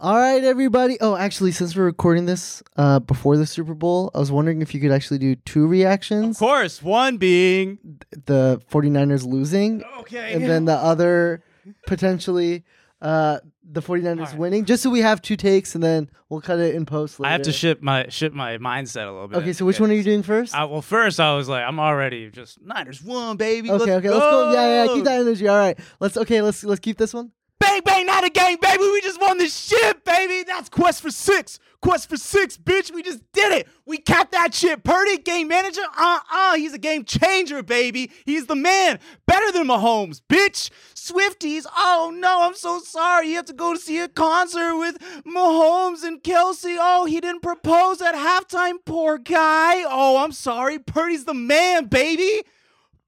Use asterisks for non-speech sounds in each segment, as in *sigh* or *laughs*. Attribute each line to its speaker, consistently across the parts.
Speaker 1: All right, everybody. Oh, actually, since we're recording this uh, before the Super Bowl, I was wondering if you could actually do two
Speaker 2: Of
Speaker 1: reactions
Speaker 2: course, one being
Speaker 1: the 49ers losing,
Speaker 2: Oh, okay,
Speaker 1: and then the other potentially uh, the 49ers
Speaker 2: All right.
Speaker 1: winning, just so we have two takes, and then we'll cut it in post later.
Speaker 2: I have to shift my shift my mindset a little bit.
Speaker 1: Okay, so which one are you doing first?
Speaker 2: I, well, first I was like, I'm already just Niners one, baby.
Speaker 1: okay, okay, let's go. Yeah, yeah, yeah, keep that energy. All right, let's. Okay, let's let's keep this one.
Speaker 2: Bang bang, not a gang, baby. We just won this shit, baby. That's quest for six. Quest for six, bitch. We just did it. We capped that shit. Purdy, game manager. Uh uh. He's a game changer, baby. He's the man. Better than Mahomes, bitch. Swifties. Oh no, I'm so sorry. You have to go to see a concert with Mahomes and Kelsey. Oh, he didn't propose at halftime. Poor guy. Oh, I'm sorry. Purdy's the man, baby.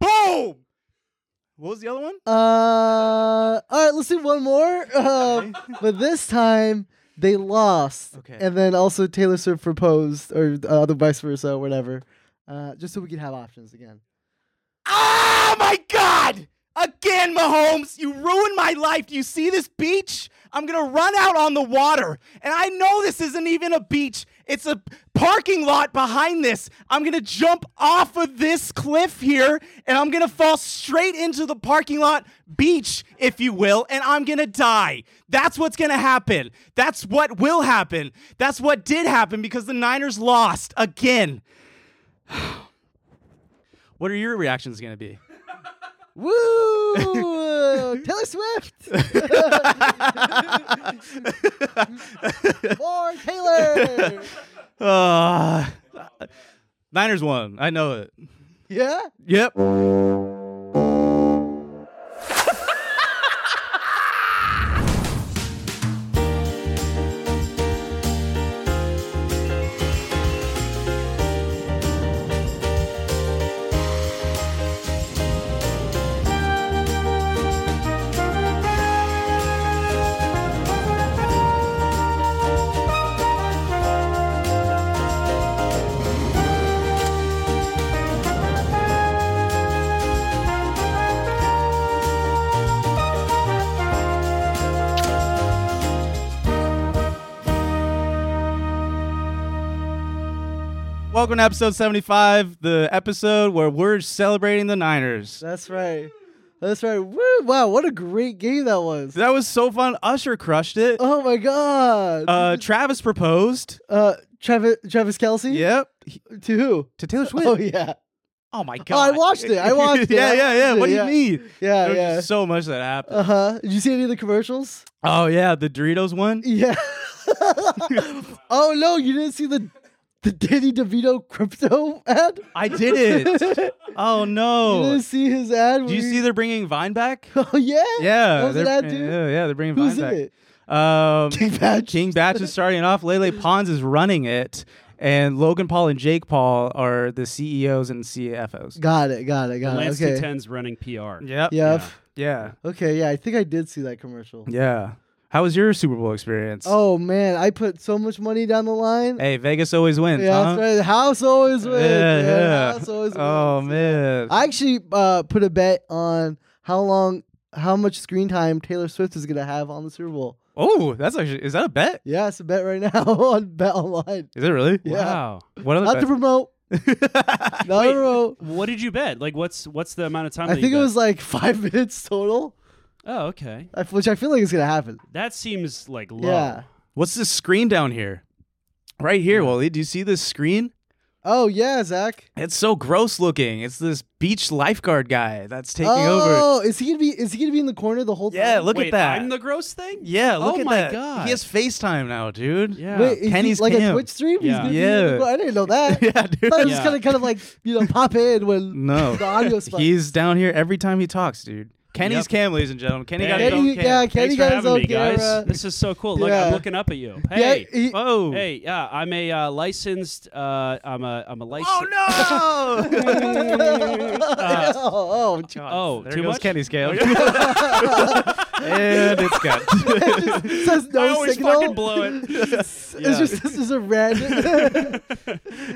Speaker 2: Boom. What was the other one?
Speaker 1: Uh, all right, let's do one more. *laughs*
Speaker 2: *laughs*
Speaker 1: Um, but this time they lost.
Speaker 2: Okay.
Speaker 1: And then also Taylor Swift proposed, or uh, the vice versa, whatever. Uh, just so we can have options again.
Speaker 2: Oh my God! Again, Mahomes, you ruined my life. Do you see this beach? I'm gonna run out on the water. And I know this isn't even a beach, it's a parking lot behind this. I'm gonna jump off of this cliff here and I'm gonna fall straight into the parking lot beach, if you will, and I'm gonna die. That's what's gonna happen. That's what will happen. That's what did happen because the Niners lost again. What are your reactions gonna be? *laughs*
Speaker 1: Woo! Taylor Swift. *laughs* More Taylor.
Speaker 2: Uh, Niners won. I know it.
Speaker 1: Yeah.
Speaker 2: Yep. Welcome to episode 75, the episode where we're celebrating the Niners.
Speaker 1: That's right. That's right. Woo! Wow, what a great game that was.
Speaker 2: That was so fun. Usher crushed it.
Speaker 1: Oh my God.
Speaker 2: Uh, Travis proposed.
Speaker 1: uh Travis Travis Kelsey.
Speaker 2: Yep. He-
Speaker 1: To who?
Speaker 2: to Taylor Swift.
Speaker 1: Oh yeah.
Speaker 2: Oh my
Speaker 1: Oh, I
Speaker 2: god.
Speaker 1: watched it. I
Speaker 2: *laughs*
Speaker 1: watched it.
Speaker 2: yeah,
Speaker 1: I
Speaker 2: yeah, yeah.
Speaker 1: watched
Speaker 2: What
Speaker 1: it,
Speaker 2: do
Speaker 1: yeah.
Speaker 2: you mean?
Speaker 1: Yeah,
Speaker 2: There was
Speaker 1: yeah.
Speaker 2: just so much that happened.
Speaker 1: Uh huh. Did you see any of the commercials?
Speaker 2: oh yeah, the
Speaker 1: *laughs*
Speaker 2: Doritos one.
Speaker 1: Yeah. oh no, you didn't see the the Danny DeVito crypto
Speaker 2: *laughs*
Speaker 1: ad.
Speaker 2: I did it. oh
Speaker 1: *laughs* You
Speaker 2: no.
Speaker 1: didn't see his ad.
Speaker 2: Do you see they're bringing
Speaker 1: *laughs*
Speaker 2: Vine back?
Speaker 1: Oh yeah.
Speaker 2: Yeah,
Speaker 1: What was
Speaker 2: they're-
Speaker 1: that ad, dude?
Speaker 2: Yeah, yeah, they're bringing
Speaker 1: Who's
Speaker 2: Vine back.
Speaker 1: in it?
Speaker 2: Um,
Speaker 1: King Batch.
Speaker 2: *laughs* King Batch is starting off. Lele Pons is running it, and Logan Paul and Jake Paul are the CEOs and CFOs.
Speaker 1: Got it. Got it. Got
Speaker 3: Lance
Speaker 1: it. Okay.
Speaker 3: 210's running PR.
Speaker 2: Yep.
Speaker 1: Yep.
Speaker 2: Yeah.
Speaker 1: Okay. Yeah, I think I did see that commercial.
Speaker 2: Yeah. How was your Super Bowl experience?
Speaker 1: Oh man, I put so much money down the line.
Speaker 2: Hey, Vegas always wins.
Speaker 1: yeah,
Speaker 2: huh?
Speaker 1: that's right. The house always wins.
Speaker 2: Yeah,
Speaker 1: man.
Speaker 2: yeah.
Speaker 1: House always wins.
Speaker 2: Oh man.
Speaker 1: I actually uh, put a bet on how long, how much screen time Taylor Swift is gonna have on the Super Bowl.
Speaker 2: oh, that's actually is that a bet?
Speaker 1: Yeah, it's a bet right *laughs* now on Bet Online.
Speaker 2: Is it really?
Speaker 1: Yeah.
Speaker 3: Wow.
Speaker 2: What
Speaker 1: Not
Speaker 2: other
Speaker 1: to promote, *laughs*
Speaker 2: bet?
Speaker 1: not
Speaker 3: Wait,
Speaker 1: to promote.
Speaker 3: What did you bet? Like, what's what's the amount of time?
Speaker 1: I
Speaker 3: that
Speaker 1: think
Speaker 3: you
Speaker 1: it
Speaker 3: bet?
Speaker 1: was like *laughs* five minutes total,
Speaker 3: Oh, okay.
Speaker 1: I- which I feel like is gonna happen.
Speaker 3: That seems like low.
Speaker 1: Yeah.
Speaker 2: *laughs* What's this screen down here? Right here, Wally. Do you see this screen?
Speaker 1: Oh yeah, Zach.
Speaker 2: It's so gross looking. It's this beach lifeguard guy that's taking over.
Speaker 1: oh, is he gonna be? Is he gonna be in the corner the whole
Speaker 2: Yeah,
Speaker 1: time?
Speaker 2: look
Speaker 3: Wait,
Speaker 2: at that.
Speaker 3: I'm the gross thing.
Speaker 2: yeah, look
Speaker 3: Oh
Speaker 2: at
Speaker 3: my
Speaker 2: that.
Speaker 3: God.
Speaker 2: He has FaceTime now, dude.
Speaker 3: Yeah.
Speaker 1: Wait, is
Speaker 2: Penny's
Speaker 1: he, like
Speaker 2: Cam.
Speaker 1: a
Speaker 2: *laughs*
Speaker 1: Twitch stream? He's
Speaker 3: Yeah.
Speaker 1: gonna be in the
Speaker 2: Yeah.
Speaker 1: cor- I didn't know
Speaker 2: *laughs*
Speaker 1: that.
Speaker 2: yeah, dude.
Speaker 1: I thought it was
Speaker 3: Yeah.
Speaker 1: gonna kind of like you know pop in when *laughs*
Speaker 2: No.
Speaker 1: the
Speaker 2: *laughs*
Speaker 1: audio spot.
Speaker 2: He's down here every time he talks, dude. Kenny's
Speaker 3: Yep.
Speaker 2: cam, ladies and gentlemen. Kenny got his
Speaker 3: Kenny-
Speaker 2: own
Speaker 1: yeah,
Speaker 2: cam.
Speaker 1: Kenny
Speaker 3: Thanks
Speaker 1: got his
Speaker 3: for having
Speaker 1: own
Speaker 3: me, guys.
Speaker 1: camera.
Speaker 3: This is so cool. Look,
Speaker 1: Yeah.
Speaker 3: I'm looking up at you. Hey,
Speaker 1: Yeah, he-
Speaker 2: Oh.
Speaker 3: hey, yeah. I'm a uh, licensed. Uh, I'm a. I'm a licensed.
Speaker 2: Oh
Speaker 1: *laughs*
Speaker 2: no!
Speaker 1: oh, oh,
Speaker 3: *laughs* Oh,
Speaker 2: there
Speaker 3: too
Speaker 2: goes
Speaker 3: *laughs* much?
Speaker 2: Kenny's cam. and
Speaker 1: *laughs*
Speaker 2: it's good.
Speaker 1: it just says no
Speaker 3: I always
Speaker 1: signal.
Speaker 3: fucking blow it.
Speaker 1: *laughs* it's
Speaker 2: Yeah.
Speaker 1: just this is a random. *laughs*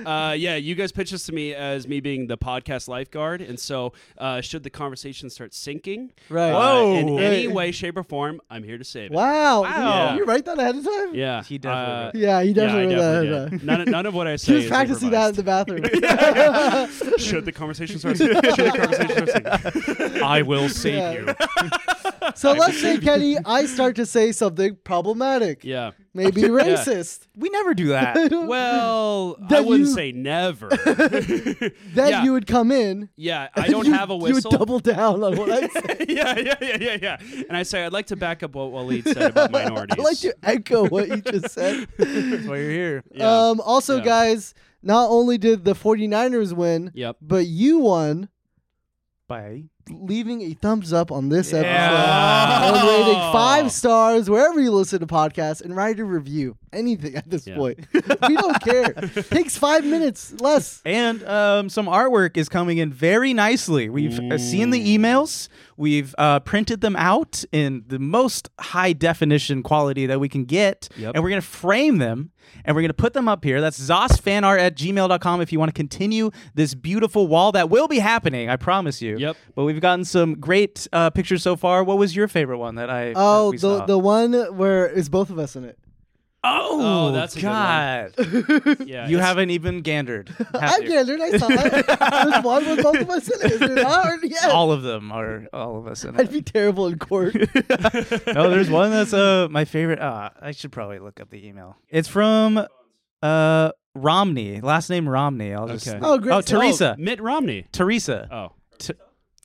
Speaker 3: Uh, yeah, you guys pitched this to me as me being the podcast lifeguard, and so uh, should the conversation start sinking,
Speaker 1: right.
Speaker 3: uh, in
Speaker 2: Whoa.
Speaker 3: any
Speaker 1: Right.
Speaker 3: way, shape, or form, I'm here to save it.
Speaker 1: Wow.
Speaker 2: Wow.
Speaker 1: Did You write that ahead of time?
Speaker 3: Yeah, uh,
Speaker 2: He definitely wrote
Speaker 1: Yeah, you
Speaker 3: yeah, I
Speaker 1: definitely wrote that.
Speaker 3: definitely did. None, none of what *laughs* I say.
Speaker 1: She was
Speaker 3: is
Speaker 1: practicing that in the bathroom. *laughs*
Speaker 3: *laughs* improvised. Should the conversation start? Should the conversation
Speaker 2: *laughs*
Speaker 3: start?
Speaker 2: I will save
Speaker 1: Yeah.
Speaker 2: you.
Speaker 1: *laughs* so let's
Speaker 3: *laughs*
Speaker 1: say, Kenny, I start to say something problematic.
Speaker 3: *laughs* Yeah.
Speaker 1: Maybe racist. *laughs*
Speaker 2: We never do that.
Speaker 3: Well, I
Speaker 1: Then
Speaker 3: wouldn't
Speaker 1: you-
Speaker 3: say never.
Speaker 1: Then
Speaker 3: yeah,
Speaker 1: you would come in.
Speaker 3: yeah, I
Speaker 1: and
Speaker 3: don't
Speaker 1: you-
Speaker 3: have a
Speaker 1: You would
Speaker 3: whistle. *laughs*
Speaker 1: double *laughs* down on what I said.
Speaker 3: yeah, yeah, yeah, yeah, yeah. And I say I'd like to back up what Waleed said about
Speaker 1: *laughs*
Speaker 3: minorities.
Speaker 1: I like to echo what you just said.
Speaker 2: That's why you're here.
Speaker 3: *laughs* Yeah.
Speaker 1: Um, also,
Speaker 3: Yeah.
Speaker 1: guys, not only did the 49ers win,
Speaker 3: Yep.
Speaker 1: but you won,
Speaker 2: Bye.
Speaker 1: leaving a thumbs up on this episode.
Speaker 2: Yeah.
Speaker 1: And rating
Speaker 3: Oh.
Speaker 1: five stars wherever you listen to podcasts and write a review. Anything at this
Speaker 3: Yeah.
Speaker 1: point. we don't
Speaker 2: *laughs*
Speaker 1: care. Takes five minutes less.
Speaker 2: And um, some artwork is coming in very nicely. We've uh, seen the emails. We've uh, printed them out in the most high definition quality that we can get.
Speaker 3: Yep.
Speaker 2: And we're going to frame them and we're going to put them up here. That's zosfanart at gmail.com if you want to continue this beautiful wall that will be happening, I promise you.
Speaker 3: Yep.
Speaker 2: But we've gotten some great uh, pictures so far. What was your favorite one that I that
Speaker 1: Oh,
Speaker 2: we
Speaker 1: the
Speaker 2: saw?
Speaker 1: the one where it's both of us in it.
Speaker 2: Oh,
Speaker 3: Oh, that's a good one.
Speaker 2: God.
Speaker 3: *laughs* Yeah,
Speaker 2: You
Speaker 3: it's-
Speaker 2: haven't even gandered. have
Speaker 1: I
Speaker 2: you?
Speaker 1: gathered. I saw it.
Speaker 2: *laughs*
Speaker 1: There's one with both of us in it. Is there not? Yeah.
Speaker 2: All of them are all of us in it.
Speaker 1: I'd be terrible in
Speaker 2: *laughs*
Speaker 1: court.
Speaker 2: oh, there's one that's uh my favorite. Uh, I should probably look up the email. It's from uh Romney, last name Romney. I'll just
Speaker 3: Okay.
Speaker 1: Oh, great.
Speaker 2: Oh, Teresa,
Speaker 3: Mitt Romney.
Speaker 2: Teresa.
Speaker 3: Oh,
Speaker 2: T-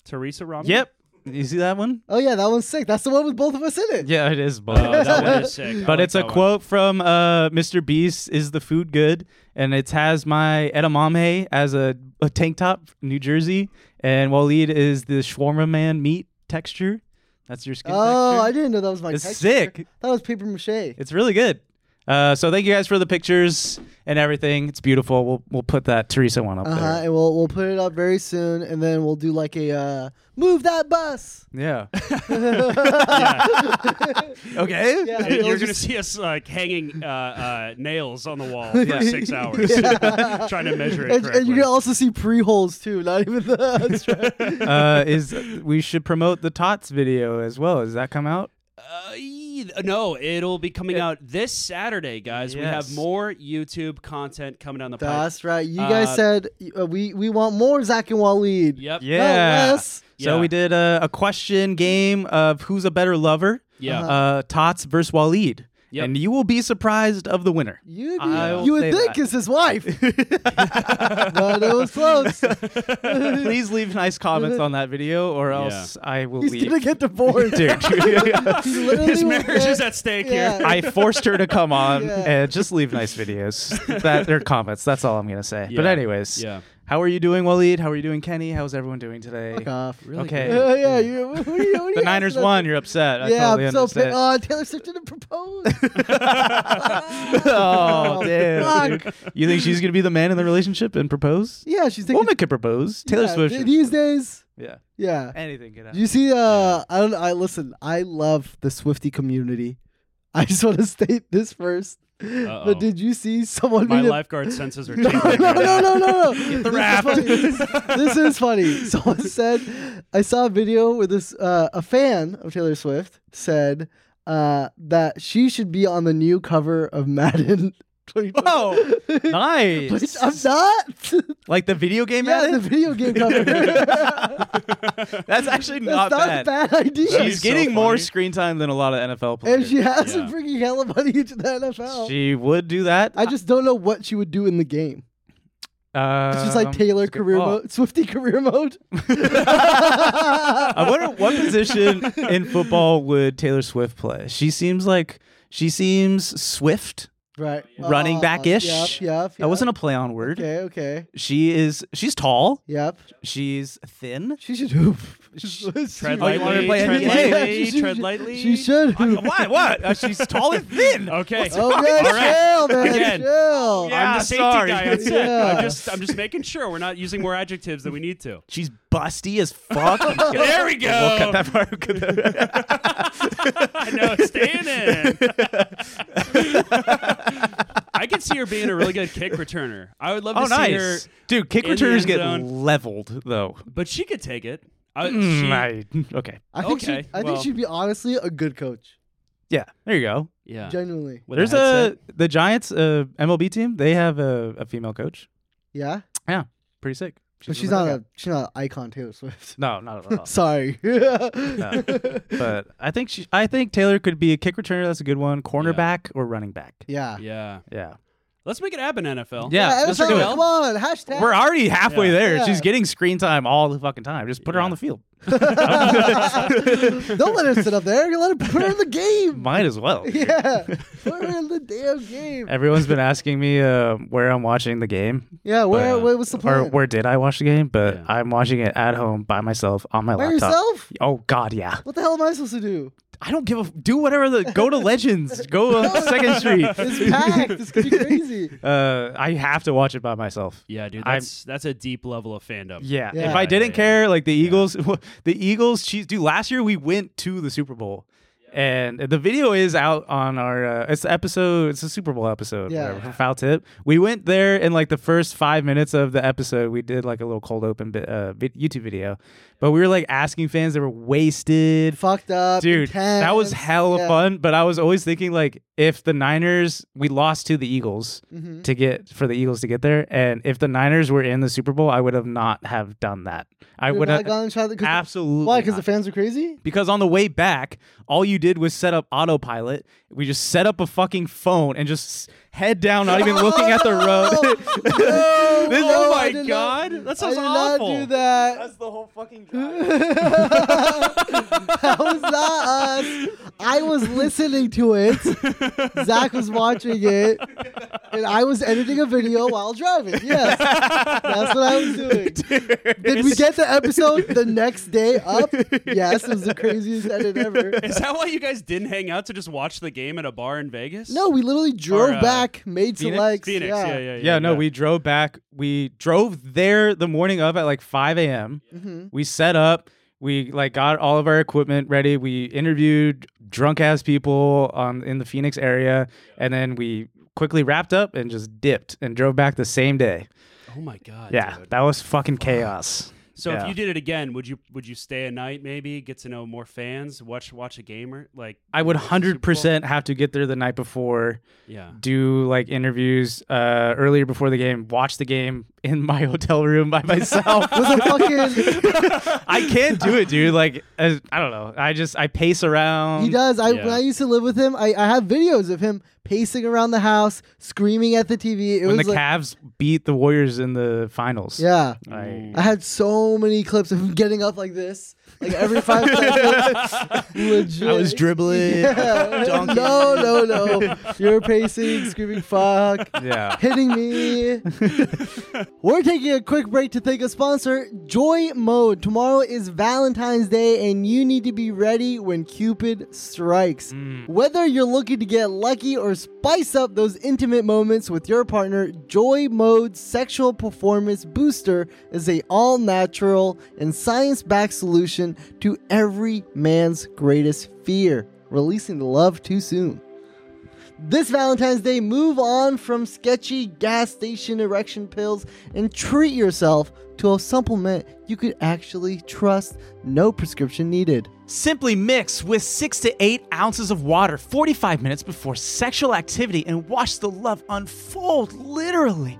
Speaker 3: Teresa Romney.
Speaker 2: yep, you see that one?
Speaker 1: Oh yeah, that one's sick. That's the one with both of us in it.
Speaker 2: Yeah, it *laughs* is. Both.
Speaker 3: Oh, that one is sick. I
Speaker 2: but
Speaker 3: like
Speaker 2: it's a
Speaker 3: that one.
Speaker 2: quote from uh Mr. Beast. Is the food good? And it has my edamame as a, a tank top, New Jersey, and Waleed is the shawarma man meat texture. That's your skin
Speaker 1: Oh, I
Speaker 2: texture.
Speaker 1: didn't know that was my.
Speaker 2: It's
Speaker 1: texture.
Speaker 2: sick.
Speaker 1: That was paper mache.
Speaker 2: It's really good. Uh, so thank you guys for the pictures and everything. It's beautiful. We'll we'll put that Teresa one up
Speaker 1: Uh huh.
Speaker 2: there.
Speaker 1: And we'll we'll put it up very soon, and then we'll do like a uh, move that bus.
Speaker 2: Yeah.
Speaker 1: *laughs*
Speaker 3: Yeah.
Speaker 2: okay.
Speaker 1: Yeah. *laughs*
Speaker 3: You're
Speaker 1: it'll
Speaker 3: going to
Speaker 1: just-
Speaker 3: see us like hanging uh, uh, nails on the wall
Speaker 1: *laughs*
Speaker 3: for six hours,
Speaker 1: Yeah.
Speaker 3: *laughs* trying to measure it
Speaker 1: and, and
Speaker 3: correctly.
Speaker 1: you're gonna also see pre holes too. Not even the. *laughs* that's right.
Speaker 2: *laughs* Uh, is we should promote the Tots video as well. Does that come out?
Speaker 3: Uh, e- no, it'll be coming out this Saturday, guys. We have
Speaker 2: Yes.
Speaker 3: more YouTube content coming down the pipe.
Speaker 1: That's right. You guys
Speaker 3: Uh,
Speaker 1: said uh, we we want more Zach and Waleed.
Speaker 3: Yep.
Speaker 2: Yeah.
Speaker 1: less.
Speaker 2: So
Speaker 3: Yeah.
Speaker 2: we did a, a question game of who's a better lover.
Speaker 3: Yeah.
Speaker 1: Uh-huh.
Speaker 2: Uh, Tots versus Waleed.
Speaker 3: Yep.
Speaker 2: And you will be surprised of
Speaker 1: *laughs*
Speaker 2: the winner.
Speaker 1: You'd be,
Speaker 2: I will
Speaker 1: you would
Speaker 2: say
Speaker 1: think
Speaker 2: that.
Speaker 1: it's his wife,
Speaker 2: *laughs*
Speaker 1: but it was close. *laughs*
Speaker 2: Please leave nice comments on that video, or
Speaker 3: Yeah.
Speaker 2: else I will
Speaker 1: He's
Speaker 2: leave.
Speaker 1: gonna get divorced. *laughs*
Speaker 2: Dude.
Speaker 1: He literally
Speaker 3: *laughs* His
Speaker 1: will
Speaker 3: marriage
Speaker 1: get-
Speaker 3: is at stake
Speaker 1: Yeah. *laughs*
Speaker 3: here.
Speaker 2: I forced her to come on
Speaker 1: Yeah.
Speaker 2: and just leave nice videos. That their comments. That's all I'm gonna say. But
Speaker 3: Yeah.
Speaker 2: anyways,
Speaker 3: Yeah.
Speaker 2: How are you doing, Waleed? How are you doing, Kenny? How's everyone doing today?
Speaker 1: Fuck off.
Speaker 2: okay.
Speaker 1: Yeah, Uh, *laughs* yeah. You, what are you, what are
Speaker 2: The
Speaker 1: you
Speaker 2: Niners
Speaker 1: asking us?
Speaker 2: won. You're upset. I
Speaker 1: yeah,
Speaker 2: totally
Speaker 1: I'm so pissed.
Speaker 2: understand. *laughs*
Speaker 1: Oh, Taylor Swift didn't propose.
Speaker 2: oh, damn.
Speaker 1: Fuck.
Speaker 2: You think she's gonna be the man in the relationship and propose?
Speaker 1: yeah, she's thinking.
Speaker 2: Woman can propose. Taylor
Speaker 1: yeah,
Speaker 2: Swift.
Speaker 1: th-
Speaker 2: should-
Speaker 1: These days,
Speaker 2: yeah.
Speaker 1: yeah.
Speaker 2: Anything could happen.
Speaker 1: You see, uh, I don't. I listen. I love the Swifty community. *laughs* I just want to state this 1st
Speaker 3: Uh-oh.
Speaker 1: But did you see someone?
Speaker 3: My
Speaker 1: made a- *laughs*
Speaker 3: lifeguard senses are
Speaker 1: No,
Speaker 3: tingling.
Speaker 1: no,
Speaker 3: right
Speaker 1: no,
Speaker 3: now.
Speaker 1: no, no, no.
Speaker 3: *laughs*
Speaker 1: Get
Speaker 3: the raft.
Speaker 1: Is funny. this is funny. Someone said, I saw a video where this uh, a fan of Taylor Swift said uh, that she should be on the new cover of Madden. *laughs* 2020.
Speaker 2: Oh,
Speaker 1: *laughs* Which
Speaker 2: nice.
Speaker 1: I'm not. *laughs*
Speaker 2: like the video game.
Speaker 1: yeah, the
Speaker 2: edit?
Speaker 1: video game cover.
Speaker 2: *laughs*
Speaker 3: *laughs*
Speaker 1: *laughs*
Speaker 2: That's actually
Speaker 1: That's
Speaker 2: not,
Speaker 1: a bad idea.
Speaker 3: That'd be
Speaker 2: She's
Speaker 3: so
Speaker 2: getting more
Speaker 3: funny.
Speaker 2: screen time than a lot of NFL players.
Speaker 1: and she has
Speaker 3: Yeah.
Speaker 1: some freaking hell of money into the NFL.
Speaker 2: She would do that.
Speaker 1: I just don't know what she would do in the game.
Speaker 2: Uh,
Speaker 1: It's
Speaker 3: Um,
Speaker 1: just like Taylor career
Speaker 3: Oh.
Speaker 2: call.
Speaker 1: mode, Swifty career
Speaker 3: *laughs*
Speaker 1: mode. *laughs*
Speaker 2: I wonder what position
Speaker 1: *laughs*
Speaker 2: in football would Taylor Swift play. She seems like she seems swift,
Speaker 1: Right.
Speaker 2: Running
Speaker 1: Uh,
Speaker 2: back-ish?
Speaker 1: Yep. Yep.
Speaker 2: That
Speaker 1: yep.
Speaker 2: wasn't a play on word.
Speaker 1: Okay. Okay.
Speaker 2: She is. She's tall.
Speaker 1: Yep.
Speaker 2: She's thin.
Speaker 1: She should hoop. *laughs*
Speaker 3: Tread
Speaker 2: Oh, you want her
Speaker 3: lightly.
Speaker 2: to play NBA?
Speaker 3: Tread
Speaker 1: Yeah,
Speaker 3: lightly.
Speaker 1: she-
Speaker 3: Tread lightly.
Speaker 1: She should hoop.
Speaker 2: Why? What? Uh, she's tall and thin.
Speaker 3: *laughs* Okay.
Speaker 1: Okay.
Speaker 3: All right.
Speaker 1: Chill, man.
Speaker 3: Again.
Speaker 1: Chill.
Speaker 2: Yeah,
Speaker 3: I'm the safety
Speaker 2: sorry.
Speaker 3: guy. on set.
Speaker 1: Yeah.
Speaker 3: I'm just I'm just making sure we're not using more adjectives than we need to.
Speaker 2: *laughs* She's busty as fuck.
Speaker 3: *laughs* There we
Speaker 2: We'll cut
Speaker 3: go.
Speaker 2: that part. cut that-
Speaker 3: *laughs* *laughs* I know, staying in. I could see her being a really good kick returner. I would
Speaker 2: *laughs*
Speaker 3: love
Speaker 2: oh,
Speaker 3: to see her,
Speaker 2: nice, dude. Kick
Speaker 3: in the
Speaker 2: returners
Speaker 3: end
Speaker 2: get
Speaker 3: zone.
Speaker 2: leveled though.
Speaker 3: but she could take it. I,
Speaker 2: Mm,
Speaker 3: she-
Speaker 2: I- okay,
Speaker 1: I think
Speaker 3: Okay,
Speaker 1: she. I
Speaker 3: well.
Speaker 1: think she'd be honestly a good coach.
Speaker 2: yeah, there you go.
Speaker 3: yeah.
Speaker 1: Genuinely.
Speaker 3: With
Speaker 2: There's
Speaker 3: headset.
Speaker 2: a the Giants uh, MLB team. They have a, a female coach.
Speaker 1: Yeah,
Speaker 2: Pretty sick.
Speaker 1: but she's
Speaker 2: a
Speaker 1: not
Speaker 2: Red
Speaker 1: a she's not an icon Taylor *laughs* Swift.
Speaker 2: No, not
Speaker 1: *laughs*
Speaker 2: at all.
Speaker 1: Sorry.
Speaker 2: but I think she, I think Taylor could be a kick returner. That's a good one. Cornerback or running back.
Speaker 1: yeah.
Speaker 3: yeah.
Speaker 2: Yeah,
Speaker 3: Let's make it happen, NFL.
Speaker 2: yeah.
Speaker 1: Yeah,
Speaker 2: let's
Speaker 1: NFL,
Speaker 2: do it.
Speaker 1: Come on, hashtag. *laughs*
Speaker 2: We're already halfway
Speaker 3: Yeah.
Speaker 2: there.
Speaker 1: Yeah.
Speaker 2: She's getting screen time all the fucking time. Just put her
Speaker 3: Yeah.
Speaker 2: on the field.
Speaker 1: *laughs* Don't let her sit up there. You let her put her in the game.
Speaker 2: *laughs* Might as well.
Speaker 1: *laughs* Yeah, put her
Speaker 2: *laughs*
Speaker 1: in the damn game.
Speaker 2: Everyone's been asking me uh, where I'm watching the game
Speaker 1: Yeah, where
Speaker 2: But, uh,
Speaker 1: what was the
Speaker 2: or
Speaker 1: plan?
Speaker 2: where did I watch the game, but
Speaker 3: Yeah.
Speaker 2: I'm watching it at home by myself on my
Speaker 1: By
Speaker 2: laptop.
Speaker 1: yourself?
Speaker 2: Oh God, yeah.
Speaker 1: What the hell am I supposed to do?
Speaker 2: I don't give a f- do whatever the go to Legends, go on Second
Speaker 1: *laughs* It's
Speaker 2: Street.
Speaker 1: packed. This could
Speaker 2: *laughs*
Speaker 1: be crazy.
Speaker 2: Uh, I have to watch it by myself.
Speaker 3: Yeah, dude,
Speaker 2: I'm-
Speaker 3: that's that's a deep level of fandom.
Speaker 2: Yeah.
Speaker 1: Yeah.
Speaker 2: If I
Speaker 1: Yeah,
Speaker 2: didn't
Speaker 3: yeah,
Speaker 2: care, like the Eagles, *laughs* the Eagles, cheese, dude, last year we went to the Super Bowl. And the video is out on our. Uh, it's the episode. It's a Super Bowl episode.
Speaker 1: Yeah.
Speaker 2: whatever, from Foul tip. We went there in like the first five minutes of the episode. We did like a little cold open bit, uh, vi- YouTube video, but we were like asking fans. They were wasted
Speaker 1: Fucked up,
Speaker 2: dude that was
Speaker 1: intense.
Speaker 2: hella
Speaker 1: Yeah.
Speaker 2: fun but i was always thinking like if the niners we lost to the eagles
Speaker 1: Mm-hmm.
Speaker 2: to get for the eagles to get there and if the niners were in the super bowl i would have not have done that i
Speaker 1: You
Speaker 2: would
Speaker 1: not
Speaker 2: have
Speaker 1: gone and tried the- 'cause-
Speaker 2: absolutely
Speaker 1: Why? Because the
Speaker 2: not.
Speaker 1: fans are crazy.
Speaker 2: because on the way back all you did was set up autopilot we just set up a fucking phone and just head down not even looking at the
Speaker 1: *laughs*
Speaker 2: road
Speaker 1: No,
Speaker 2: *laughs* This-
Speaker 1: no,
Speaker 2: oh
Speaker 1: I
Speaker 2: my
Speaker 1: did not-
Speaker 3: God, that sounds
Speaker 1: I did
Speaker 3: awful.
Speaker 1: Not do that.
Speaker 2: the
Speaker 1: *laughs*
Speaker 2: whole fucking drive
Speaker 1: that was not us. I was listening to it. Zach was watching it, and I was editing a video while driving. Yes, that's what I was doing. Did we get the episode the next day up? Yes, it was the craziest edit ever.
Speaker 3: *laughs* Is that why you guys didn't hang out to just watch the game at a bar in Vegas?
Speaker 1: No, we literally drove
Speaker 3: uh,
Speaker 1: back, made
Speaker 2: Phoenix?
Speaker 1: some likes.
Speaker 3: Phoenix. Yeah, yeah, yeah.
Speaker 2: yeah, no, we drove back. We drove there the morning of at like 5 a.m.
Speaker 1: Mm-hmm.
Speaker 2: We set up. We like got all of our equipment ready. We interviewed drunk ass people um, in the Phoenix area, and then we quickly wrapped up and just dipped and drove back the same day.
Speaker 3: Oh my god.
Speaker 2: Yeah,
Speaker 3: dude.
Speaker 2: that was fucking chaos.
Speaker 3: So
Speaker 2: Yeah.
Speaker 3: if you did it again, would you would you stay a night maybe get to know more fans, watch watch a gamer like
Speaker 2: I would
Speaker 3: watch the Super Bowl?
Speaker 2: hundred percent have to get there the night before,
Speaker 3: Yeah.
Speaker 2: do like interviews uh, earlier before the game, watch the game in *laughs* my hotel room by myself.
Speaker 1: Was it
Speaker 3: *laughs*
Speaker 1: fucking?
Speaker 2: I can't do it, dude. Like, as, I don't know. I just I pace around.
Speaker 1: He does. I when
Speaker 3: Yeah.
Speaker 1: I used to live with him, I, I have videos of him pacing around the house, screaming at the TV. It
Speaker 2: when the
Speaker 1: was like,
Speaker 2: Cavs beat the Warriors in the finals.
Speaker 1: yeah.
Speaker 2: I,
Speaker 1: I had so many clips of him getting up like this, like every
Speaker 2: *laughs*
Speaker 1: five seconds. Legit.
Speaker 2: I was dribbling.
Speaker 1: *laughs* Yeah.
Speaker 2: dunking.
Speaker 1: No, no, no. You're pacing, screaming
Speaker 2: *laughs*
Speaker 1: fuck,
Speaker 2: Yeah.
Speaker 1: hitting me. We're taking a quick break to thank a sponsor, Joy Mode. Tomorrow is Valentine's Day, and you need to be ready when Cupid strikes. Whether you're looking to get lucky or spice up those intimate moments with your partner, Joy Mode Sexual Performance Booster is a all-natural and science-backed solution to every man's greatest fear: releasing the love too soon. This Valentine's Day, move on from sketchy gas station erection pills and treat yourself to a supplement you could actually trust. No prescription needed.
Speaker 2: Simply mix with six to eight ounces of water 45 minutes before sexual activity and watch the love unfold literally.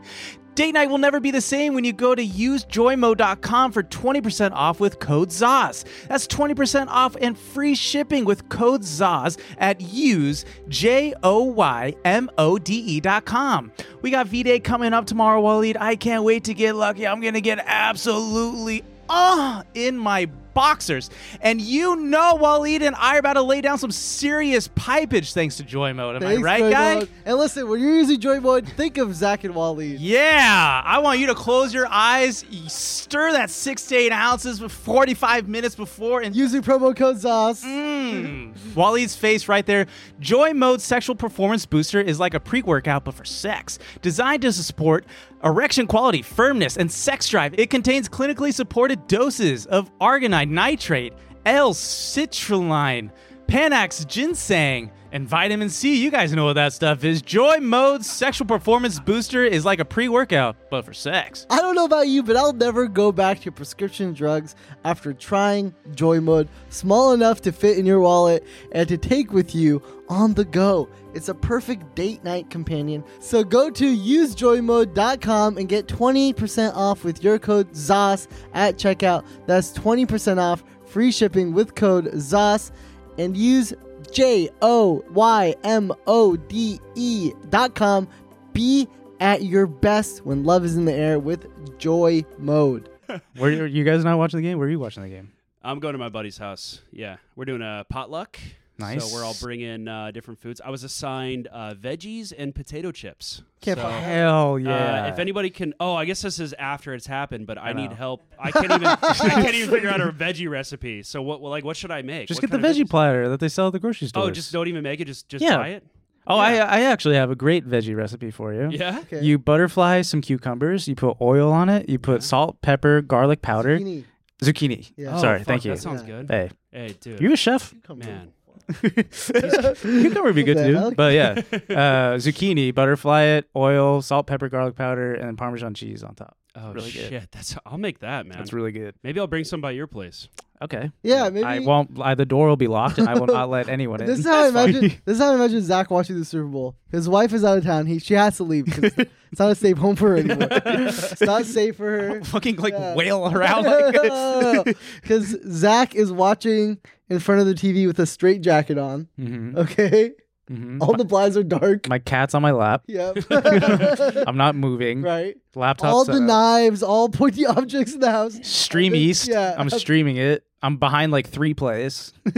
Speaker 2: Date night will never be the same when you go to usejoymo.com for 20% off with code ZAZ. That's 20% off and free shipping with code ZAZ at use J O Y M O D E.com. We got V Day coming up tomorrow, Waleed. I can't wait to get lucky. I'm going to get absolutely ah in my boxers. And you know Waleed and I are about to lay down some serious pipage thanks to Joy Mode. Am I
Speaker 1: Thanks,
Speaker 2: right,
Speaker 1: Joy
Speaker 2: guy?
Speaker 1: Mode. And listen, when you're using Joy Mode, think of Zach and Wally.
Speaker 2: Yeah, I want you to close your eyes, y- stir that six to eight ounces for 45 minutes before, and
Speaker 1: Using promo code ZOS.
Speaker 2: Mm. Wally's face right there. Joy Mode Sexual Performance Booster is like a pre workout, but for sex. Designed to support erection quality, firmness, and sex drive, it contains clinically supported doses of argonine, nitrate, L citrulline, Panax, ginseng, and vitamin C. You guys know what that stuff is. Joy Mode Sexual Performance Booster is like a pre workout, but for sex.
Speaker 1: I don't know about you, but I'll never go back to prescription drugs after trying Joy Mode, small enough to fit in your wallet and to take with you on the go. It's a perfect date night companion. So go to usejoymode.com and get 20% off with your code ZOS at checkout. That's 20% off, free shipping with code ZOS, and use J O Y M O D E dot com. Be at your best when love is in the air with joy mode.
Speaker 2: Were you, you guys not watching the game? Were you watching the game?
Speaker 3: I'm going to my buddy's house. Yeah, we're doing a potluck.
Speaker 2: Nice.
Speaker 3: So we're all bringing uh, different foods. I was assigned uh, veggies and potato chips.
Speaker 1: Can't
Speaker 3: so,
Speaker 1: fuck-
Speaker 2: Hell
Speaker 3: Uh, if anybody can, oh, I guess this is after it's happened, but I, need help. I
Speaker 2: *laughs*
Speaker 3: can't even. I can't even figure out a veggie recipe. So what? Well, like, what should I make?
Speaker 2: Just
Speaker 3: What
Speaker 2: get the
Speaker 3: kind of
Speaker 2: veggie platter that they sell at the grocery store.
Speaker 3: Oh, just don't even make it. Just just
Speaker 2: Yeah.
Speaker 3: buy it.
Speaker 2: Oh, I I actually have a great veggie recipe for you.
Speaker 3: Yeah.
Speaker 1: Okay.
Speaker 2: You butterfly some cucumbers. You put oil on it. You put salt, pepper, garlic powder, zucchini.
Speaker 1: Zucchini, Yeah.
Speaker 3: Oh,
Speaker 2: Sorry,
Speaker 3: fuck,
Speaker 2: thank you.
Speaker 3: That sounds good.
Speaker 2: hey,
Speaker 3: Hey, dude.
Speaker 2: you a
Speaker 3: *laughs*
Speaker 2: chef? *laughs*
Speaker 1: cucumber.
Speaker 3: man.
Speaker 2: Cucumber would be good
Speaker 1: the
Speaker 2: to
Speaker 1: hell?
Speaker 2: do. But
Speaker 3: *laughs*
Speaker 2: yeah, uh, zucchini, butterfly it, oil, salt, pepper, garlic powder, and then Parmesan cheese on top.
Speaker 3: Oh
Speaker 2: Really good.
Speaker 3: shit. That's. I'll make that, man.
Speaker 2: That's really good.
Speaker 3: Maybe I'll bring some by
Speaker 2: *laughs*
Speaker 3: your place.
Speaker 2: Okay.
Speaker 1: Yeah, maybe.
Speaker 2: I won't. I, the door will be locked, and I
Speaker 1: *laughs*
Speaker 2: will not let anyone in.
Speaker 1: This
Speaker 2: *laughs*
Speaker 1: is how I
Speaker 2: That's fine.
Speaker 1: imagine. This is how I imagine Zach watching the Super Bowl. His wife is out of town. He she has to leave.
Speaker 2: *laughs*
Speaker 1: 'cause it's not a safe home for her anymore. it's not safe for
Speaker 2: *laughs*
Speaker 1: her.
Speaker 2: Fucking like
Speaker 1: *laughs* Yeah.
Speaker 2: wail around. Like,
Speaker 1: *laughs*
Speaker 2: *laughs*
Speaker 1: Because Zach is watching in front of the TV with a straight jacket on.
Speaker 2: Mhm, *laughs*
Speaker 1: Okay,
Speaker 2: mhm.
Speaker 1: all the blinds are dark.
Speaker 2: My cat's on my lap.
Speaker 1: *laughs* Yep.
Speaker 2: *laughs*
Speaker 1: *laughs*
Speaker 2: I'm not moving.
Speaker 1: right.
Speaker 2: Laptop.
Speaker 1: All the
Speaker 2: set up.
Speaker 1: knives, all pointy *laughs* objects in the house.
Speaker 2: Stream
Speaker 1: Yeah.
Speaker 2: East.
Speaker 1: Yeah.
Speaker 2: I'm streaming it. I'm behind like three plays.
Speaker 3: Your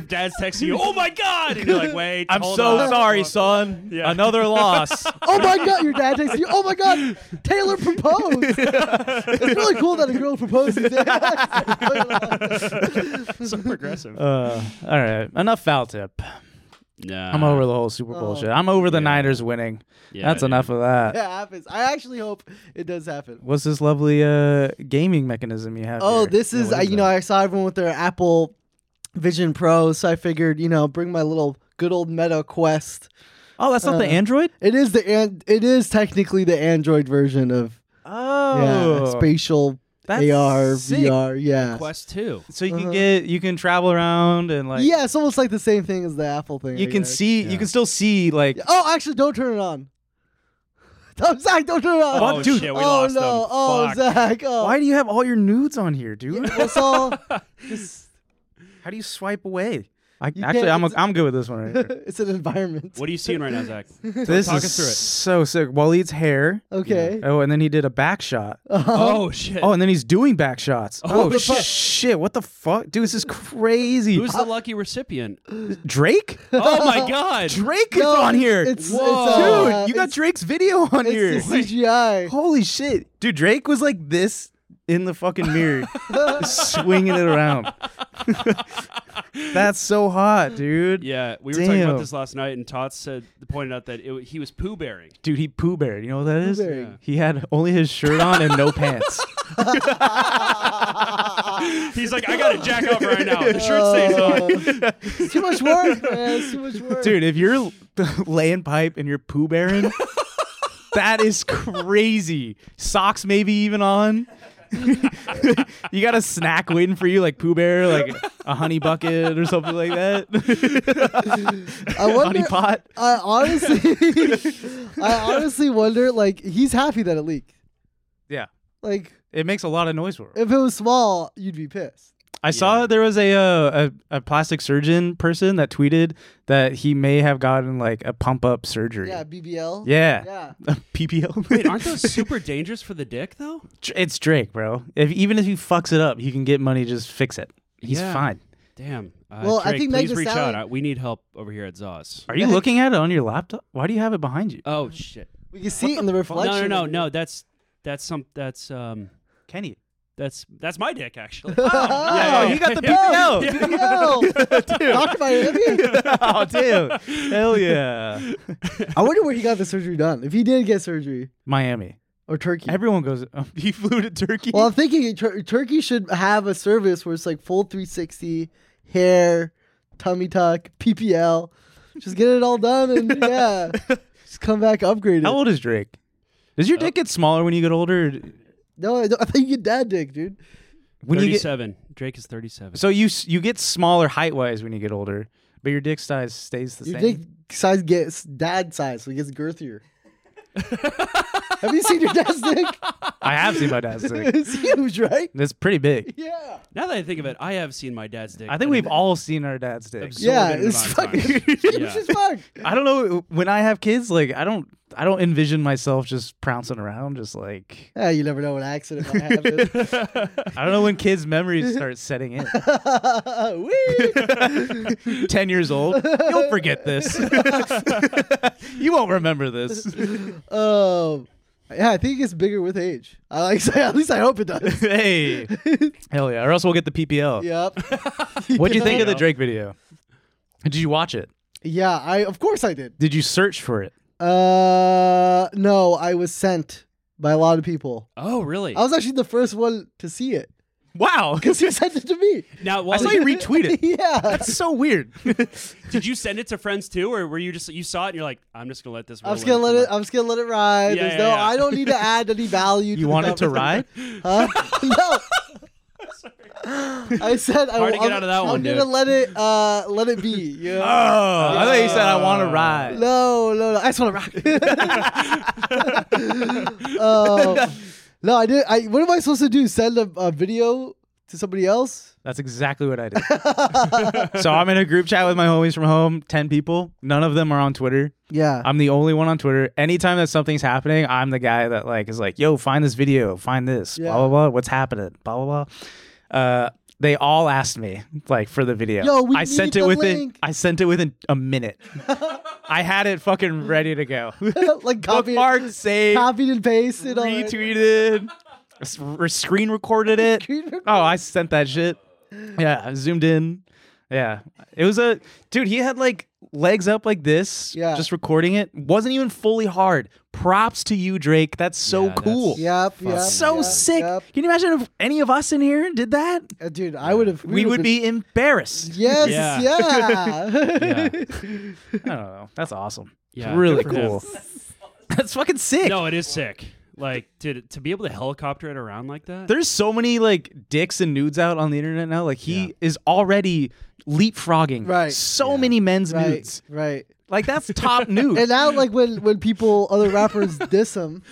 Speaker 3: dad's texting you. Oh my god! And you're like, wait.
Speaker 4: *laughs* I'm
Speaker 3: hold
Speaker 4: so
Speaker 3: on.
Speaker 4: sorry, son.
Speaker 1: *laughs*
Speaker 3: Yeah.
Speaker 4: Another loss.
Speaker 1: Oh my god, your dad texts you. Oh my god, Taylor proposed.
Speaker 2: *laughs*
Speaker 1: it's really cool that a girl proposes.
Speaker 3: *laughs* so
Speaker 2: *laughs*
Speaker 3: progressive.
Speaker 2: Uh, all right. Enough foul tip.
Speaker 3: nah.
Speaker 2: I'm over the whole Super Bowl
Speaker 1: Oh.
Speaker 2: shit. I'm over the
Speaker 3: Yeah.
Speaker 2: Niners winning.
Speaker 3: Yeah,
Speaker 2: That's
Speaker 3: dude.
Speaker 2: enough of that.
Speaker 1: that happens. I actually hope it does happen.
Speaker 2: What's this lovely uh gaming mechanism you have?
Speaker 1: Oh,
Speaker 2: here?
Speaker 1: this
Speaker 2: Yeah,
Speaker 1: is
Speaker 2: what
Speaker 1: I, you know I saw everyone with their Apple Vision Pro, so I figured you know bring my little good old Meta Quest.
Speaker 2: that? Oh, that's not the
Speaker 1: uh,
Speaker 2: Android.
Speaker 1: It is the an- it is technically the Android version of yeah,
Speaker 2: Oh,
Speaker 1: spatial
Speaker 2: that's
Speaker 1: AR
Speaker 2: sick.
Speaker 1: VR. Yeah,
Speaker 3: Quest two.
Speaker 2: So you can
Speaker 1: Uh-huh.
Speaker 2: get you can travel around and like
Speaker 1: yeah, it's almost like the same thing as the Apple thing.
Speaker 2: you
Speaker 1: I
Speaker 2: can
Speaker 1: guess.
Speaker 2: see you can still see like
Speaker 1: Oh, actually, don't turn it on. *laughs* Oh, Zach, don't turn it on.
Speaker 3: Oh,
Speaker 2: dude.
Speaker 3: shit, we
Speaker 1: oh
Speaker 3: lost
Speaker 1: no!
Speaker 3: him.
Speaker 1: Oh,
Speaker 3: Fuck.
Speaker 1: Zach. Oh. *laughs*
Speaker 2: why do you have all your nudes on here, dude?
Speaker 1: Let's all. *laughs* Just,
Speaker 2: How do you swipe away? I,
Speaker 1: You
Speaker 2: actually,
Speaker 1: can't-
Speaker 2: I'm i
Speaker 1: it's-
Speaker 2: I'm good with this one right here.
Speaker 1: *laughs* it's an environment.
Speaker 3: What are you seeing right
Speaker 2: *laughs*
Speaker 3: now, Zach?
Speaker 2: This
Speaker 3: Talk
Speaker 2: is
Speaker 3: us through it.
Speaker 2: so sick. Waleed's hair.
Speaker 1: *laughs* Okay. *laughs* Um,
Speaker 2: Oh, and then he did a back shot.
Speaker 3: oh shit.
Speaker 2: Oh, and then he's doing back shots.
Speaker 3: Oh,
Speaker 2: Oh,
Speaker 3: the fuck.
Speaker 2: shit, shit. What the fuck? Dude, this is crazy.
Speaker 3: Who's the lucky
Speaker 2: *laughs*
Speaker 3: recipient?
Speaker 1: *laughs*
Speaker 2: Drake?
Speaker 3: Oh my god.
Speaker 2: Drake
Speaker 1: No,
Speaker 2: is on here.
Speaker 1: It's, it's,
Speaker 2: Dude,
Speaker 1: uh,
Speaker 2: you got
Speaker 1: it's,
Speaker 2: Drake's video on here.
Speaker 1: It's the
Speaker 2: *laughs*
Speaker 1: CGI.
Speaker 2: Holy shit. Dude, Drake was like this in the fucking
Speaker 1: *laughs*
Speaker 2: mirror, swinging it around. That's so hot, dude.
Speaker 3: Yeah, we were talking about
Speaker 2: Damn.
Speaker 3: this last night, and Tots said pointed out that it, he was poo bearing.
Speaker 2: Dude, he poo bear. You know what that is?
Speaker 1: Berry.
Speaker 2: He had only his shirt on and no pants.
Speaker 3: He's like, I gotta jack off right now. The shirt stays
Speaker 2: *laughs*
Speaker 3: on.
Speaker 1: It's too much work, man. It's too much work.
Speaker 2: Dude, if you're laying pipe and you're poo bearing, that is crazy. Socks maybe even on. *laughs* you got a snack waiting for you, like Pooh Bear, like a honey bucket or something like that.
Speaker 1: I wonder.
Speaker 2: honey pot.
Speaker 1: I
Speaker 2: *laughs*
Speaker 1: honestly, *laughs* I honestly wonder. Like, he's happy that it leaked.
Speaker 2: Yeah.
Speaker 1: Like,
Speaker 2: It makes a lot of noise for him.
Speaker 1: if it was small, you'd be pissed.
Speaker 2: I saw there was a, uh, a a plastic surgeon person that tweeted that he may have gotten like a pump up surgery.
Speaker 1: Yeah, BBL.
Speaker 2: Yeah.
Speaker 1: Yeah.
Speaker 2: *laughs* PPL.
Speaker 3: Wait, aren't those super dangerous for the dick though?
Speaker 2: it's Drake, bro. If even if he fucks it up, he can get money. Just fix it. He's
Speaker 3: Yeah.
Speaker 2: fine.
Speaker 3: Damn. Uh,
Speaker 1: Well, I
Speaker 3: Drake,
Speaker 1: think
Speaker 3: please
Speaker 1: Megan
Speaker 3: reach
Speaker 1: Stallion-
Speaker 3: out. I- We need help over here at Zos.
Speaker 2: Are you looking at it on your laptop? Why do you have it behind you?
Speaker 3: Oh shit.
Speaker 1: We can see it in the
Speaker 3: No,
Speaker 1: reflection.
Speaker 3: no, no,
Speaker 1: of *laughs*
Speaker 3: no. That's that's some that's um
Speaker 2: Kenny.
Speaker 3: that's that's my dick actually.
Speaker 2: Oh,
Speaker 3: yeah,
Speaker 2: you *laughs* got the
Speaker 1: yeah.
Speaker 2: PPL.
Speaker 3: *laughs*
Speaker 1: BBL. Dr. Miami.
Speaker 2: oh, damn. Hell yeah.
Speaker 1: I wonder where he got the surgery done. If he did get surgery
Speaker 2: Miami.
Speaker 1: or Turkey.
Speaker 2: Everyone goes. *laughs* Oh, he flew to Turkey.
Speaker 1: well, I'm thinking Tur- Turkey should have a service where it's like full 360, hair, tummy tuck, PPL. Just get it all done
Speaker 3: *laughs*
Speaker 1: and yeah, just come back upgraded.
Speaker 2: How old is Drake? Does your dick get smaller when you get older?
Speaker 1: No, I, don't, I think you get dad dick, dude.
Speaker 2: *laughs* When you get
Speaker 3: thirty-seven. Drake is thirty-seven.
Speaker 2: so you s- you get smaller height wise when you get older, but your dick size stays the
Speaker 1: Your
Speaker 2: same.
Speaker 1: dick size gets dad size, so it gets
Speaker 3: *laughs*
Speaker 1: girthier. have you seen your dad's dick?
Speaker 2: I have seen my dad's
Speaker 1: *laughs*
Speaker 2: dick.
Speaker 1: it's huge, right?
Speaker 2: That's pretty big.
Speaker 1: Yeah.
Speaker 3: Now that I think of it, I have seen my dad's dick.
Speaker 2: I think
Speaker 3: and
Speaker 2: we've
Speaker 3: it
Speaker 2: all seen our dad's dick.
Speaker 3: absorbed
Speaker 1: Yeah,
Speaker 3: it
Speaker 1: *laughs*
Speaker 3: in
Speaker 1: it's
Speaker 3: about time.
Speaker 1: fucking huge
Speaker 3: Yeah.
Speaker 1: as fuck.
Speaker 2: I don't know when I have kids. Like I don't I don't envision myself just pouncing around. Just like
Speaker 1: Ah, you never know what accident might
Speaker 2: *laughs*
Speaker 1: happen. *laughs*
Speaker 2: I don't know when kids' memories start setting in.
Speaker 1: Whee!
Speaker 2: Ten years old, you'll forget this. *laughs* you won't remember this.
Speaker 1: um, yeah, I think it gets bigger with age. I like *laughs* say at least I hope it
Speaker 2: *laughs*
Speaker 1: does.
Speaker 2: hey, hell yeah! Or else we'll get the PPL.
Speaker 1: yep.
Speaker 2: What do you think of the
Speaker 3: Yeah.
Speaker 2: Drake video? Did you watch it?
Speaker 1: Yeah, I of course I did.
Speaker 2: Did you search for it?
Speaker 1: Uh, no, I was sent by a lot of people.
Speaker 3: Oh really?
Speaker 1: I was actually the first one to see it
Speaker 2: Wow, *laughs*
Speaker 1: because he *laughs* sent it to me.
Speaker 3: now,
Speaker 2: I
Speaker 3: while
Speaker 2: saw you retweet it.
Speaker 1: *laughs* yeah.
Speaker 2: That's so weird.
Speaker 3: did you send it to friends too, or were you just you saw it and you're like, I'm just gonna let this.
Speaker 1: I'm
Speaker 3: roll
Speaker 1: just gonna
Speaker 3: in
Speaker 1: let
Speaker 3: for
Speaker 1: it.
Speaker 3: my-
Speaker 1: I'm just gonna let it ride.
Speaker 3: Yeah,
Speaker 1: There's
Speaker 3: yeah,
Speaker 1: no.
Speaker 3: yeah.
Speaker 1: I don't need to add any value.
Speaker 2: *laughs* you
Speaker 1: the
Speaker 2: wanted to
Speaker 1: *laughs* conversation.
Speaker 2: ride?
Speaker 1: Huh? no. I said I,
Speaker 3: Hard to get
Speaker 1: I'm-
Speaker 3: out of that
Speaker 1: I'm
Speaker 3: one,
Speaker 1: gonna
Speaker 3: dude.
Speaker 1: let it uh, let it be. You
Speaker 2: *laughs*
Speaker 1: know?
Speaker 2: I thought you said I want to ride.
Speaker 1: No, no, no. I just want to rock. *laughs* um, no, I did. I. What am I supposed to do? Send a, a video to somebody else?
Speaker 2: That's exactly what I did.
Speaker 1: *laughs*
Speaker 2: so I'm in a group chat with my homies from home, 10 people. None of them are on Twitter.
Speaker 1: Yeah.
Speaker 2: I'm the only one on Twitter. Anytime that something's happening, I'm the guy that like is like, "Yo, find this video, find this,
Speaker 1: Yeah.
Speaker 2: blah blah blah, what's happening, blah blah blah." Uh, they all asked me like for the video.
Speaker 1: Yo, we
Speaker 2: I sent
Speaker 1: need
Speaker 2: it
Speaker 1: the
Speaker 2: within.
Speaker 1: link.
Speaker 2: I sent it within a
Speaker 1: *laughs*
Speaker 2: minute. I had it fucking ready to go.
Speaker 1: *laughs* like
Speaker 2: *laughs*
Speaker 1: copied,
Speaker 2: Bookmarked, saved,
Speaker 1: copied and pasted. all that.
Speaker 2: retweeted, s- re- screen
Speaker 1: *laughs*
Speaker 2: recorded it.
Speaker 1: Screen recorded.
Speaker 2: Oh, I sent that shit. Yeah, I zoomed in. Yeah, it was a dude. He had like legs up like this.
Speaker 1: Yeah.
Speaker 2: just recording it wasn't even fully hard. Props to you, Drake. That's so
Speaker 3: Yeah, that's-
Speaker 2: cool.
Speaker 1: Yep. Yep.
Speaker 2: so
Speaker 1: yep,
Speaker 2: sick.
Speaker 1: yep.
Speaker 2: Can you imagine if any of us in here did that?
Speaker 1: Uh, Dude, I would have.
Speaker 2: We would
Speaker 1: *laughs*
Speaker 2: be embarrassed.
Speaker 1: Yes.
Speaker 3: Yeah.
Speaker 1: Yeah.
Speaker 2: I don't know. That's awesome.
Speaker 3: Yeah,
Speaker 2: it's really
Speaker 3: good for him.
Speaker 2: cool. *laughs* That's fucking sick.
Speaker 3: No, it is sick. Like to to be able to helicopter it around like
Speaker 1: *laughs*
Speaker 3: that.
Speaker 2: there's so many like dicks and nudes out on the internet now. Like he
Speaker 3: Yeah.
Speaker 2: is already leapfrogging
Speaker 1: Right.
Speaker 2: so many
Speaker 1: *laughs*
Speaker 2: men's
Speaker 1: right.
Speaker 2: nudes.
Speaker 1: Right.
Speaker 2: Like that's
Speaker 1: *laughs*
Speaker 2: top nude.
Speaker 1: And now, like when when people other rappers *laughs* diss him,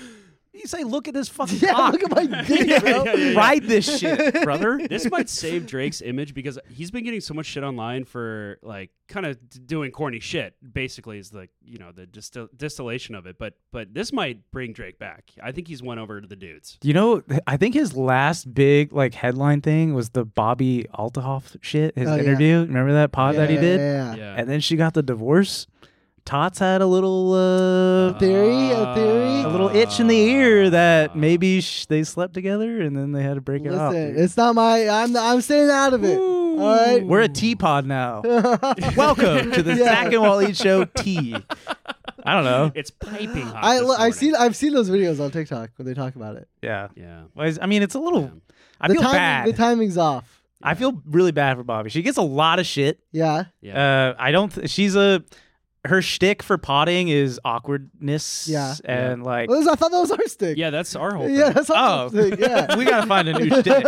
Speaker 2: you say, look at this fucking
Speaker 1: yeah,
Speaker 2: cock.
Speaker 1: look at my
Speaker 2: *laughs*
Speaker 1: dick, bro.
Speaker 3: yeah, yeah.
Speaker 2: Ride this shit, brother.
Speaker 3: this might save Drake's image because he's been getting so much shit online for like kind of d- doing corny shit. Basically, is like you know the distil- distillation of it. But but this might bring Drake back. I think he's won over the dudes.
Speaker 2: *laughs* You know, th- I think his last big like headline thing was the Bobby Altahoff shit. His
Speaker 1: Oh, yeah.
Speaker 2: interview. Remember that pod that he
Speaker 1: Yeah,
Speaker 2: did?
Speaker 1: yeah, yeah.
Speaker 3: Yeah.
Speaker 2: And then she got the divorce. Tots had a little uh,
Speaker 1: Theory,
Speaker 3: Ah.
Speaker 1: a theory.
Speaker 2: a little itch in the ear
Speaker 1: uh.
Speaker 2: that maybe sh- they slept together and then they had to break it off.
Speaker 1: Listen,
Speaker 2: dude.
Speaker 1: it's not my. I'm I'm staying out of it. *laughs*
Speaker 2: *laughs*
Speaker 1: All right.
Speaker 2: We're a
Speaker 1: *laughs*
Speaker 2: teapot now. Welcome to the
Speaker 1: Yeah.
Speaker 2: Zach and Wally Show tea. I don't know.
Speaker 3: It's piping hot.
Speaker 1: I
Speaker 3: this
Speaker 1: lo- I've
Speaker 3: morning.
Speaker 1: seen I've seen those videos on TikTok where they talk about it.
Speaker 2: Yeah.
Speaker 3: Yeah.
Speaker 2: Why is- I mean, it's a little. I
Speaker 1: the
Speaker 2: feel
Speaker 1: timing,
Speaker 2: bad.
Speaker 1: The timing's off.
Speaker 2: I feel really bad for Bobby. She gets a lot of shit.
Speaker 1: Yeah.
Speaker 3: Yeah.
Speaker 2: Uh, I don't. Th- she's a. Her shtick for potting is awkwardness.
Speaker 1: Yeah.
Speaker 2: And like,
Speaker 1: Well, I thought that was our stick.
Speaker 3: yeah, that's our
Speaker 1: *laughs*
Speaker 3: whole.
Speaker 1: Yeah.
Speaker 3: thing.
Speaker 1: That's our
Speaker 2: oh,
Speaker 1: stick.
Speaker 2: *laughs*
Speaker 1: Yeah.
Speaker 2: we gotta find a new
Speaker 1: *laughs*
Speaker 2: shtick.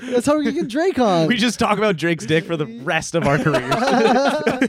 Speaker 1: that's how we can get Drake on.
Speaker 2: *laughs* We just talk about Drake's dick for the rest of our
Speaker 1: *laughs*
Speaker 2: careers.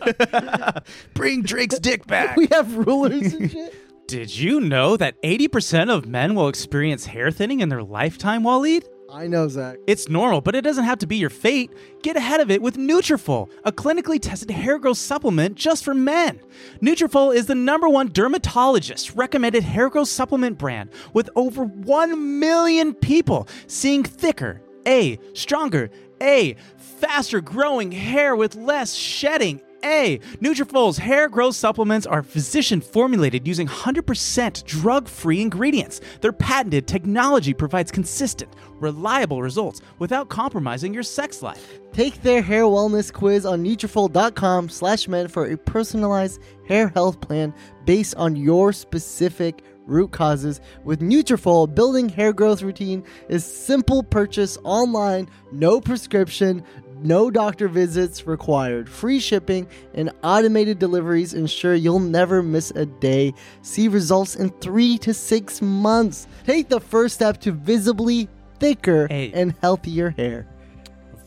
Speaker 2: Bring Drake's dick back.
Speaker 1: we have rulers and
Speaker 2: *laughs*
Speaker 1: shit.
Speaker 2: Did you know that 80% of men will experience hair thinning in their lifetime, Waleed?
Speaker 1: I know, Zach.
Speaker 2: It's normal, but it doesn't have to be your fate. Get ahead of it with Nutrafol, a clinically tested hair growth supplement just for men. Nutrafol is the number one dermatologist recommended hair growth supplement brand, with over 1 million people seeing thicker, A, stronger, A, faster growing hair with less shedding, a. Nutrafol's hair growth supplements are physician formulated using 100% drug free ingredients. Their patented technology provides consistent, reliable results without compromising your sex life.
Speaker 1: Take their hair wellness quiz on Nutrafol.com slash men for a personalized hair health plan based on your specific root causes. With Nutrafol, building hair growth routine is simple purchase online, no prescription, no doctor visits required. Free shipping and automated deliveries ensure you'll never miss a day. See results in three to six months. Take the first step to visibly thicker
Speaker 2: Hey.
Speaker 1: and healthier hair.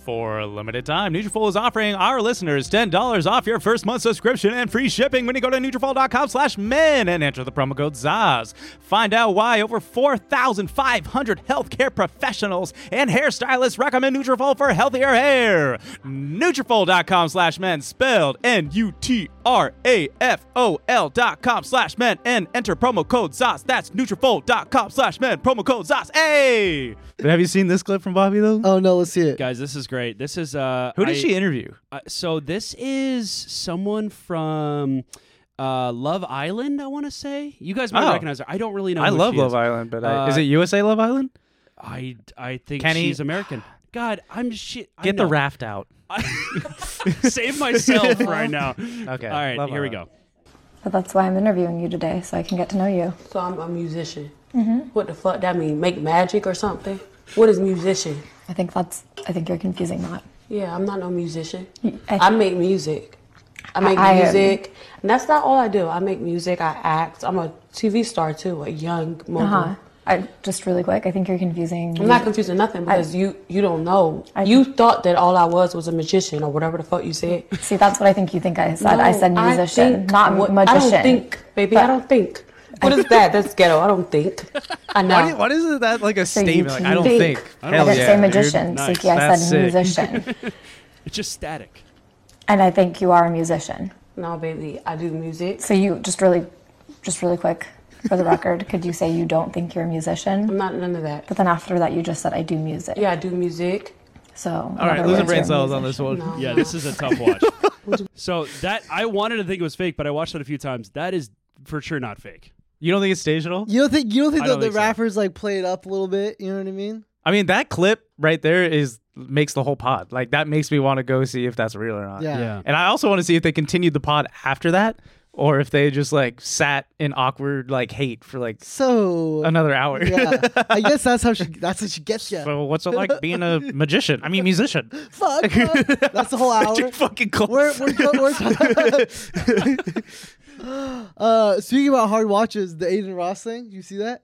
Speaker 2: For a limited time, Nutrafol is offering our listeners $10 off your first month subscription and free shipping when you go to Nutrafol.com slash men and enter the promo code ZAZ. Find out why over 4,500 healthcare professionals and hairstylists recommend Nutrafol for healthier hair. Nutrafol.com slash men, spelled N-U-T-R-A-F-O-L dot com slash men and enter promo code ZAZ. That's Nutrafol.com slash men, promo code ZAZ. Hey! Have you seen this clip from Bobby, though?
Speaker 1: Oh no, let's see it.
Speaker 3: Guys, this is great. This is uh
Speaker 2: Who did
Speaker 3: I-
Speaker 2: she interview?
Speaker 3: Uh, so this is someone from uh, Love Island, I want to say. You guys might
Speaker 2: Oh.
Speaker 3: recognize her. I don't really know.
Speaker 2: I
Speaker 3: who
Speaker 2: love
Speaker 3: she
Speaker 2: Love
Speaker 3: is.
Speaker 2: Island, but I, is
Speaker 3: Uh,
Speaker 2: it USA Love Island?
Speaker 3: I I think
Speaker 2: Kenny-
Speaker 3: she's American. God, I'm shit. I
Speaker 2: Get the
Speaker 3: know.
Speaker 2: raft out.
Speaker 3: I- *laughs* Save myself right now.
Speaker 2: *laughs* Okay,
Speaker 3: All right,
Speaker 2: Love
Speaker 3: here we
Speaker 2: Island.
Speaker 3: go.
Speaker 5: But that's why I'm interviewing you today, so I can get to know you.
Speaker 6: So I'm a musician.
Speaker 5: Mm-hmm.
Speaker 6: What the fuck that mean? Make magic or something? What is musician?
Speaker 5: I think that's. I think you're confusing that.
Speaker 6: Yeah, I'm not no musician.
Speaker 5: I-
Speaker 6: I make music. I make
Speaker 5: I- I, um,
Speaker 6: music. and that's not all I do. I make music. I act. I'm a TV star too, a young mogul.
Speaker 5: Uh huh. I just really quick. I think you're confusing.
Speaker 6: Uh-huh. I'm not confusing nothing because you you don't know. you thought that all I was was a magician or whatever the fuck you
Speaker 5: *laughs*
Speaker 6: said.
Speaker 5: See, that's what I think you think I said. I
Speaker 6: No,
Speaker 5: said
Speaker 6: I
Speaker 5: musician,
Speaker 6: think
Speaker 5: not
Speaker 6: what-
Speaker 5: magician.
Speaker 6: I don't think, baby. I
Speaker 5: But-
Speaker 6: don't think. What is that? That's ghetto. I don't
Speaker 5: *laughs*
Speaker 6: think. I know.
Speaker 2: Why, why is that like a statement? Like, I don't
Speaker 5: think.
Speaker 2: think.
Speaker 5: I
Speaker 2: Hell
Speaker 5: didn't
Speaker 2: yeah,
Speaker 5: say
Speaker 2: dude.
Speaker 5: magician,
Speaker 3: Nice.
Speaker 5: Suki. I
Speaker 2: That's
Speaker 5: said
Speaker 2: sick. *laughs*
Speaker 5: musician,
Speaker 3: It's just static.
Speaker 5: and I think you are a musician.
Speaker 6: no, baby. I do music.
Speaker 5: So you just really, just really quick, for the record, could you say you don't think you're a musician?
Speaker 6: *laughs* I'm not none of that.
Speaker 5: But then after that, you just said I do music.
Speaker 6: Yeah, I do music.
Speaker 5: So
Speaker 2: All right, losing brain cells on this one.
Speaker 6: No.
Speaker 3: Yeah, this is a tough watch.
Speaker 2: *laughs*
Speaker 3: so that I wanted to think it was fake, but I watched it a few times. That is for sure not fake.
Speaker 2: You don't think it's staged at all?
Speaker 1: You don't think you don't think
Speaker 3: I
Speaker 1: that
Speaker 3: don't
Speaker 1: the
Speaker 3: think so.
Speaker 1: rappers like play it up a little bit? You know what I mean?
Speaker 2: I mean, that clip right there is makes the whole pod. Like that makes me want to go see if that's real or
Speaker 3: Uh,
Speaker 2: not.
Speaker 1: Yeah.
Speaker 2: And I also want to see if they continued the pod after that, or if they just like sat in awkward like hate for like
Speaker 1: So
Speaker 2: another hour. *laughs*
Speaker 1: yeah,
Speaker 3: *laughs*
Speaker 1: I guess that's how she. That's how she gets you.
Speaker 2: so what's it like being a magician? I mean, musician.
Speaker 3: *laughs*
Speaker 1: Fuck. bro. *laughs* that's the whole hour.
Speaker 2: *laughs* Just fucking
Speaker 1: We're
Speaker 2: close.
Speaker 1: we're, we're *laughs* uh, speaking about hard watches, the Aiden Ross thing. You see that?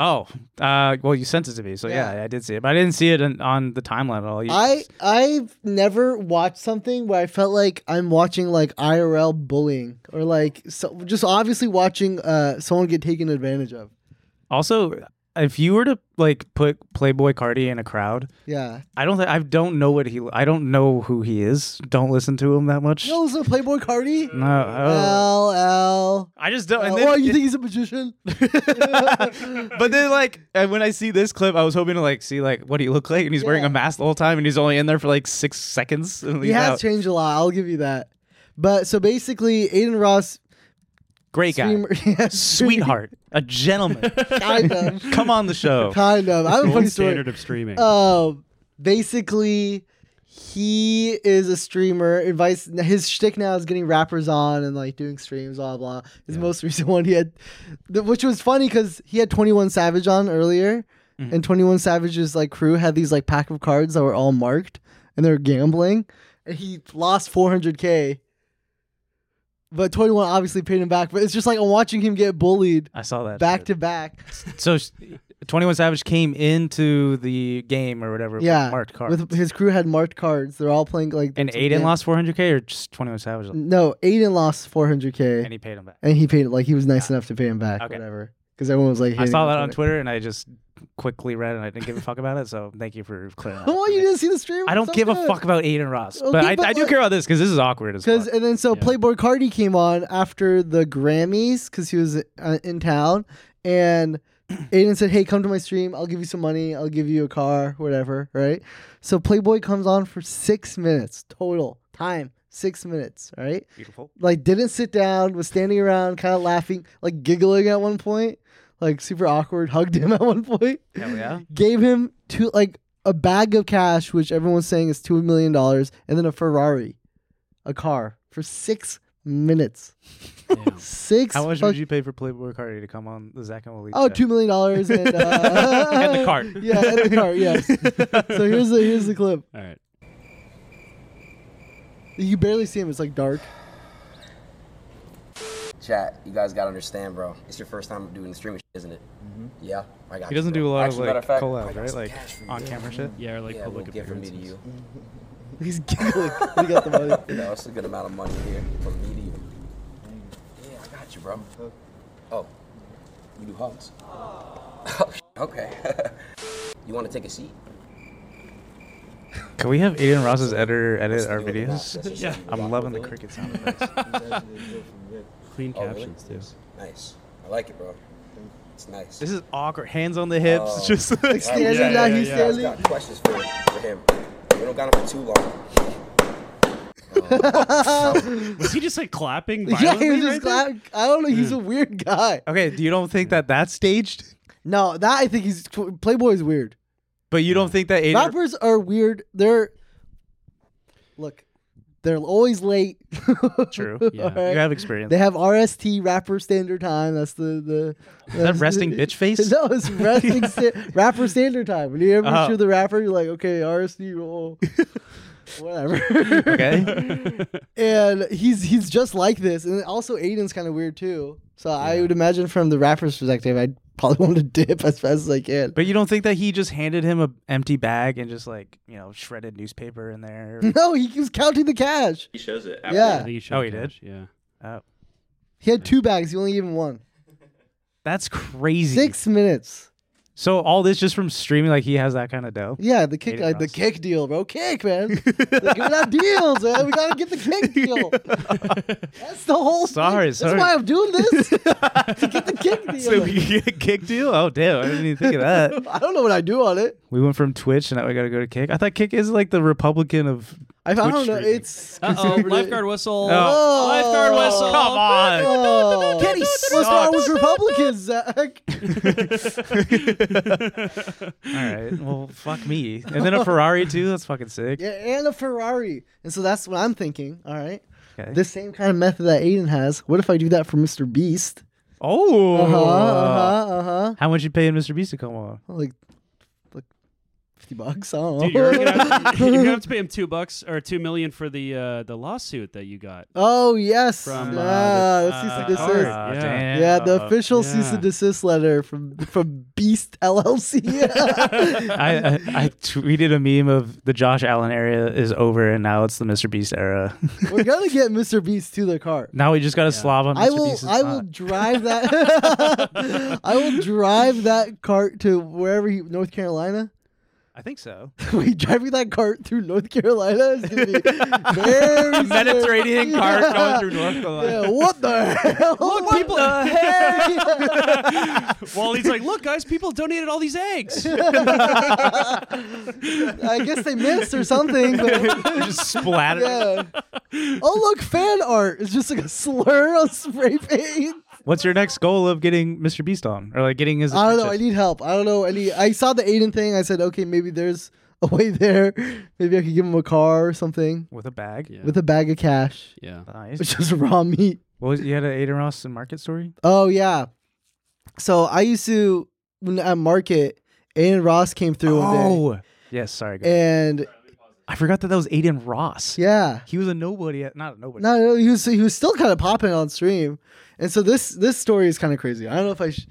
Speaker 2: Oh, uh, well, you sent it to me, so yeah,
Speaker 1: Yeah.
Speaker 2: I did see it, but I didn't see it in, on the timeline at all. You-
Speaker 1: I I've never watched something where I felt like I'm watching like IRL bullying or like so, just obviously watching uh someone get taken advantage of.
Speaker 2: also, if you were to like put Playboy Cardi in a crowd,
Speaker 1: Yeah,
Speaker 2: I don't, think I don't know what he, I don't know who he is. Don't listen to him that much.
Speaker 1: you know, listen to Playboy Cardi.
Speaker 2: No,
Speaker 1: L
Speaker 2: oh.
Speaker 1: L.
Speaker 2: I just don't.
Speaker 1: Oh,
Speaker 2: And then,
Speaker 1: you think he's a magician?
Speaker 2: *laughs* but then, like, and when I see this clip, I was hoping to like see like what he looked like, and he's wearing
Speaker 1: Yeah.
Speaker 2: a mask the whole time, and he's only in there for like six seconds. *laughs* And
Speaker 1: He
Speaker 2: leaves
Speaker 1: has
Speaker 2: out.
Speaker 1: changed a lot. I'll give you that. But so basically, Aiden Ross,
Speaker 2: Great guy,
Speaker 1: streamer, *laughs* yeah,
Speaker 2: sweetheart,
Speaker 1: *laughs*
Speaker 2: a gentleman.
Speaker 1: kind
Speaker 2: *laughs*
Speaker 1: of,
Speaker 2: Come on the show.
Speaker 1: kind of. I have a funny
Speaker 3: Gold
Speaker 1: story.
Speaker 3: standard of
Speaker 1: *laughs*
Speaker 3: streaming.
Speaker 2: Uh,
Speaker 1: Um, basically, he is a streamer. Advice. His shtick now is getting rappers on and like doing streams. Blah blah. His most recent one, he had, the, which was funny because he had Twenty One Savage on earlier, and Twenty One Savage's like crew had these like pack of cards that were all marked, and they were gambling, and he lost four hundred k. But 21 obviously paid him back. But it's just like I'm watching him get bullied
Speaker 2: I saw that.
Speaker 1: back
Speaker 2: shit.
Speaker 1: to back.
Speaker 2: So, Twenty One Savage came into the game or whatever. with
Speaker 1: Yeah,
Speaker 2: marked card.
Speaker 1: With his crew had marked cards. They're all playing like
Speaker 2: and
Speaker 1: some
Speaker 2: Aiden
Speaker 1: game- Mm.
Speaker 2: lost 400k or just 21 Savage,
Speaker 1: No, Aiden lost 400k,
Speaker 2: and
Speaker 1: and he,
Speaker 2: he paid him back.
Speaker 1: paid like he was nice enough to pay him back,
Speaker 2: Okay.
Speaker 1: whatever. Because everyone was like,
Speaker 2: I
Speaker 1: hating
Speaker 2: saw
Speaker 1: on
Speaker 2: that on Twitter, and I just quickly read and I didn't give a fuck about it. So thank you for
Speaker 1: *laughs*
Speaker 2: clearing that. up
Speaker 1: Well,
Speaker 2: for
Speaker 1: you
Speaker 2: me.
Speaker 1: didn't see the stream.
Speaker 2: I don't
Speaker 1: So
Speaker 2: give a
Speaker 1: good.
Speaker 2: fuck about Aiden Ross, but,
Speaker 1: Okay,
Speaker 2: I,
Speaker 1: but
Speaker 2: I do
Speaker 1: like-
Speaker 2: care about this because this is awkward as
Speaker 1: Because
Speaker 2: fuck.
Speaker 1: and then so Playboy Cardi came on after the Grammys because he was uh, in town, and Aiden said, "Hey, come to my stream. I'll give you some money. I'll give you a car, whatever." Right. So Playboy comes on for six minutes total time, six minutes. Right.
Speaker 7: Beautiful.
Speaker 1: Like didn't sit down, was standing around, kind of laughing, like giggling at one point, like super awkward. *laughs* Hugged him at one point.
Speaker 2: Hell yeah.
Speaker 1: Gave him two like a bag of cash, which everyone's saying is two million dollars, and then a Ferrari a car for six minutes. six.
Speaker 2: How much
Speaker 1: fuck-
Speaker 2: would you pay for Playboy Cardi to come on the Zach and Wally?
Speaker 1: Oh, two million dollars
Speaker 2: *laughs*
Speaker 1: and, uh,
Speaker 2: And the cart.
Speaker 1: *laughs* Yeah, and the cart.
Speaker 2: *laughs*
Speaker 1: Yes. so here's the here's the clip.
Speaker 3: All right.
Speaker 1: You barely see him. It's like dark.
Speaker 8: Chat, you guys gotta understand, bro. It's your first time doing the streaming, shit, isn't it? Mm-hmm. Yeah, I got
Speaker 2: He
Speaker 8: you,
Speaker 2: doesn't
Speaker 8: bro.
Speaker 2: do a lot
Speaker 8: Actually,
Speaker 2: of
Speaker 8: matter
Speaker 2: like
Speaker 8: fact, I
Speaker 2: collabs,
Speaker 8: got
Speaker 2: right?
Speaker 8: some
Speaker 2: Like
Speaker 8: cash for you.
Speaker 2: on camera shit.
Speaker 3: Yeah, or like
Speaker 8: Yeah,
Speaker 3: public
Speaker 8: we'll get from me
Speaker 3: appearances.
Speaker 8: to you.
Speaker 1: He's giggling. he got the money.
Speaker 8: You know, it's a good amount of money here from me to you. Yeah, I got you, bro. Oh, you do hugs? Oh, *laughs* okay. you wanna take a seat?
Speaker 2: Can we have Aiden Ross's editor edit our
Speaker 8: Let's do it.
Speaker 2: videos? *laughs*
Speaker 8: Let's just-
Speaker 2: I'm loving the cricket sound effects.
Speaker 3: *laughs* Clean
Speaker 8: Oh, really?
Speaker 3: captions too.
Speaker 8: Nice. I like it, bro. It's nice.
Speaker 2: This is awkward. Hands on the hips.
Speaker 8: Oh.
Speaker 2: Just like
Speaker 8: All right,
Speaker 1: Stanley,
Speaker 8: yeah,
Speaker 1: now
Speaker 8: yeah,
Speaker 1: he's
Speaker 8: yeah.
Speaker 1: Stanley.
Speaker 8: I've got questions for, for him. We don't got him for too long. Oh.
Speaker 3: Was he just like
Speaker 1: *laughs*
Speaker 3: clapping
Speaker 1: Yeah,
Speaker 3: violently?
Speaker 1: he was just
Speaker 3: right there?
Speaker 1: glad. I don't know. He's a weird guy.
Speaker 2: Okay, you don't think that that's staged?
Speaker 1: No, that I think he's Playboy's weird.
Speaker 2: But you don't think that Aiden
Speaker 1: Rappers are weird. They're look, they're always late.
Speaker 2: True.
Speaker 1: All
Speaker 3: Yeah.
Speaker 1: right?
Speaker 2: You have
Speaker 1: *laughs*
Speaker 2: experience.
Speaker 1: They have RST rapper standard time. That's the the.
Speaker 2: Is that resting bitch face?
Speaker 1: *laughs* No, it's resting
Speaker 2: *laughs*
Speaker 1: sta- rapper standard time. When you ever
Speaker 2: Uh-huh.
Speaker 1: hear the rapper, you're like, okay, RST
Speaker 2: *laughs*
Speaker 1: roll, whatever. *laughs*
Speaker 2: Okay.
Speaker 8: *laughs*
Speaker 1: and he's he's just like this, and also Aiden's kind of weird too. So I would imagine from the rapper's perspective, I'd probably *laughs* want to dip as fast as I can.
Speaker 2: But you don't think that he just handed him a empty bag and just like, you know, shredded newspaper in
Speaker 8: *laughs*
Speaker 2: there?
Speaker 1: no, he was counting the cash.
Speaker 9: He shows it.
Speaker 3: I
Speaker 1: Yeah,
Speaker 3: think he should
Speaker 2: Oh,
Speaker 3: have
Speaker 2: he did?
Speaker 3: cash, Yeah.
Speaker 2: Oh,
Speaker 1: he had two bags. He only gave him one.
Speaker 2: that's crazy.
Speaker 1: Six minutes.
Speaker 2: So all this just from streaming, like he has that kind of dough.
Speaker 1: Yeah, the kick,
Speaker 2: Aiden
Speaker 1: like, the
Speaker 2: Ross.
Speaker 1: kick deal, bro. Kick, man.
Speaker 2: *laughs*
Speaker 1: They're giving out deals, man. We gotta get the kick deal. That's the whole. thing.
Speaker 2: Sorry, sorry.
Speaker 1: That's why I'm doing
Speaker 2: *laughs*
Speaker 1: this. to get the kick deal.
Speaker 2: So *laughs* you get kick deal? Oh damn, I didn't even think of
Speaker 8: *laughs*
Speaker 2: that.
Speaker 1: I don't know what I do on it.
Speaker 2: We went from Twitch and now we gotta go to Kick. I thought Kick is like the Republican of
Speaker 1: I, I don't know.
Speaker 2: Twitch streaming.
Speaker 1: It's
Speaker 3: Uh-oh,
Speaker 1: considered-
Speaker 3: lifeguard whistle.
Speaker 2: Oh.
Speaker 3: Lifeguard whistle.
Speaker 2: Come on.
Speaker 1: Oh.
Speaker 2: Kenny
Speaker 1: Well, so I
Speaker 2: sucks.
Speaker 1: was Republicans, Zach.
Speaker 2: Alright. Well fuck me. And then a Ferrari too, that's fucking sick.
Speaker 1: Yeah, and a Ferrari. And so that's what I'm thinking. All right.
Speaker 2: Okay.
Speaker 1: This same kind of method that Aiden has. What if I do that for Mr. Beast?
Speaker 2: Oh
Speaker 1: Uh huh. Uh huh. Uh huh.
Speaker 2: how much you paying Mr. Beast to come on?
Speaker 1: Like, like fifty bucks. I don't know.
Speaker 3: Dude, you're gonna, have, you're gonna have to pay him two bucks or two million for the uh, the lawsuit that you got.
Speaker 1: *laughs* Oh yes,
Speaker 3: From, uh,
Speaker 1: yeah,
Speaker 3: the-
Speaker 1: the cease
Speaker 3: uh,
Speaker 1: and
Speaker 3: Sure.
Speaker 1: desist.
Speaker 3: car.
Speaker 2: Ah,
Speaker 3: Yeah.
Speaker 2: damn.
Speaker 1: yeah, the official cease
Speaker 3: yeah.
Speaker 1: and desist letter from from Beast *laughs* LLC.
Speaker 2: *laughs* I, I I tweeted a meme of the Josh Allen era is over and now it's the Mr. Beast era. *laughs*
Speaker 1: We're gonna get Mr. Beast to the car.
Speaker 2: now we just gotta slob on Mr.
Speaker 1: I will.
Speaker 2: Beast's
Speaker 1: I will
Speaker 2: knot.
Speaker 1: drive that. *laughs* I will drive that cart to wherever he, North Carolina. *laughs*
Speaker 2: I think so.
Speaker 1: Wait, driving that cart through North Carolina is gonna be
Speaker 3: *laughs*
Speaker 1: very
Speaker 2: Mediterranean
Speaker 1: cart *laughs* Yeah. going
Speaker 2: through North Carolina.
Speaker 1: Yeah, what the hell? Look, people.
Speaker 3: *laughs* Wally's like, look, guys, people donated all these
Speaker 1: *laughs*
Speaker 3: eggs.
Speaker 1: I guess they missed or something.
Speaker 2: *laughs*
Speaker 1: But
Speaker 2: just splattered.
Speaker 1: Yeah. Oh look, fan art is just like a slur on spray paint.
Speaker 2: What's your next goal of getting Mr. Beast on, or like getting his?
Speaker 1: I don't know. I
Speaker 2: attention?
Speaker 1: need help. I don't know any. I saw the Aiden thing. I said, okay, maybe there's a way there. Maybe I could give him a car or something
Speaker 2: with a bag.
Speaker 3: Yeah.
Speaker 1: with a bag of cash,
Speaker 3: yeah.
Speaker 2: Nice.
Speaker 1: which is *laughs* raw meat.
Speaker 2: What was you had an Aiden Ross and Market story?
Speaker 1: Oh yeah. So I used to when at market, Aiden Ross came through
Speaker 2: Oh.
Speaker 1: one
Speaker 2: yes. Sorry, go
Speaker 1: day, Oh! and
Speaker 2: I forgot that that was Aiden Ross.
Speaker 1: yeah,
Speaker 2: he was a nobody. At, not a nobody.
Speaker 1: no, no, he was he was still kind of popping on stream, and so this this story is kind of crazy. I don't know if I. Sh-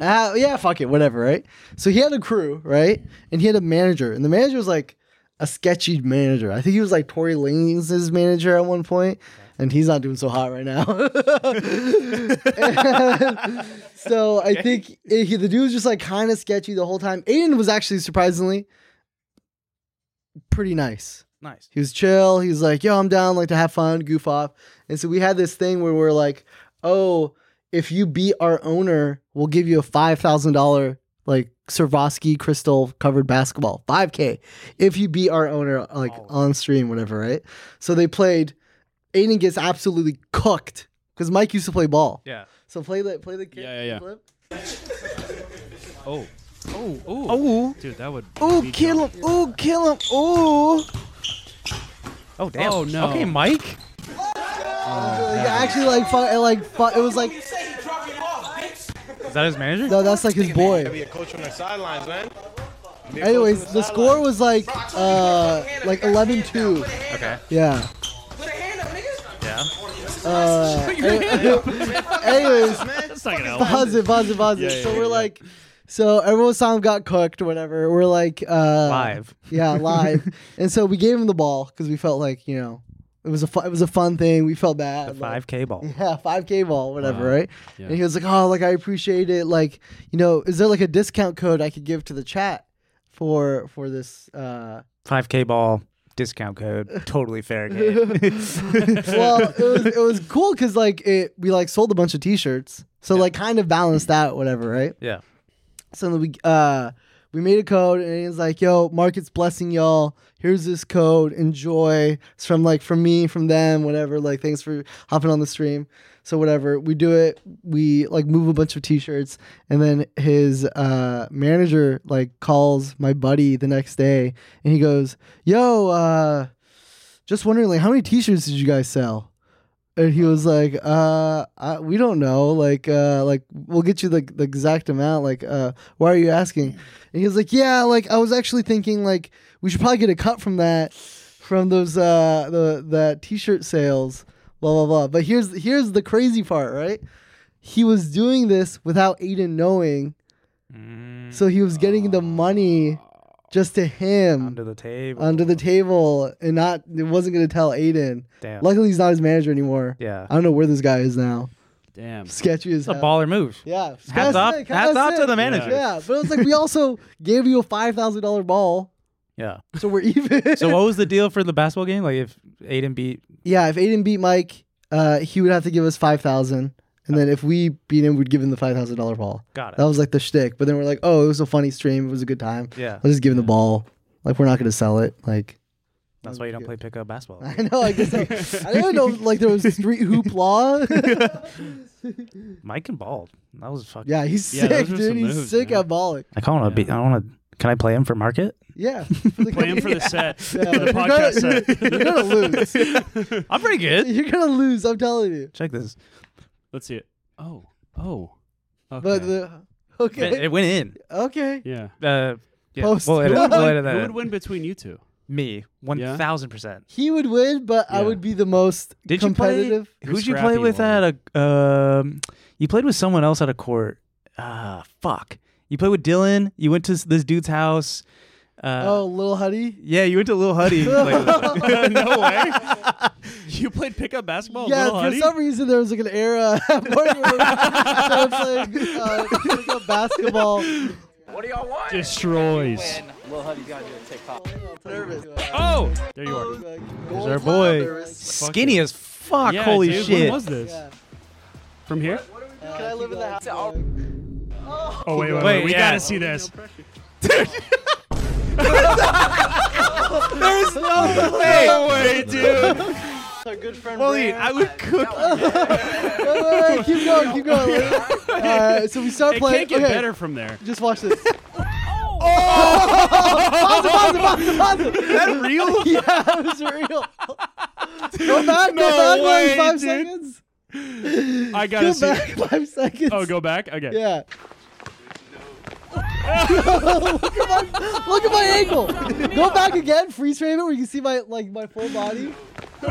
Speaker 1: Ah, yeah, fuck it, whatever, right? So he had a crew, right? And he had a manager, and the manager was like a sketchy manager. I think he was like Tory Lanez's manager at one point. and he's not doing so hot right now. *laughs* And so I think it, he, the dude was just like kind of sketchy the whole time. Aiden was actually surprisingly pretty nice.
Speaker 2: Nice.
Speaker 1: He was chill. He was like, "Yo, I'm down, like to have fun, goof off." And so we had this thing where we are like, "Oh, if you beat our owner, we'll give you a five thousand dollar like Swarovski crystal covered basketball, five k. If you beat our owner, like on stream, whatever, right?" So they played. Aiden gets absolutely cooked because Mike used to play ball.
Speaker 2: Yeah.
Speaker 1: So play the play the kid,
Speaker 3: Yeah, yeah, yeah.
Speaker 1: clip.
Speaker 3: Oh. Oh, oh. Dude, that would.
Speaker 1: Ooh,
Speaker 3: be
Speaker 1: kill
Speaker 3: jump.
Speaker 1: him! Ooh, kill him! Ooh.
Speaker 2: Oh damn.
Speaker 3: Oh, no.
Speaker 2: Okay, Mike.
Speaker 1: Like, actually, like, fu- it, like, fu- it was like,
Speaker 2: Is that his manager?
Speaker 1: no, that's like his boy.
Speaker 9: Be a coach on the sidelines, man. Be a coach
Speaker 1: Anyways,
Speaker 9: on
Speaker 1: the score was like uh like 11-2.
Speaker 2: Okay.
Speaker 1: Yeah.
Speaker 2: Yeah.
Speaker 1: Uh,
Speaker 3: *laughs*
Speaker 1: *laughs* Anyways,
Speaker 3: That's not gonna help.
Speaker 1: pause it, pause it, pause it.
Speaker 3: yeah,
Speaker 1: So
Speaker 3: yeah,
Speaker 1: we're
Speaker 3: yeah.
Speaker 1: like, so everyone's song got cooked, whatever. We're like uh
Speaker 2: Live.
Speaker 1: Yeah,
Speaker 3: *laughs*
Speaker 1: live. and so we gave him the ball because we felt like you know it was a fu- it was a fun thing. We felt bad.
Speaker 2: The
Speaker 1: like-
Speaker 2: *laughs* five K ball.
Speaker 1: Yeah, *laughs* five K ball, whatever,
Speaker 3: Wow.
Speaker 1: right?
Speaker 3: Yeah.
Speaker 1: And he was like, "Oh, like I appreciate it. Like, you know, is there like a discount code I could give to the chat for for this?"
Speaker 3: *laughs*
Speaker 1: uh
Speaker 2: Five K ball discount code. Totally fair
Speaker 1: *laughs*
Speaker 2: game.
Speaker 1: Well, it was it was cool because like it we like sold a bunch of T-shirts, so like kind of balanced out, whatever, right?
Speaker 2: yeah.
Speaker 1: So then we uh we made a code and it's like, yo, market's blessing y'all. Here's this code. Enjoy. It's from like from me, from them, whatever. Like thanks for hopping on the stream. So whatever. We do it. We like move a bunch of t-shirts. And then his uh manager like calls my buddy the next day and he goes, Yo, uh just wondering like how many t-shirts did you guys sell? and he was like, uh, I, we don't know. Like, uh, like we'll get you the, the exact amount. Like, uh, why are you asking? And he was like, yeah, like I was actually thinking like we should probably get a cut from that, from those, uh, the, that t-shirt sales, blah, blah, blah. But here's, here's the crazy part, right? He was doing this without Aiden knowing. So he was getting the money just to him
Speaker 2: *laughs* Under the table.
Speaker 1: under the table and not, it wasn't going to tell Aiden.
Speaker 2: Damn.
Speaker 1: Luckily, he's not his manager anymore.
Speaker 2: Yeah.
Speaker 1: I don't know where this guy is now. *laughs*
Speaker 3: Damn.
Speaker 1: Sketchy as
Speaker 2: It's a
Speaker 1: hell.
Speaker 2: baller move.
Speaker 1: Yeah. It's
Speaker 2: Hats
Speaker 1: kinda
Speaker 2: off-
Speaker 1: sick, kinda
Speaker 2: hats off to
Speaker 1: sick.
Speaker 2: the manager.
Speaker 1: Yeah. But it was like, we
Speaker 2: *laughs*
Speaker 1: also gave you a $5,000 ball.
Speaker 2: Yeah.
Speaker 1: So we're even.
Speaker 2: So what was the deal for the basketball game? Like if Aiden beat
Speaker 1: *laughs* yeah. If Aiden beat Mike, uh, he would have to give us 5000 And then if we beat him, we'd give him the $5,000 ball.
Speaker 2: Got it.
Speaker 1: That was like the shtick. But then we're like, oh, it was a funny stream. It was a good time.
Speaker 2: Yeah.
Speaker 1: Let's just give him the ball. Like, we're not going to sell it. Like,
Speaker 2: That's why you don't play pickup basketball.
Speaker 1: *laughs* I know. I guess I, I didn't *laughs* know like there was street hoop law. *laughs*
Speaker 2: Mike and Bald. That was fucking
Speaker 1: yeah, he's
Speaker 3: Yeah, those
Speaker 1: sick,
Speaker 3: were
Speaker 1: dude.
Speaker 3: some
Speaker 1: He's
Speaker 3: moves,
Speaker 1: sick
Speaker 3: man.
Speaker 1: at balling.
Speaker 2: I kind of want to be I want to can I play him for market?
Speaker 1: *laughs* Yeah.
Speaker 3: Play him for the set.
Speaker 1: *laughs*
Speaker 3: *laughs*
Speaker 1: Yeah,
Speaker 3: For the
Speaker 1: you're
Speaker 3: podcast
Speaker 1: gonna- *laughs*
Speaker 3: set.
Speaker 1: You're gonna lose.
Speaker 2: *laughs*
Speaker 3: *laughs*
Speaker 2: I'm pretty good.
Speaker 1: You're gonna lose. I'm telling you.
Speaker 2: Check *laughs* this.
Speaker 3: Let's see it. Oh. Oh. Okay.
Speaker 1: But the
Speaker 2: It,
Speaker 1: okay,
Speaker 2: it went in.
Speaker 1: okay.
Speaker 3: yeah.
Speaker 2: Uh yeah.
Speaker 1: Post.
Speaker 2: We'll edit,
Speaker 1: Who
Speaker 2: *laughs*
Speaker 1: would
Speaker 2: we'll
Speaker 1: win-
Speaker 2: edit that
Speaker 3: Who
Speaker 2: out.
Speaker 3: would win between you two?
Speaker 2: Me, one
Speaker 3: Yeah?
Speaker 2: thousand percent.
Speaker 1: He would win, but I
Speaker 3: Yeah.
Speaker 1: would be the most
Speaker 2: Did you play?
Speaker 1: competitive.
Speaker 3: You're
Speaker 2: Who'd you play
Speaker 3: scrappy,
Speaker 2: with at a? Um, you played with someone else at a court. Ah, fuck. You played with Dylan. You went to s- this dude's house. Uh,
Speaker 1: oh, little Huddy.
Speaker 2: yeah, you went to Lil Huddy. and played
Speaker 1: *laughs*
Speaker 2: with him.
Speaker 3: *laughs* no way. you played pickup basketball,
Speaker 1: yeah,
Speaker 3: little
Speaker 1: for
Speaker 3: Oh, honey?
Speaker 1: some reason there was like an era at Morgan where we started playing
Speaker 3: *laughs*
Speaker 1: uh, pickup basketball.
Speaker 3: destroys.
Speaker 1: Nervous.
Speaker 3: Oh, there you are.
Speaker 1: Like,
Speaker 2: There's
Speaker 1: gold
Speaker 2: our
Speaker 1: cloud
Speaker 2: boy,
Speaker 1: nervous.
Speaker 2: skinny as fuck.
Speaker 3: Yeah,
Speaker 2: Holy
Speaker 3: dude,
Speaker 2: shit!
Speaker 3: When was this?
Speaker 1: Yeah.
Speaker 3: From here?
Speaker 1: Can I live in the house?
Speaker 3: Oh wait, wait,
Speaker 2: Wait,
Speaker 3: We
Speaker 2: yeah.
Speaker 3: gotta see this.
Speaker 2: There's no
Speaker 3: No way, dude.
Speaker 1: Our good friend.
Speaker 2: Holy,
Speaker 1: Brand.
Speaker 2: I would cook.
Speaker 1: Wait, wait, wait, keep going, keep
Speaker 3: *laughs*
Speaker 1: going. Alright, so we start
Speaker 3: It
Speaker 1: playing.
Speaker 3: can't get
Speaker 1: okay,
Speaker 3: better from there.
Speaker 1: Just watch
Speaker 3: *laughs*
Speaker 1: this. Oh! pause it, pause it, pause it, pause
Speaker 3: *laughs*
Speaker 1: it.
Speaker 3: Is that real?
Speaker 1: Yeah, it was real. Go back,
Speaker 3: No
Speaker 1: go back
Speaker 3: way,
Speaker 1: like five
Speaker 3: dude.
Speaker 1: seconds.
Speaker 3: I gotta
Speaker 1: Go
Speaker 3: see.
Speaker 1: back *laughs* five seconds.
Speaker 3: Oh, go back. Okay.
Speaker 1: Yeah. look, at my, *laughs* look at my ankle. Go back again, freeze frame it where you can see my like my full body. *laughs* Look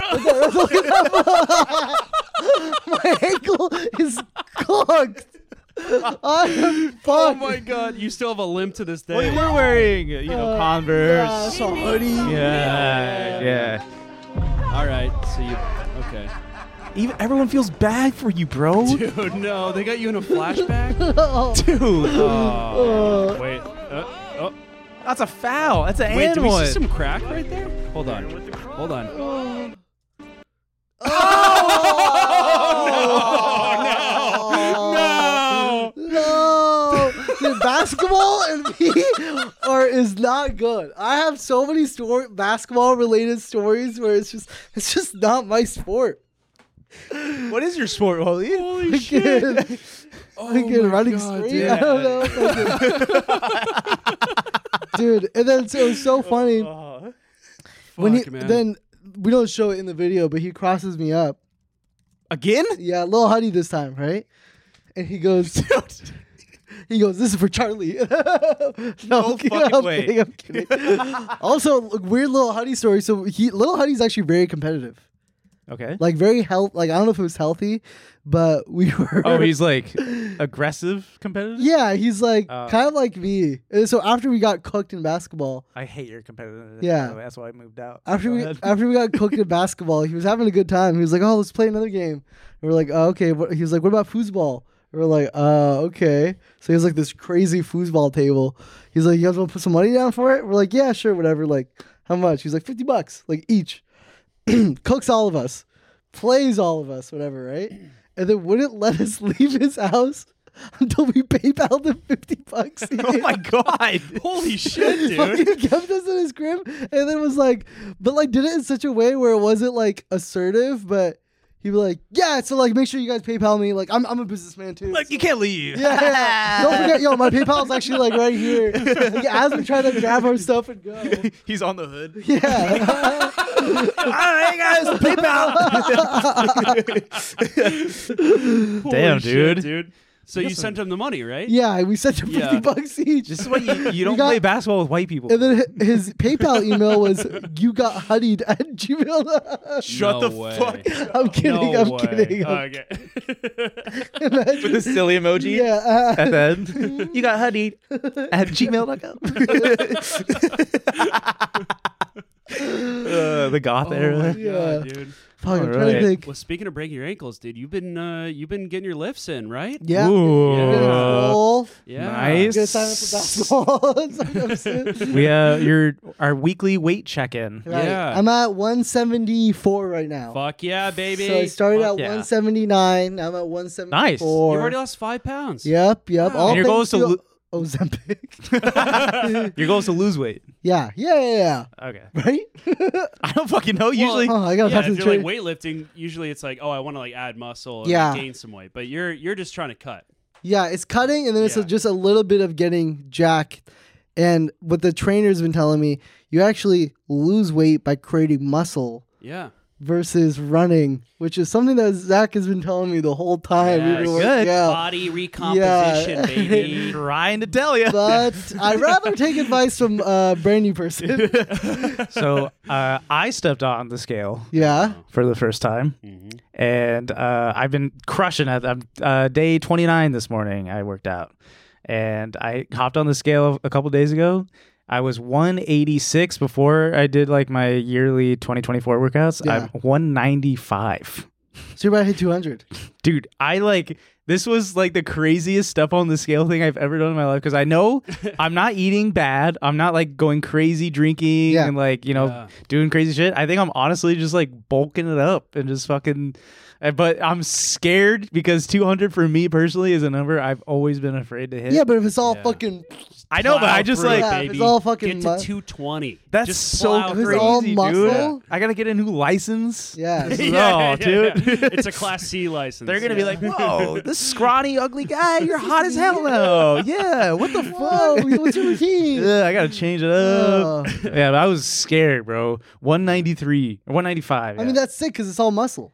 Speaker 1: at that. my ankle is cooked. I am fucked.
Speaker 3: Oh my god, you still have a limp to this day.
Speaker 2: Well, you were wearing, you know,
Speaker 1: Uh, Yeah,
Speaker 2: Converse.
Speaker 1: so hoodie.
Speaker 2: Yeah, yeah.
Speaker 3: All right, so you okay?
Speaker 2: Even everyone feels bad for you, bro.
Speaker 3: Dude, Oh, no, they got you in
Speaker 1: *laughs*
Speaker 3: a flashback.
Speaker 1: Oh,
Speaker 2: Dude,
Speaker 1: *laughs*
Speaker 3: oh, wait, uh, oh,
Speaker 2: that's a foul. That's an
Speaker 3: wait,
Speaker 2: and
Speaker 3: do we
Speaker 2: one.
Speaker 3: see some crack right there? Hold on, hold on. Oh, no,
Speaker 2: Oh,
Speaker 3: no, no.
Speaker 1: no, Dude, basketball and me are is not good. I have so many story basketball related stories where it's just it's just not my sport.
Speaker 2: what is your sport, Wally? Holy
Speaker 1: Fucking
Speaker 2: Oh
Speaker 1: running straight. *laughs* I don't know. Fucking- *laughs* Dude, and then so it was so funny.
Speaker 2: Oh,
Speaker 1: when he
Speaker 3: Fuck, man.
Speaker 1: then we don't show it in the video, but he crosses me up.
Speaker 2: Again?
Speaker 1: Yeah, Lil Huddy this time, right? And he
Speaker 2: *laughs*
Speaker 1: goes, he goes, this is for Charlie. *laughs* no, I'm kidding,
Speaker 2: fucking
Speaker 1: I'm
Speaker 2: way.
Speaker 1: kidding, I'm
Speaker 2: *laughs*
Speaker 1: kidding. also, look, weird Lil Huddy story. So he, Lil Huddy's actually very competitive,
Speaker 2: Okay.
Speaker 1: like very health. Like I don't know if it was healthy, but we *laughs* were.
Speaker 2: Oh, he's like aggressive competitive.
Speaker 1: yeah, he's like
Speaker 2: Oh.
Speaker 1: kind of like me. And so after we got cooked in basketball,
Speaker 2: I hate your competitiveness.
Speaker 1: Yeah.
Speaker 2: by the way. that's why I moved out.
Speaker 1: After
Speaker 2: Go
Speaker 1: we
Speaker 2: ahead.
Speaker 1: after we got cooked in basketball, he was having a good time. He was like, "Oh, let's play another game." And we're like, "Oh, okay." What, he was like, "What about foosball?" And we're like, "Uh, okay." So he was like this crazy foosball table. He's like, "You guys want to put some money down for it?" We're like, "Yeah, sure, whatever." Like, how much? He's like, 50 bucks, like each." *clears throat* Cooks all of us, plays all of us, whatever, right? And then wouldn't let us *laughs* leave his house until we PayPal him 50 bucks.
Speaker 2: *laughs* *laughs* oh
Speaker 3: *laughs*
Speaker 2: my god! Holy *laughs* *laughs* shit,
Speaker 1: Fucking *laughs* kept us in his crib and then was like, but like did it in such a way where it wasn't like assertive, but he was like, yeah, so like make sure you guys PayPal me. Like I'm, I'm a businessman too.
Speaker 2: Look, you can't leave.
Speaker 1: *laughs* yeah, yeah, yeah. don't forget, yo, my PayPal's actually like right here. Like, as we try to grab our stuff and go.
Speaker 2: *laughs* He's on the
Speaker 1: *laughs*
Speaker 2: hood.
Speaker 1: Yeah.
Speaker 2: All right, guys, PayPal. Damn,
Speaker 3: Holy shit,
Speaker 2: dude.
Speaker 3: dude. So you sent him the money,
Speaker 1: *laughs*
Speaker 3: right?
Speaker 1: yeah, we sent him 50
Speaker 3: Yeah.
Speaker 1: bucks each.
Speaker 2: This is why you, you don't
Speaker 1: got-
Speaker 2: play basketball with white people.
Speaker 1: and then hi- his PayPal email was you got huddied at Gmail.
Speaker 2: Shut
Speaker 3: No
Speaker 2: the
Speaker 3: way.
Speaker 2: fuck.
Speaker 1: *laughs* I'm kidding.
Speaker 3: No
Speaker 1: I'm
Speaker 3: way.
Speaker 1: kidding. I'm
Speaker 3: *laughs* Okay.
Speaker 2: With the silly
Speaker 1: *laughs*
Speaker 2: emoji.
Speaker 1: Yeah.
Speaker 2: And
Speaker 1: *laughs*
Speaker 2: then you got honeyed at gmail.com. *laughs* uh, the goth
Speaker 3: Oh my *laughs*
Speaker 2: era.
Speaker 1: Yeah.
Speaker 3: God, dude.
Speaker 1: Fuck, I'm
Speaker 2: All
Speaker 1: trying
Speaker 2: right.
Speaker 1: to think.
Speaker 3: Well, speaking of breaking your ankles, dude, you've been uh, you've been getting your lifts in, right?
Speaker 1: Yeah.
Speaker 2: Ooh. Uh,
Speaker 3: Yeah.
Speaker 1: Roll.
Speaker 3: Yeah.
Speaker 1: I'm
Speaker 2: Nice.
Speaker 1: gonna sign up for basketball. *laughs*
Speaker 3: *laughs*
Speaker 1: Sometime soon.
Speaker 2: We uh, your our weekly
Speaker 1: *laughs*
Speaker 2: weight check-in.
Speaker 1: Right.
Speaker 3: Yeah.
Speaker 1: I'm at 174 right now.
Speaker 3: Fuck yeah, baby.
Speaker 1: So I started
Speaker 3: Fuck
Speaker 1: at
Speaker 2: yeah.
Speaker 1: 179. Now I'm at 174.
Speaker 2: Nice. You've
Speaker 3: You've already lost five pounds.
Speaker 1: Yep, yep. All
Speaker 2: And your goal
Speaker 1: thanks
Speaker 2: is to
Speaker 1: Ozempic. *laughs*
Speaker 2: Your goal is to lose weight.
Speaker 1: yeah, yeah,
Speaker 3: *laughs*
Speaker 1: yeah,
Speaker 2: Okay.
Speaker 1: yeah. Right?
Speaker 2: *laughs*
Speaker 1: *laughs*
Speaker 2: I don't fucking know. Usually,
Speaker 1: oh, I gotta
Speaker 3: Yeah,
Speaker 1: talk to
Speaker 3: if
Speaker 1: the
Speaker 3: you're like
Speaker 1: trainer.
Speaker 3: weightlifting, usually it's like, oh, I want to like add muscle and
Speaker 1: Yeah.
Speaker 3: like, gain some weight, but you're you're just trying to cut.
Speaker 1: yeah, it's cutting, and then it's
Speaker 3: Yeah.
Speaker 1: just a little bit of getting jacked. And what the trainer's been telling me, you actually lose weight by creating muscle.
Speaker 3: Yeah,
Speaker 1: versus running, which is something that Zach has been telling me the whole time.
Speaker 3: Yeah,
Speaker 1: we've been
Speaker 3: good.
Speaker 1: working out.
Speaker 3: body recomposition,
Speaker 1: Yeah. *laughs*
Speaker 3: baby.
Speaker 2: trying to tell you.
Speaker 1: But I'd rather take advice from a brand new person.
Speaker 2: so uh, I stepped on the scale
Speaker 1: Yeah.
Speaker 2: for the first time,
Speaker 1: Mm-hmm.
Speaker 2: and uh, I've been crushing it. I'm uh, day 29 this morning. I worked out, and I hopped on the scale a couple days ago. I was 186 before I did like my yearly 2024 workouts.
Speaker 1: Yeah.
Speaker 2: I'm 195.
Speaker 1: So you're about to hit 200.
Speaker 2: dude i like this was like the craziest stuff on the scale thing i've ever done in my life because i
Speaker 3: *laughs*
Speaker 2: know i'm not eating bad i'm not like going crazy drinking
Speaker 1: Yeah.
Speaker 2: and like you know
Speaker 3: Yeah.
Speaker 2: doing crazy shit i think i'm honestly just like bulking it up and just fucking uh, but i'm scared because 200 for me personally is a number i've always been afraid to hit
Speaker 1: Yeah, but if it's all
Speaker 3: Yeah.
Speaker 1: fucking,
Speaker 2: i know but
Speaker 3: Plow
Speaker 2: i just
Speaker 3: through
Speaker 2: like
Speaker 3: it,
Speaker 1: Yeah,
Speaker 3: baby.
Speaker 1: it's all fucking
Speaker 3: get
Speaker 1: mu-
Speaker 3: to 220.
Speaker 2: that's
Speaker 3: Just
Speaker 2: so
Speaker 3: plow
Speaker 1: If it's
Speaker 2: crazy
Speaker 3: through it.
Speaker 1: all
Speaker 2: dude
Speaker 1: muscle?
Speaker 2: i gotta get a new license
Speaker 1: yeah.
Speaker 2: *laughs* This is-
Speaker 3: *laughs* yeah,
Speaker 2: Oh,
Speaker 3: yeah, yeah.
Speaker 2: dude.
Speaker 3: it's a class C
Speaker 2: *laughs*
Speaker 3: license.
Speaker 2: They're gonna be
Speaker 3: Yeah.
Speaker 2: like, "Whoa, this scrawny, ugly
Speaker 1: *laughs*
Speaker 2: guy, you're hot as hell though." Yeah, what the
Speaker 1: Whoa,
Speaker 2: fuck?
Speaker 1: what's your routine?
Speaker 2: *laughs* Yeah, I gotta change it up.
Speaker 1: Uh,
Speaker 2: *laughs* yeah, but I was scared, bro. 193 or 195.
Speaker 1: I mean,
Speaker 2: yeah.
Speaker 1: that's sick because it's all muscle.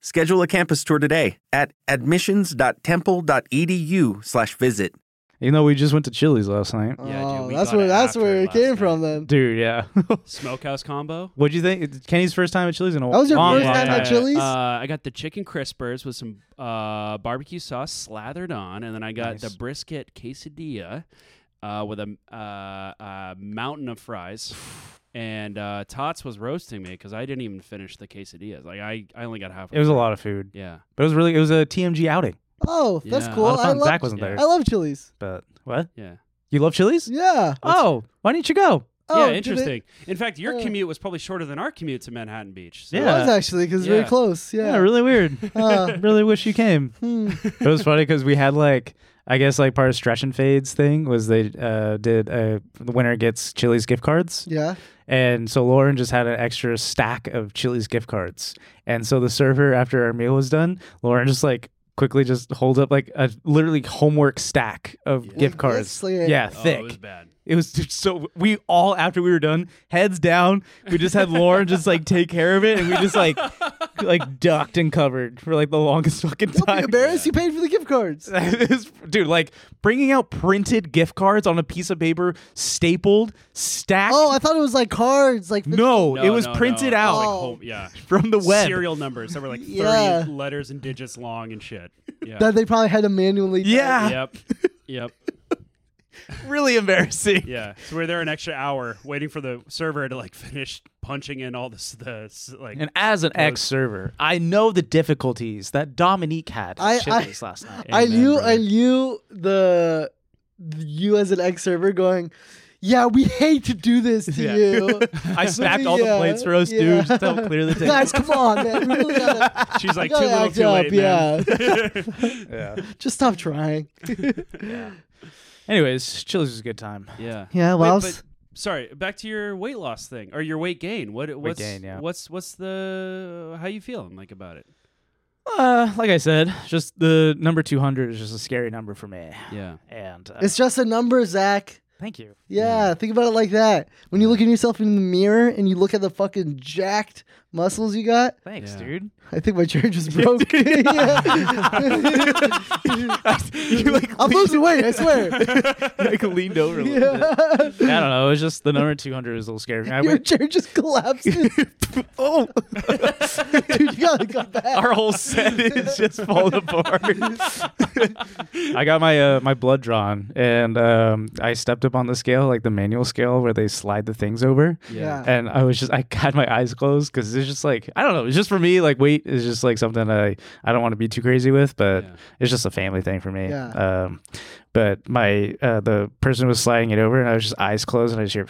Speaker 10: Schedule a campus tour today at admissions.temple.edu/visit.
Speaker 2: You know, we just went to Chili's last night.
Speaker 1: Oh.
Speaker 3: Yeah, dude, we
Speaker 1: that's
Speaker 3: got
Speaker 1: where
Speaker 3: it
Speaker 1: that's
Speaker 3: after
Speaker 1: where it
Speaker 3: last
Speaker 1: came from. Then
Speaker 2: Dude, yeah. *laughs*
Speaker 3: Smokehouse combo.
Speaker 2: What'd you think? It's Kenny's first time at Chili's in a
Speaker 1: That was your
Speaker 2: long,
Speaker 1: first
Speaker 2: long
Speaker 1: time at
Speaker 2: time.
Speaker 1: Chili's?
Speaker 3: Uh, I got the chicken crispers with some uh, barbecue sauce slathered on, and then I got the
Speaker 2: Nice.
Speaker 3: brisket quesadilla uh, with a uh, uh, mountain of fries. And uh, Tots was roasting me because I didn't even finish the quesadillas. Like I, I only got half.
Speaker 2: It was a lot of food,
Speaker 3: Yeah.
Speaker 2: but it was really it was a TMG outing.
Speaker 1: oh, that's
Speaker 3: Yeah.
Speaker 1: cool.
Speaker 2: a lot of
Speaker 1: I
Speaker 2: fun.
Speaker 1: love
Speaker 2: Zach wasn't there,
Speaker 1: I love Chili's.
Speaker 2: but what?
Speaker 3: Yeah.
Speaker 2: You love Chili's?
Speaker 1: Yeah.
Speaker 2: Oh, why didn't you go?
Speaker 1: Oh,
Speaker 3: yeah.
Speaker 1: did
Speaker 3: Interesting. In fact, your
Speaker 1: Oh.
Speaker 3: commute was probably shorter than our commute to Manhattan Beach. So
Speaker 1: It, it
Speaker 2: Yeah.
Speaker 1: was actually because we were
Speaker 3: Yeah.
Speaker 1: close.
Speaker 2: Yeah,
Speaker 1: Yeah.
Speaker 2: really weird.
Speaker 1: *laughs* Uh,
Speaker 2: *laughs* really wish you came.
Speaker 1: *laughs* hmm.
Speaker 2: it was funny because we had like I guess like part of Stretch and Fades thing was they uh, did uh, the winner gets Chili's gift cards,
Speaker 1: Yeah.
Speaker 2: and so Lauren just had an extra stack of Chili's gift cards, and so the server after our meal was done, Lauren just like quickly just holds up like a literally homework stack of gift
Speaker 1: Like
Speaker 2: cards,
Speaker 1: this, like-
Speaker 2: yeah,
Speaker 3: Oh,
Speaker 2: thick.
Speaker 3: it was bad.
Speaker 2: It was just so we all after we were done, heads down. We just had Lauren just like take care of it, and we just
Speaker 3: *laughs*
Speaker 2: like like ducked and covered for like the longest fucking
Speaker 1: Don't be
Speaker 2: time. *laughs*
Speaker 1: embarrassed. You paid for the gift cards.
Speaker 2: That is- dude, like bringing out printed gift cards on a piece of paper, stapled, stacked.
Speaker 1: Oh, I thought it was like cards. Like
Speaker 2: no, it was
Speaker 3: no,
Speaker 2: printed
Speaker 3: no. It
Speaker 2: out
Speaker 3: was like
Speaker 1: Oh.
Speaker 3: home- yeah.
Speaker 2: from the *laughs* web.
Speaker 3: Serial numbers that were like 30
Speaker 1: Yeah.
Speaker 3: letters and digits long
Speaker 2: *laughs*
Speaker 3: and shit. Yeah.
Speaker 1: that they probably had to manually. type.
Speaker 2: Yeah,
Speaker 3: yep. Yep.
Speaker 2: really embarrassing.
Speaker 3: Yeah, so we we're there an extra hour waiting for the server to like finish punching in all this the s- like.
Speaker 2: And as an ex server, I know the difficulties that Dominique had
Speaker 1: I- I-
Speaker 2: at Chili's last night.
Speaker 1: I
Speaker 3: Amen,
Speaker 1: knew
Speaker 3: brother.
Speaker 1: I knew the you as an ex server going, yeah, we hate to do this to
Speaker 2: Yeah.
Speaker 3: *laughs*
Speaker 1: you.
Speaker 2: *laughs* I snapped all the
Speaker 1: Yeah,
Speaker 2: plates for us,
Speaker 1: yeah.
Speaker 2: dude, just to
Speaker 1: *laughs*
Speaker 2: help clear the table.
Speaker 1: Guys, come on, man. We really gotta,
Speaker 3: she's *laughs* like too
Speaker 1: *laughs* gotta
Speaker 3: little,
Speaker 1: act
Speaker 3: too
Speaker 1: up.
Speaker 3: late, man.
Speaker 1: yeah.
Speaker 3: *laughs*
Speaker 1: Just stop trying.
Speaker 2: Anyways, Chili's was a good time.
Speaker 3: yeah,
Speaker 1: *laughs* Yeah,
Speaker 3: Wait,
Speaker 1: well,
Speaker 3: but- sorry, back to your weight loss thing or your weight gain. What what's
Speaker 2: gain, yeah.
Speaker 3: what's what's the how you feeling like about it?
Speaker 2: Uh, like I said, just the number 200 is just a scary number for me.
Speaker 3: Yeah,
Speaker 2: And uh,
Speaker 1: it's just a number, Zach.
Speaker 2: thank you.
Speaker 1: Yeah, think about it like that. When you look at yourself in the mirror and you look at the fucking jacked muscles you got,
Speaker 2: Thanks,
Speaker 3: Yeah.
Speaker 2: dude.
Speaker 1: I think my chair just
Speaker 3: *laughs*
Speaker 1: broke. *laughs* Yeah. *laughs*
Speaker 2: you like
Speaker 1: I'm losing weight, I swear.
Speaker 2: *laughs*
Speaker 3: *laughs*
Speaker 2: like leaned
Speaker 1: *laughs*
Speaker 2: over a little bit.
Speaker 1: Yeah.
Speaker 2: I don't know. It was just the number 200 was a little scary. I
Speaker 1: Your
Speaker 2: went,
Speaker 1: chair just *laughs* collapsed.
Speaker 2: *laughs* oh,
Speaker 1: Dude, you gotta come back.
Speaker 2: our whole
Speaker 1: *laughs*
Speaker 2: set is just falling apart. I got my uh, my blood drawn, and um, I stepped up on the scale, like the manual scale where they slide the things over.
Speaker 1: Yeah.
Speaker 2: And I was just, I had my eyes closed because it's just like, I don't know. It's just for me, like weight is just like something I, I don't want to be too crazy with, but
Speaker 3: Yeah.
Speaker 2: it's just a family thing for me.
Speaker 1: Yeah.
Speaker 2: Um, but my, uh, the person was sliding it over and I was just eyes closed and I just hear,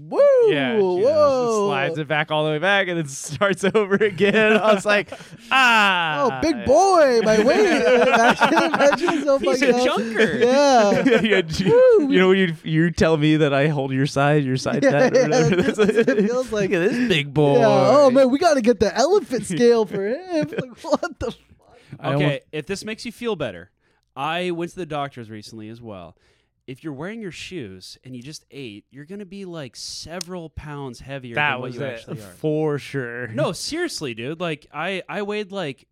Speaker 1: Woo!
Speaker 2: yeah, you know, just
Speaker 1: whoa!
Speaker 2: slides it back all the way back and it *laughs* starts over again. I
Speaker 1: *laughs*
Speaker 2: was like, ah.
Speaker 1: Oh, big boy! My weight. imagine, imagine so
Speaker 3: *laughs* He's
Speaker 1: fucking
Speaker 3: a
Speaker 1: up.
Speaker 3: junker.
Speaker 1: uh, *laughs* Yeah.
Speaker 2: *laughs* *laughs* Yeah, yeah, you, you know when you you tell me that I hold your side, your side
Speaker 1: Yeah,
Speaker 2: tat, or *laughs* whatever.
Speaker 1: yeah, that's what it feels like.
Speaker 2: Look at this big boy.
Speaker 1: Yeah. Oh man, we gotta get the
Speaker 2: *laughs*
Speaker 1: elephant scale for him. Like, what the?
Speaker 2: I
Speaker 3: okay,
Speaker 2: almost-
Speaker 3: if this makes you feel better, I went to the doctor's recently as well. If you're wearing your shoes and you just ate, you're gonna be like several pounds heavier
Speaker 2: that
Speaker 3: than what
Speaker 2: was
Speaker 3: you
Speaker 2: it
Speaker 3: actually are.
Speaker 2: for sure.
Speaker 3: No, seriously, dude. Like I I weighed like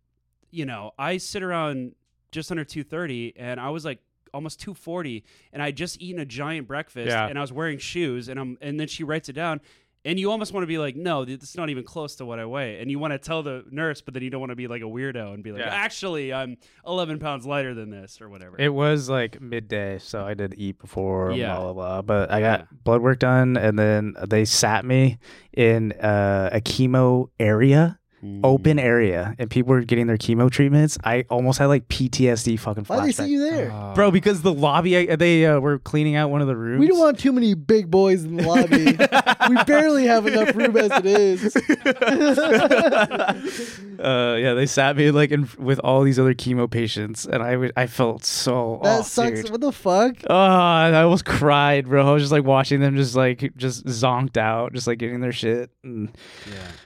Speaker 3: you know, I sit around just under 230 and I was like almost 240 and I just eaten a giant breakfast
Speaker 2: Yeah.
Speaker 3: and I was wearing shoes and I'm and then she writes it down and you almost want to be like, no, th- it's not even close to what I weigh. And you want to tell the nurse, but then you don't want to be like a weirdo and be like,
Speaker 2: Yeah.
Speaker 3: actually, I'm 11 pounds lighter than this or whatever.
Speaker 2: It was like midday, so I did eat before
Speaker 3: Yeah.
Speaker 2: blah blah blah. But I got
Speaker 3: Yeah.
Speaker 2: blood work done, and then they sat me in uh, a chemo area, open
Speaker 3: Mm.
Speaker 2: area, and people were getting their chemo treatments. I almost had like PTSD fucking
Speaker 1: Why would they
Speaker 2: flashback. Uh,
Speaker 1: see you there?
Speaker 3: Uh,
Speaker 2: Bro, because the lobby I, they uh, were cleaning out one of the rooms.
Speaker 1: we don't
Speaker 2: *laughs*
Speaker 1: want too many big boys in the lobby. we barely have enough room as it
Speaker 2: *laughs*
Speaker 1: is.
Speaker 2: uh, yeah, they sat me like in, with all these other chemo patients, and I would I felt so
Speaker 1: That
Speaker 2: oh,
Speaker 1: sucks.
Speaker 2: dude.
Speaker 1: What the fuck?
Speaker 2: Oh, and I almost cried, bro. I was just like watching them just like just zonked out, just like getting their shit. And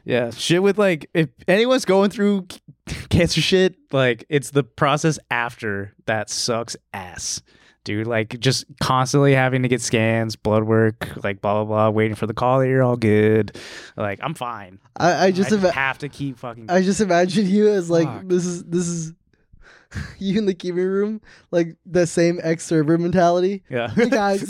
Speaker 2: yeah, shit with like if anyone's going through *laughs* c- cancer shit, like it's the process after that sucks ass. dude. Like just constantly having to get scans, blood work, like blah blah blah, waiting for the call that you're all good. Like I'm fine.
Speaker 1: I, I just ima-
Speaker 2: have to keep fucking.
Speaker 1: I just imagine you as like this is this is *laughs* you in the keeping room, like the same ex server mentality.
Speaker 2: *laughs*
Speaker 1: *laughs*
Speaker 2: Yeah.
Speaker 1: Hey
Speaker 2: *laughs*
Speaker 1: guys.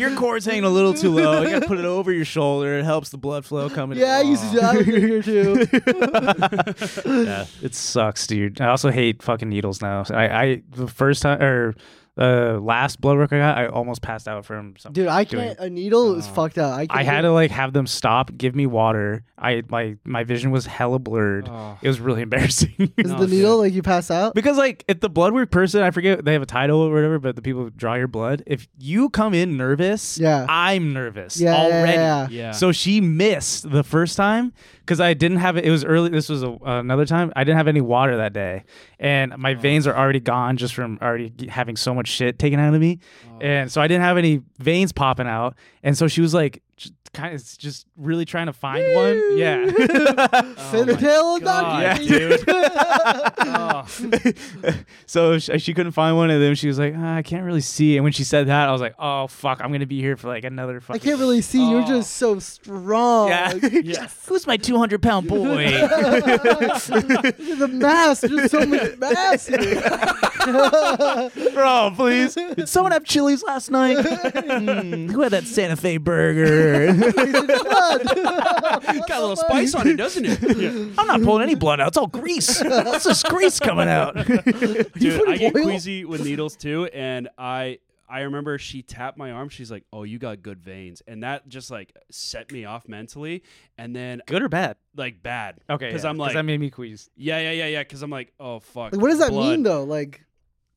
Speaker 2: Your cord's hanging a little too low. You gotta put it over your shoulder. It helps the blood flow coming.
Speaker 1: yeah, I used to do that here
Speaker 2: *laughs*
Speaker 1: too.
Speaker 2: yeah, it sucks, dude. I also hate fucking needles now. I, I the first time or uh, last blood work I got, I almost passed out from something.
Speaker 1: Dude, I
Speaker 2: doing-
Speaker 1: can't. A needle is fucked up. I,
Speaker 2: I
Speaker 1: can't
Speaker 2: had
Speaker 1: do-
Speaker 2: to like have them stop, give me water. I my my vision was hella blurred. It was really *laughs* embarrassing.
Speaker 1: Is the needle like you pass out?
Speaker 2: because like if the blood work person, I forget they have a title or whatever, but the people who draw your blood, if you come in nervous,
Speaker 1: Yeah.
Speaker 2: I'm nervous
Speaker 1: Yeah, yeah,
Speaker 2: already.
Speaker 1: yeah,
Speaker 3: yeah. Yeah.
Speaker 2: So she missed the first time because I didn't have it. It was early. This was a, another time. I didn't have any water that day, and my veins are already gone just from already g- having so much shit taken out of me, and so I didn't have any veins popping out. And so she was like, kind of just really trying to find one. Yeah. *laughs*
Speaker 1: Fentanyl
Speaker 3: God,
Speaker 1: not
Speaker 3: dude.
Speaker 2: so she, she couldn't find one, and then she was like, "Ah, I can't really see. And when she said that, I was like, oh fuck, I'm gonna be here for like another
Speaker 1: I
Speaker 2: fucking.
Speaker 1: can't really see. You're just so strong.
Speaker 2: Yeah. *laughs* Who's my 200 pound boy?
Speaker 1: *laughs* the mask. There's so
Speaker 2: *laughs*
Speaker 1: much mask.
Speaker 2: Bro, please. Did someone have Chili's
Speaker 1: *laughs*
Speaker 2: last night? Mm, who had that Santa Fe burger? *laughs*
Speaker 3: Got a little spice on it, doesn't it?
Speaker 2: I'm not pulling any blood out. It's all grease. It's just grease coming out. *laughs*
Speaker 3: Dude, I get
Speaker 1: oil?
Speaker 3: queasy with needles too, and I I remember she tapped my arm. She's like, "Oh, you got good veins," and that just like set me off mentally, and then
Speaker 2: Good or bad?
Speaker 3: like bad.
Speaker 2: Okay.
Speaker 3: because
Speaker 2: yeah,
Speaker 3: I'm like,
Speaker 2: that made me quease.
Speaker 3: yeah, yeah, yeah, yeah. Because I'm like, oh fuck.
Speaker 1: Like, what does that
Speaker 3: blood.
Speaker 1: mean though? Like,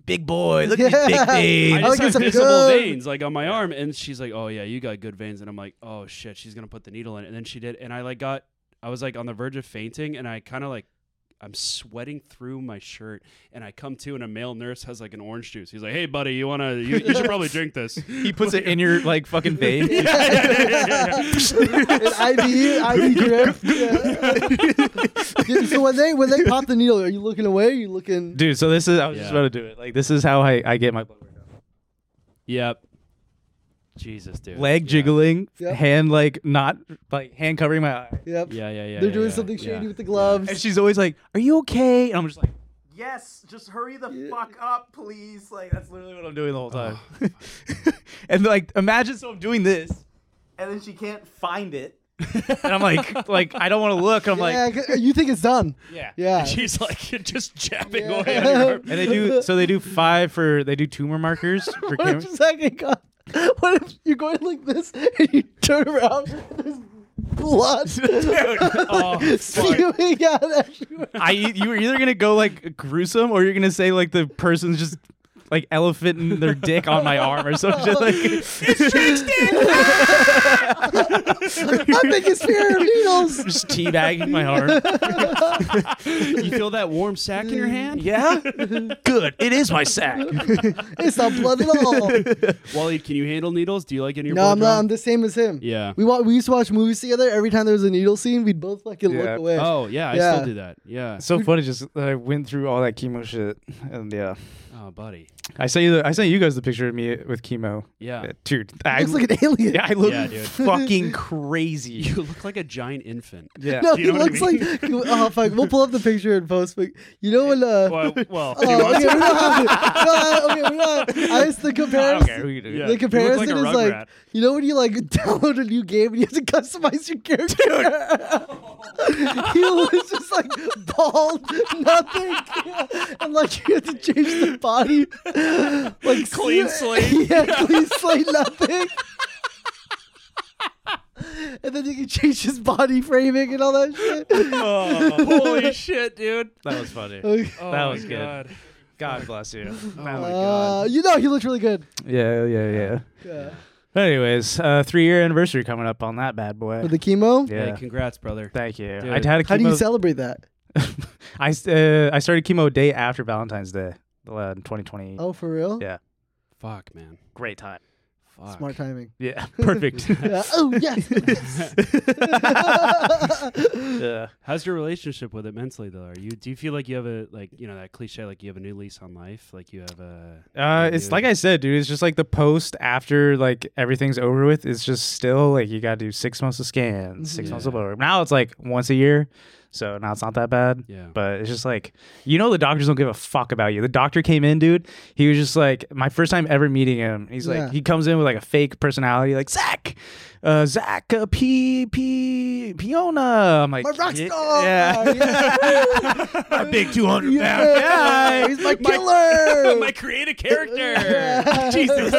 Speaker 2: Big boy, look at *laughs*
Speaker 1: Yeah.
Speaker 2: these big veins.
Speaker 3: I
Speaker 1: I like
Speaker 3: just have
Speaker 1: some
Speaker 3: visible
Speaker 1: good-
Speaker 3: veins like on my arm, and she's like, "Oh yeah, you got good veins," and I'm like, "Oh shit, she's gonna put the needle in," and then she did, and I like got, I was like on the verge of fainting, and I kind of like. I'm sweating through my shirt, and I come to, and a male nurse has like an orange juice. He's like, "Hey, buddy, you wanna? You, you should probably
Speaker 2: *laughs*
Speaker 3: drink this."
Speaker 2: He puts it in your like *laughs* fucking vein.
Speaker 1: an IV,
Speaker 2: *laughs*
Speaker 1: IV drip. Yeah. *laughs* Dude, so when they when they pop the needle, are you looking away? Are you looking?
Speaker 2: Dude, so this is I was
Speaker 3: Yeah.
Speaker 2: just about to do it. Like this is how I, I get my blood work.
Speaker 3: yep. Jesus, dude.
Speaker 2: leg
Speaker 3: Yeah.
Speaker 2: jiggling,
Speaker 1: Yep.
Speaker 2: hand like not like hand covering my eye.
Speaker 1: Yep.
Speaker 3: Yeah, yeah, yeah.
Speaker 1: They're
Speaker 3: yeah,
Speaker 1: doing
Speaker 3: yeah,
Speaker 1: something
Speaker 3: yeah. *laughs*
Speaker 1: shady with the gloves.
Speaker 2: And she's always like, "Are you okay?" And I'm just like,
Speaker 7: Yes, just hurry the
Speaker 2: "Fuck up, please!" Like that's literally what I'm doing the whole time.
Speaker 1: Oh.
Speaker 2: *laughs* and like, imagine so I'm doing this, and then she can't find it, and I'm
Speaker 1: *laughs*
Speaker 2: like, like I don't want to look. I'm
Speaker 1: yeah,
Speaker 2: like,
Speaker 1: 'cause you think it's done.
Speaker 2: *laughs* yeah,
Speaker 1: Yeah. *laughs*
Speaker 3: She's like *laughs* just jabbing
Speaker 1: Yeah.
Speaker 3: away. on your arm.
Speaker 1: *laughs*
Speaker 2: And they do so they do five for they do tumor markers for
Speaker 1: What
Speaker 2: camera.
Speaker 1: if second God? *laughs* What if you're going like this and you turn around and there's
Speaker 2: *laughs*
Speaker 1: blood *laughs*
Speaker 3: Oh, fuck.
Speaker 1: spewing out everywhere?
Speaker 2: I e, you were either gonna go like gruesome or you're gonna say like the person's just like elephanting their dick on my arm or
Speaker 1: *laughs*
Speaker 2: some shit like
Speaker 1: My biggest fear of needles.
Speaker 2: just teabagging
Speaker 1: *laughs*
Speaker 2: my arm.
Speaker 3: you feel that warm sack in your hand?
Speaker 2: Yeah? Good. It is my
Speaker 3: *laughs*
Speaker 2: sack.
Speaker 1: It's not blood at all.
Speaker 2: *laughs*
Speaker 3: Wally, can you handle needles? Do you like it in your
Speaker 1: No, I'm
Speaker 3: blowjob?
Speaker 1: not. I'm the same as him.
Speaker 3: Yeah.
Speaker 1: We wa- we used to watch movies together. Every time there was a needle scene, we'd both fucking
Speaker 2: Yeah.
Speaker 1: look away.
Speaker 3: Oh yeah, I
Speaker 1: Yeah.
Speaker 3: still do that. Yeah.
Speaker 2: So funny just that I went through all that chemo shit. And yeah.
Speaker 3: Oh,
Speaker 1: *laughs*
Speaker 3: buddy.
Speaker 2: I sent you the, I sent you guys the picture of me with chemo. Uh,
Speaker 3: Yeah.
Speaker 2: Dude, I
Speaker 1: Looks like an alien.
Speaker 2: *laughs* yeah, I look
Speaker 3: Yeah, dude.
Speaker 1: *laughs*
Speaker 2: fucking crazy.
Speaker 3: You look like a giant infant.
Speaker 2: *laughs* Yeah.
Speaker 1: No,
Speaker 3: Do
Speaker 1: he
Speaker 3: you know what I
Speaker 1: looks like. Oh fuck! We'll pull up the picture and post. But you know when? Uh,
Speaker 3: Well, well,
Speaker 1: oh, okay, we don't have to. *laughs* No, okay, we don't have I just the comparison.
Speaker 2: Okay, we can do
Speaker 3: Yeah.
Speaker 1: The
Speaker 2: it.
Speaker 3: You look like
Speaker 1: comparison
Speaker 3: a
Speaker 1: is like
Speaker 3: Rugrat.
Speaker 1: you know when you like *laughs* download a new game and you have to customize your character. *laughs* he was just like bald, nothing, *laughs* and like you have to change the
Speaker 3: *laughs*
Speaker 1: body, like
Speaker 3: Clean
Speaker 1: sli- *laughs*
Speaker 2: *laughs*
Speaker 3: slate.
Speaker 1: yeah, clean slate, nothing. And then you can change his body framing and all that
Speaker 2: *laughs*
Speaker 1: shit.
Speaker 2: Oh,
Speaker 3: holy shit, dude.
Speaker 2: that was
Speaker 1: *laughs*
Speaker 2: funny.
Speaker 1: Like,
Speaker 3: Oh,
Speaker 2: That
Speaker 3: my
Speaker 2: was good.
Speaker 3: God.
Speaker 2: God
Speaker 1: *laughs*
Speaker 2: bless you.
Speaker 3: Oh my
Speaker 1: uh,
Speaker 3: god.
Speaker 1: you know he looked really good.
Speaker 2: Yeah, yeah, yeah.
Speaker 1: Yeah.
Speaker 2: But anyways, uh, three year anniversary coming up on that bad boy.
Speaker 1: With the chemo,
Speaker 2: yeah.
Speaker 3: Hey, congrats, brother.
Speaker 2: Thank you.
Speaker 3: Dude.
Speaker 2: I had a chemo.
Speaker 1: how do you celebrate that?
Speaker 2: *laughs* I s- uh, I started chemo a day after Valentine's Day, uh, in 2020.
Speaker 1: Oh, for real?
Speaker 2: Yeah.
Speaker 3: Fuck, man.
Speaker 2: Great time.
Speaker 3: Fuck.
Speaker 1: Smart
Speaker 2: *laughs*
Speaker 1: timing.
Speaker 2: Yeah, perfect.
Speaker 1: Yeah. Oh yes.
Speaker 2: *laughs*
Speaker 1: yes.
Speaker 2: Yeah.
Speaker 3: How's your relationship with it mentally though? Are you do you feel like you have a like you know that cliche like you have a new lease on life? Like you have *laughs* a
Speaker 2: Uh, it's like I said, dude. It's just like the post after like everything's over with. It's just still like you gotta do six months of
Speaker 1: Mm-hmm.
Speaker 2: scans, six months of blood work. Now it's like once a year, so now it's not that bad.
Speaker 3: Yeah.
Speaker 2: But it's just like you know the doctors don't give a fuck about you. The doctor came in, dude. He was just like my first time ever meeting him. He's
Speaker 1: Yeah.
Speaker 2: like he comes in with like a fake personality, like Zach, uh, Zach, uh, P P Piona. I'm like
Speaker 1: My rock
Speaker 2: "Yeah,
Speaker 1: star.
Speaker 2: Yeah. *laughs*
Speaker 7: A big 200
Speaker 1: *laughs* Yeah. He's
Speaker 2: *laughs*
Speaker 1: my killer.
Speaker 3: my creative character.
Speaker 2: *laughs*
Speaker 7: Jesus.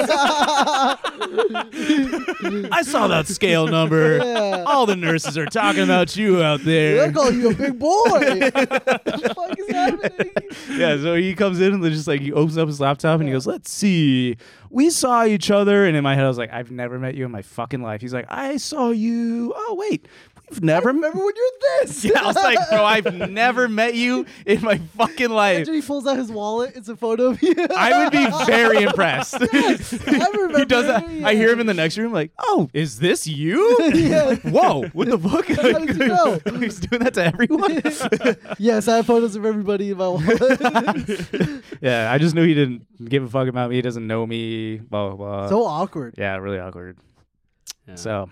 Speaker 2: I saw that scale number.
Speaker 1: Yeah.
Speaker 2: All the nurses are talking about you out there.
Speaker 1: They call you a
Speaker 2: *laughs*
Speaker 1: big boy. what the fuck is happening?
Speaker 2: yeah, so he comes in and just like he opens up his laptop and he goes, "Let's see, we saw each other." And in my head, I was like, "I've never met you in my fucking life." He's like, "I saw you." Oh wait, we've never met.
Speaker 1: Remember when you're this?
Speaker 2: Yeah, I was like,
Speaker 1: *laughs*
Speaker 2: "Bro, I've never met you in my fucking life."
Speaker 1: Imagine he pulls out his wallet. It's a photo of you.
Speaker 2: I would be very impressed.
Speaker 1: *laughs* I remember.
Speaker 2: *laughs* he does that. I hear him in the next room, like, "Oh, is this *laughs* you?"
Speaker 1: *laughs* Yeah.
Speaker 2: Whoa, what the fuck?
Speaker 1: How did you know?
Speaker 2: *laughs* He's doing that to everyone. *laughs*
Speaker 1: Yes, I have photos of everybody in my wallet.
Speaker 2: yeah, I just knew he didn't give a fuck about me. He doesn't know me. Blah blah.
Speaker 1: *laughs*
Speaker 2: blah.
Speaker 1: so awkward.
Speaker 2: yeah, really awkward.
Speaker 3: Yeah.
Speaker 2: So,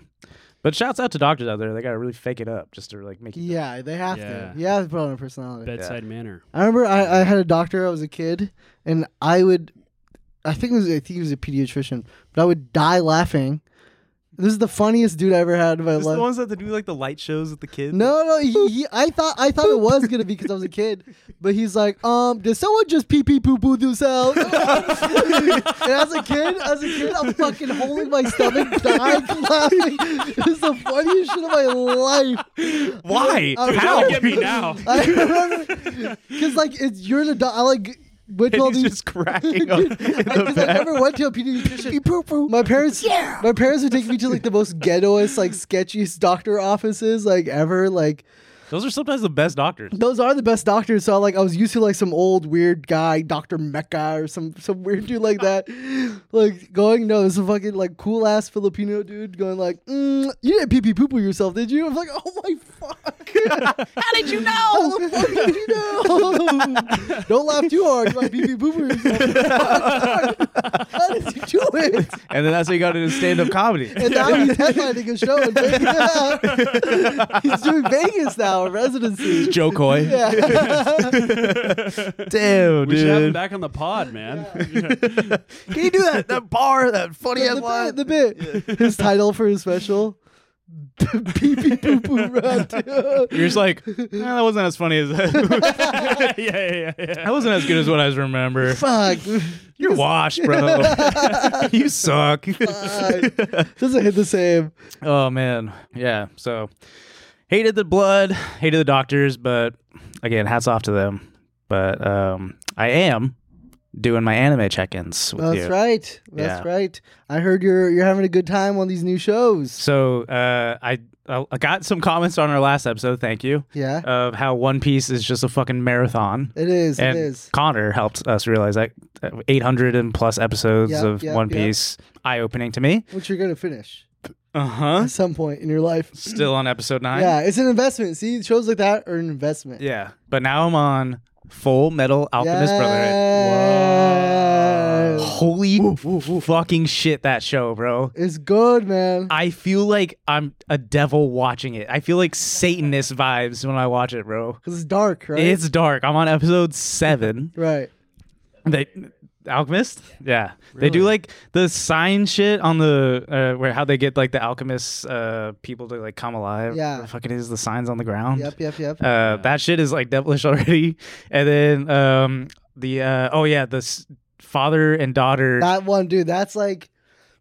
Speaker 2: but shouts out to doctors out there. They gotta really fake it up just to like make. You
Speaker 1: Yeah, they have
Speaker 3: Yeah.
Speaker 1: to. Yeah, they put on a personality.
Speaker 3: bedside manner.
Speaker 1: I remember I, I had a doctor. I was a kid, and I would, I think it was I think he was a pediatrician, but I would die laughing. This is the funniest dude I ever had in my life.
Speaker 2: that do like the light shows with the kids.
Speaker 1: no, no, he, he, I thought I thought it was gonna be because I was a kid, but he's like, um, did someone just pee pee poo poo themselves? *laughs* and as a kid, as a kid, I'm fucking holding my stomach, dying *laughs* laughing. It's the funniest shit of my life.
Speaker 2: *laughs* Why?
Speaker 1: I-
Speaker 2: How?
Speaker 3: Gotta get me now.
Speaker 1: I remember because like it's you're an adult. I like went to all
Speaker 2: And he's
Speaker 1: these.
Speaker 2: just cracking
Speaker 1: *laughs*
Speaker 2: up in the
Speaker 1: Because I
Speaker 2: back.
Speaker 1: never went to a pediatrician. my parents, my parents would take me to like the most ghettoest, like sketchiest doctor offices like ever. Like
Speaker 2: Those are sometimes the best doctors.
Speaker 1: those are the best doctors. So like I was used to like some old weird guy, Doctor Mecca or some some weird dude like *laughs* that. like going, no, this is a fucking like cool ass Filipino dude going like, mm, you didn't pee pee poo poo yourself, did you? I'm like, oh my fuck, *laughs* how did you know? *laughs* How the fuck did you know? *laughs* Don't laugh too hard. You might pee pee poo poo yourself. how did you do it?
Speaker 2: And then that's how you got into stand-up comedy.
Speaker 1: And now he's headlining a show in Vegas. *laughs* he's doing Vegas now, a residency.
Speaker 2: Joe Coy. Damn,
Speaker 3: We should have him
Speaker 2: dude.
Speaker 3: back on the pod, man.
Speaker 2: Can you do that? That bar, that funny
Speaker 1: the, the bit, the bit. *laughs* His title for his special. *laughs* pee pee poo poo round two.
Speaker 2: You're just like, "Nah, that wasn't as funny as *laughs* that.
Speaker 3: yeah, yeah, yeah, yeah.
Speaker 2: that wasn't as good as what I *laughs* remember.
Speaker 1: Fuck.
Speaker 2: You're washed, *laughs* bro. you suck. *laughs*
Speaker 1: Fuck. Doesn't hit the same.
Speaker 2: oh man, yeah. So hated the blood, hated the doctors, but again, hats off to them. But um, I am doing my anime check-ins with
Speaker 1: That's
Speaker 2: you.
Speaker 1: right. That's
Speaker 2: Yeah.
Speaker 1: right. I heard you're you're having a good time on these new shows.
Speaker 2: So uh, I I got some comments on our last episode. Thank you.
Speaker 1: Yeah.
Speaker 2: Of how One Piece is just a fucking marathon.
Speaker 1: It is.
Speaker 2: and
Speaker 1: it is.
Speaker 2: Connor helped us realize that 800 and plus episodes
Speaker 1: Yep,
Speaker 2: of
Speaker 1: yep,
Speaker 2: One
Speaker 1: yep.
Speaker 2: Piece, eye opening to me.
Speaker 1: Which you're gonna finish
Speaker 2: Uh huh.
Speaker 1: at some point in your life.
Speaker 2: Still on episode nine.
Speaker 1: Yeah, it's an investment. See, shows like that are an investment.
Speaker 2: Yeah. But now I'm on Full Metal Alchemist
Speaker 1: Yes.
Speaker 2: Brotherhood. Holy fucking shit, that show, bro.
Speaker 1: It's good, man.
Speaker 2: I feel like I'm a devil watching it. I feel like Satanist vibes when I watch it, bro.
Speaker 1: Cause it's dark, right?
Speaker 2: It's dark. I'm on episode seven.
Speaker 1: right.
Speaker 2: They alchemist yeah they do like the sign shit on the uh where how they get like the alchemists uh people to like come alive
Speaker 1: Yeah.
Speaker 2: the fuck it is the signs on the ground
Speaker 1: Yep, yep, yep.
Speaker 2: uh that shit is like devilish *laughs* already and then um the uh oh yeah the s- father and daughter
Speaker 1: That one, dude. That's like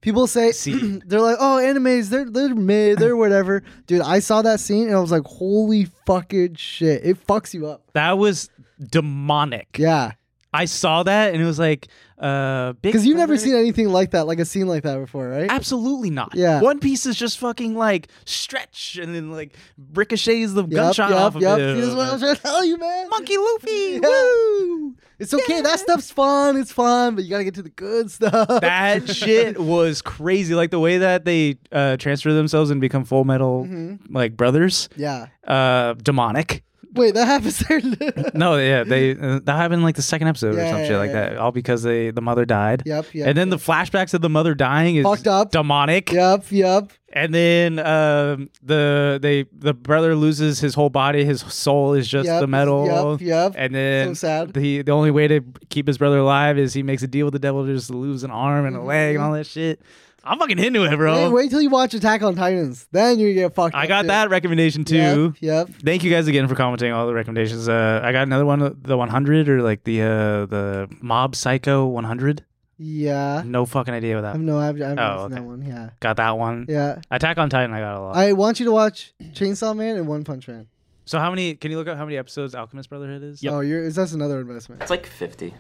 Speaker 1: people say *clears throat*
Speaker 2: Scene.
Speaker 1: they're like, oh, animes, they're they're mid, *clears throat* they're whatever. Dude, I saw that scene and I was like, holy fucking shit, it fucks you up.
Speaker 2: that was demonic
Speaker 1: Yeah,
Speaker 2: I saw that and it was like, uh, big
Speaker 1: Because you've never
Speaker 2: brother-
Speaker 1: seen anything like that, like a scene like that before, right?
Speaker 2: Absolutely not.
Speaker 1: Yeah.
Speaker 2: One Piece is just fucking like stretch and then like ricochets the gunshot off of it.
Speaker 1: This is what I was trying to tell you, man.
Speaker 2: Monkey Luffy.
Speaker 1: Woo! It's okay. That stuff's fun. It's fun, but you gotta get to the good stuff.
Speaker 2: that shit was crazy. Like the way that they uh, transfer themselves and become full metal like brothers.
Speaker 1: *laughs* Mm-hmm. Yeah.
Speaker 2: Uh, demonic.
Speaker 1: Wait, that happens *laughs* there. yep,
Speaker 2: No, yeah,
Speaker 1: *laughs*
Speaker 2: they uh, that happened like the second episode or
Speaker 1: Yeah,
Speaker 2: some
Speaker 1: yeah,
Speaker 2: shit like
Speaker 1: yeah.
Speaker 2: that. All because they the mother died.
Speaker 1: yep.
Speaker 2: and then the flashbacks of the mother dying is
Speaker 1: Fucked up.
Speaker 2: demonic.
Speaker 1: Yep, yep.
Speaker 2: And then um, the they the brother loses his whole body. His soul is just
Speaker 1: Yep,
Speaker 2: the metal.
Speaker 1: yep, yep.
Speaker 2: And then
Speaker 1: So sad.
Speaker 2: The the only way to keep his brother alive is he makes a deal with the devil to just lose an arm and a leg and all that shit. I'm fucking into it, bro.
Speaker 1: Mm-hmm. Wait, wait till you watch Attack on Titans. Then you get fucked.
Speaker 2: I
Speaker 1: up,
Speaker 2: got
Speaker 1: too.
Speaker 2: that recommendation too.
Speaker 1: Yep, yep.
Speaker 2: Thank you guys again for commenting all the recommendations. Uh, I got another one, the 100 or like the uh, the Mob Psycho 100.
Speaker 1: Yeah.
Speaker 2: No fucking idea what
Speaker 1: I
Speaker 2: that.
Speaker 1: have no. I've, I've
Speaker 2: Oh,
Speaker 1: seen
Speaker 2: okay.
Speaker 1: that one. Yeah.
Speaker 2: Got that one.
Speaker 1: Yeah.
Speaker 2: Attack on Titan. I got a lot.
Speaker 1: I want you to watch Chainsaw Man and One Punch Man.
Speaker 2: so how many? Can you look up how many episodes Alchemist Brotherhood is?
Speaker 1: Oh, you're is that's another investment.
Speaker 8: It's like 50.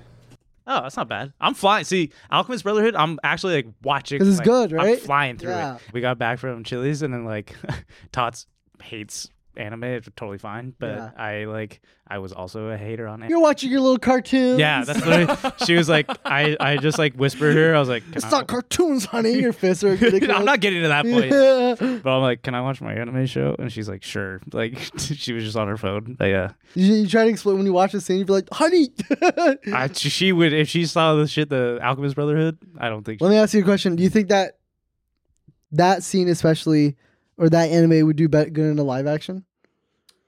Speaker 2: Oh, that's not bad. I'm flying. See, Alchemist Brotherhood, I'm actually like watching.
Speaker 1: 'Cause it's
Speaker 2: like,
Speaker 1: good,
Speaker 2: I'm
Speaker 1: right?
Speaker 2: flying through
Speaker 1: Yeah.
Speaker 2: it. We got back from Chili's, and then like, *laughs* Tots hates anime. It's totally fine, but
Speaker 1: Yeah.
Speaker 2: I like, I was also a hater on anime.
Speaker 1: You're watching your little cartoons.
Speaker 2: Yeah, that's what I- she was like. I, I just like whispered her. I was like, "Can
Speaker 1: *laughs* It's
Speaker 2: I-
Speaker 1: not cartoons, honey.
Speaker 2: *laughs*
Speaker 1: Your fists are ridiculous.
Speaker 2: I'm not getting to that point.
Speaker 1: *laughs* Yeah.
Speaker 2: But I'm like, can I watch my anime show? And she's like, sure. Like *laughs* she was just on her phone. Like, yeah,
Speaker 1: You, you try to explain when you watch the scene, you'd be like, honey. *laughs*
Speaker 2: I, she would if she saw the shit, the Alchemist Brotherhood. I don't think.
Speaker 1: Let me ask you a question. Do you think that that scene, especially, or that anime would do better good in a live action?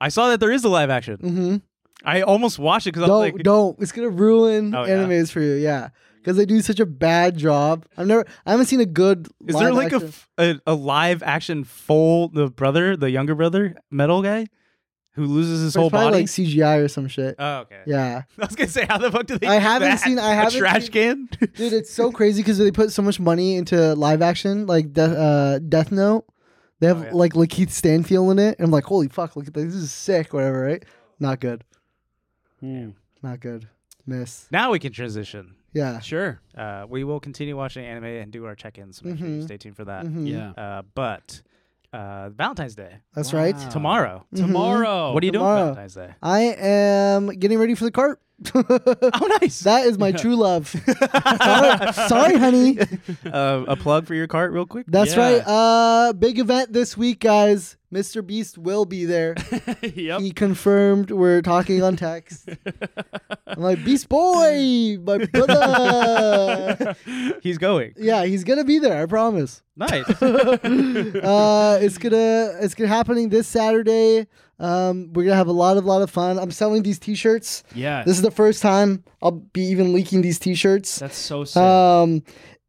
Speaker 2: I saw that there is a live action.
Speaker 1: Mm-hmm.
Speaker 2: I almost watched it because I
Speaker 1: Don't,
Speaker 2: was like,
Speaker 1: don't. It's gonna ruin
Speaker 2: Oh, yeah.
Speaker 1: animes for you. Yeah, because they do such a bad job. I've never, I haven't seen a good.
Speaker 2: Is there
Speaker 1: live
Speaker 2: like a,
Speaker 1: action-
Speaker 2: f- a a live action full the brother, the younger brother, metal guy, who loses his
Speaker 1: It's
Speaker 2: whole
Speaker 1: probably
Speaker 2: body?
Speaker 1: like CGI or some shit?
Speaker 2: oh, okay.
Speaker 1: yeah,
Speaker 2: *laughs* I was gonna say, how the fuck do they?
Speaker 1: I
Speaker 2: do
Speaker 1: haven't
Speaker 2: that?
Speaker 1: seen- I haven't
Speaker 2: a
Speaker 1: *laughs*
Speaker 2: trash can.
Speaker 1: *laughs* dude, it's so crazy because they put so much money into live action, like Death, uh, Death Note. They have
Speaker 2: Oh, yeah.
Speaker 1: like Lakeith Stanfield in it, and I'm like, holy fuck, look at this. This is sick. Whatever, right? Not good.
Speaker 3: Hmm.
Speaker 1: Not good. Miss.
Speaker 2: now we can transition.
Speaker 1: Yeah.
Speaker 3: Sure.
Speaker 2: Uh, we will continue watching anime and do our check-ins. So make sure you
Speaker 1: Mhm.
Speaker 2: stay tuned for that.
Speaker 1: Mhm.
Speaker 3: Yeah.
Speaker 2: Uh, but uh, Valentine's Day
Speaker 1: That's
Speaker 3: Wow.
Speaker 1: right.
Speaker 2: tomorrow.
Speaker 1: Mhm.
Speaker 3: Tomorrow.
Speaker 2: Mm-hmm. What are you doing
Speaker 1: Tomorrow.
Speaker 2: for Valentine's Day?
Speaker 1: I am getting ready for the cart. *laughs*
Speaker 2: Oh, nice.
Speaker 1: that
Speaker 2: *laughs*
Speaker 1: is my true love. sorry, sorry, honey.
Speaker 2: uh, a plug for your cart, real quick.
Speaker 1: That's
Speaker 3: Yeah.
Speaker 1: right. Uh, big event this week, guys. Mr. Beast will be
Speaker 2: *laughs*
Speaker 1: there.
Speaker 3: yep.
Speaker 1: He confirmed we're talking on text. I'm like, Beast Boy, my
Speaker 2: *laughs*
Speaker 1: brother.
Speaker 2: He's going.
Speaker 1: yeah, he's gonna be there. I promise.
Speaker 2: Nice.
Speaker 1: uh, it's gonna it's gonna happening this Saturday. Um, we're gonna have a lot of lot of fun. I'm selling these T-shirts.
Speaker 3: Yeah.
Speaker 1: This is the first time I'll be even leaking these T-shirts.
Speaker 3: That's so sick.
Speaker 2: uh,
Speaker 1: Um,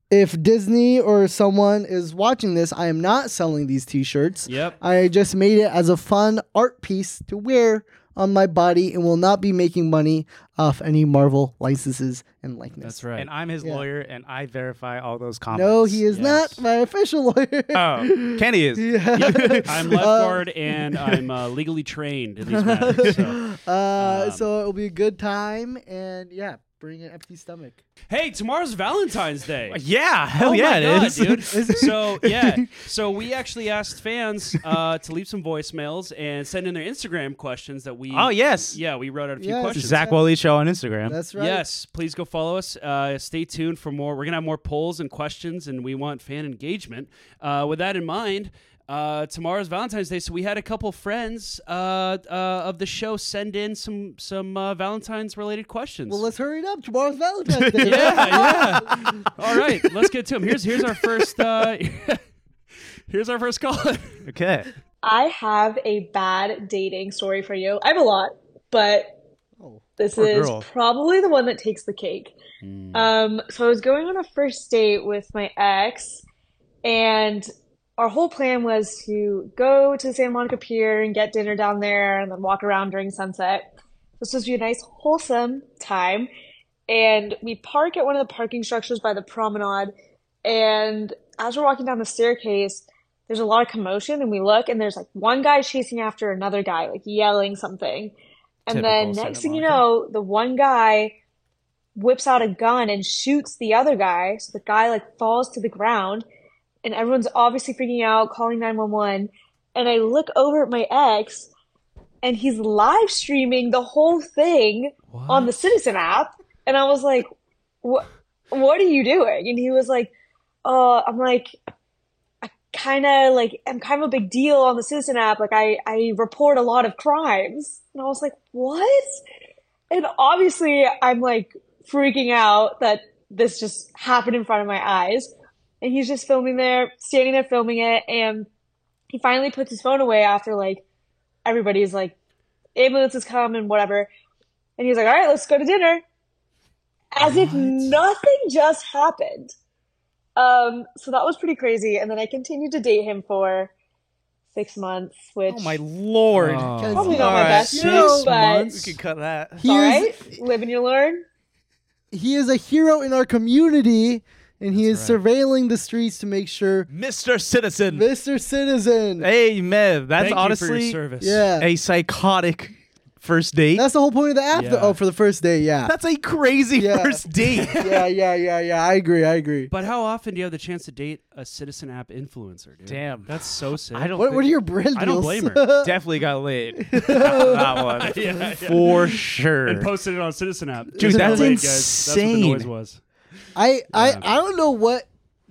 Speaker 1: if Disney or someone is watching this, I am not selling these T-shirts.
Speaker 3: yep.
Speaker 1: I just made it as a fun art piece to wear on my body and will not be making money off any Marvel licenses and likeness.
Speaker 3: That's right. *laughs*
Speaker 2: and *laughs* I'm his
Speaker 1: Yeah.
Speaker 2: lawyer, and I verify all those comments.
Speaker 1: No, he is
Speaker 3: Yes.
Speaker 1: not
Speaker 3: Uh,
Speaker 1: my official *laughs* lawyer.
Speaker 2: Oh, Kenny
Speaker 1: *laughs*
Speaker 2: is.
Speaker 1: Yeah.
Speaker 3: I'm
Speaker 1: Uh,
Speaker 2: *laughs*
Speaker 3: lifeguard and I'm uh, legally trained in these matters. So.
Speaker 1: Uh,
Speaker 3: Um,
Speaker 1: so it'll be a good time, and yeah, bring an empty stomach.
Speaker 3: Hey, tomorrow's Valentine's Day.
Speaker 2: Yeah, hell
Speaker 3: oh
Speaker 2: yeah,
Speaker 3: my
Speaker 2: it
Speaker 3: God,
Speaker 2: *laughs* is.
Speaker 1: *laughs*
Speaker 3: dude. so
Speaker 2: *laughs*
Speaker 3: yeah, so we actually asked fans uh, to leave some voicemails and send in their Instagram questions that we.
Speaker 2: Oh yes,
Speaker 3: Yeah, we wrote out a few
Speaker 1: Yes.
Speaker 3: questions.
Speaker 2: Zach Wally show on Instagram.
Speaker 1: That's right.
Speaker 3: Yes, please go follow us. Uh, stay tuned for more. We're gonna have more polls and questions, and we want fan engagement. Uh, with that in mind, uh, tomorrow's Valentine's Day, so we had a couple friends uh, uh, of the show send in some some uh, Valentine's related questions.
Speaker 1: Well, let's hurry it up. Tomorrow's
Speaker 3: *laughs*
Speaker 1: Valentine's Day.
Speaker 3: yeah, yeah. All right, let's get to him. Here's here's our first. Uh, *laughs* here's our first call.
Speaker 2: Okay.
Speaker 11: I have a bad dating story for you. I have a lot, but
Speaker 1: Oh,
Speaker 11: this
Speaker 2: poor
Speaker 11: is
Speaker 2: girl.
Speaker 11: probably the one that takes the cake. Um, so I was going on a first date with my ex, and our whole plan was to go to the Santa Monica Pier and get dinner down there and then walk around during sunset. This was supposed to be a nice, wholesome time. And we park at one of the parking structures by the promenade. And as we're walking down the staircase, there's a lot of commotion. And we look, and there's like one guy chasing after another guy, like yelling something. And then
Speaker 2: Typical Santa
Speaker 11: next thing you
Speaker 2: Monica.
Speaker 11: know, the one guy whips out a gun and shoots the other guy. So the guy like falls to the ground and everyone's obviously freaking out, calling 911. And I look over at my ex and he's live streaming the whole thing on the Citizen app. And I was like, what, what are you doing? And he was like, uh, I'm like, kind of like I'm kind of a big deal on the Citizen app. Like I I report a lot of crimes, and I was like, what? And obviously, I'm like freaking out that this just happened in front of my eyes. And he's just filming there, standing there filming it, and he finally puts his phone away after like everybody's like ambulance is coming, whatever. And he's like, all right, let's go to dinner. As if nothing just happened. Um, so that was pretty crazy. And then I continued to date him for six months, which
Speaker 2: Oh my lord!
Speaker 11: probably not my best
Speaker 2: Six
Speaker 11: move, but
Speaker 2: months. We could cut that.
Speaker 11: it's all right. Live and you learn.
Speaker 1: He is a hero in our community, and he is surveilling the streets to make sure
Speaker 7: Mr. Citizen.
Speaker 1: Mr. Citizen.
Speaker 2: Hey, Mev, that's
Speaker 3: Thank you for your
Speaker 2: honestly
Speaker 3: service.
Speaker 1: Yeah.
Speaker 2: a psychotic first date.
Speaker 1: That's the whole point of the app. though.
Speaker 3: Yeah.
Speaker 1: Oh, for the first day, yeah.
Speaker 2: That's a crazy
Speaker 1: Yeah.
Speaker 2: first date.
Speaker 1: *laughs* yeah, yeah, yeah, yeah. I agree. I agree.
Speaker 3: But how often do you have the chance to date a citizen app influencer, dude?
Speaker 2: Damn.
Speaker 3: that's so sick.
Speaker 2: I don't
Speaker 1: What,
Speaker 2: think-
Speaker 1: what are your brand
Speaker 3: I don't
Speaker 1: deals? *laughs*
Speaker 3: blame her.
Speaker 2: *laughs* definitely got laid. After that *laughs* one.
Speaker 3: yeah.
Speaker 2: For sure.
Speaker 3: and posted it on citizen app.
Speaker 2: Dude,
Speaker 3: Just
Speaker 2: that's
Speaker 3: LA, guys. That's what
Speaker 2: insane.
Speaker 3: the noise was.
Speaker 1: I, I, I don't know what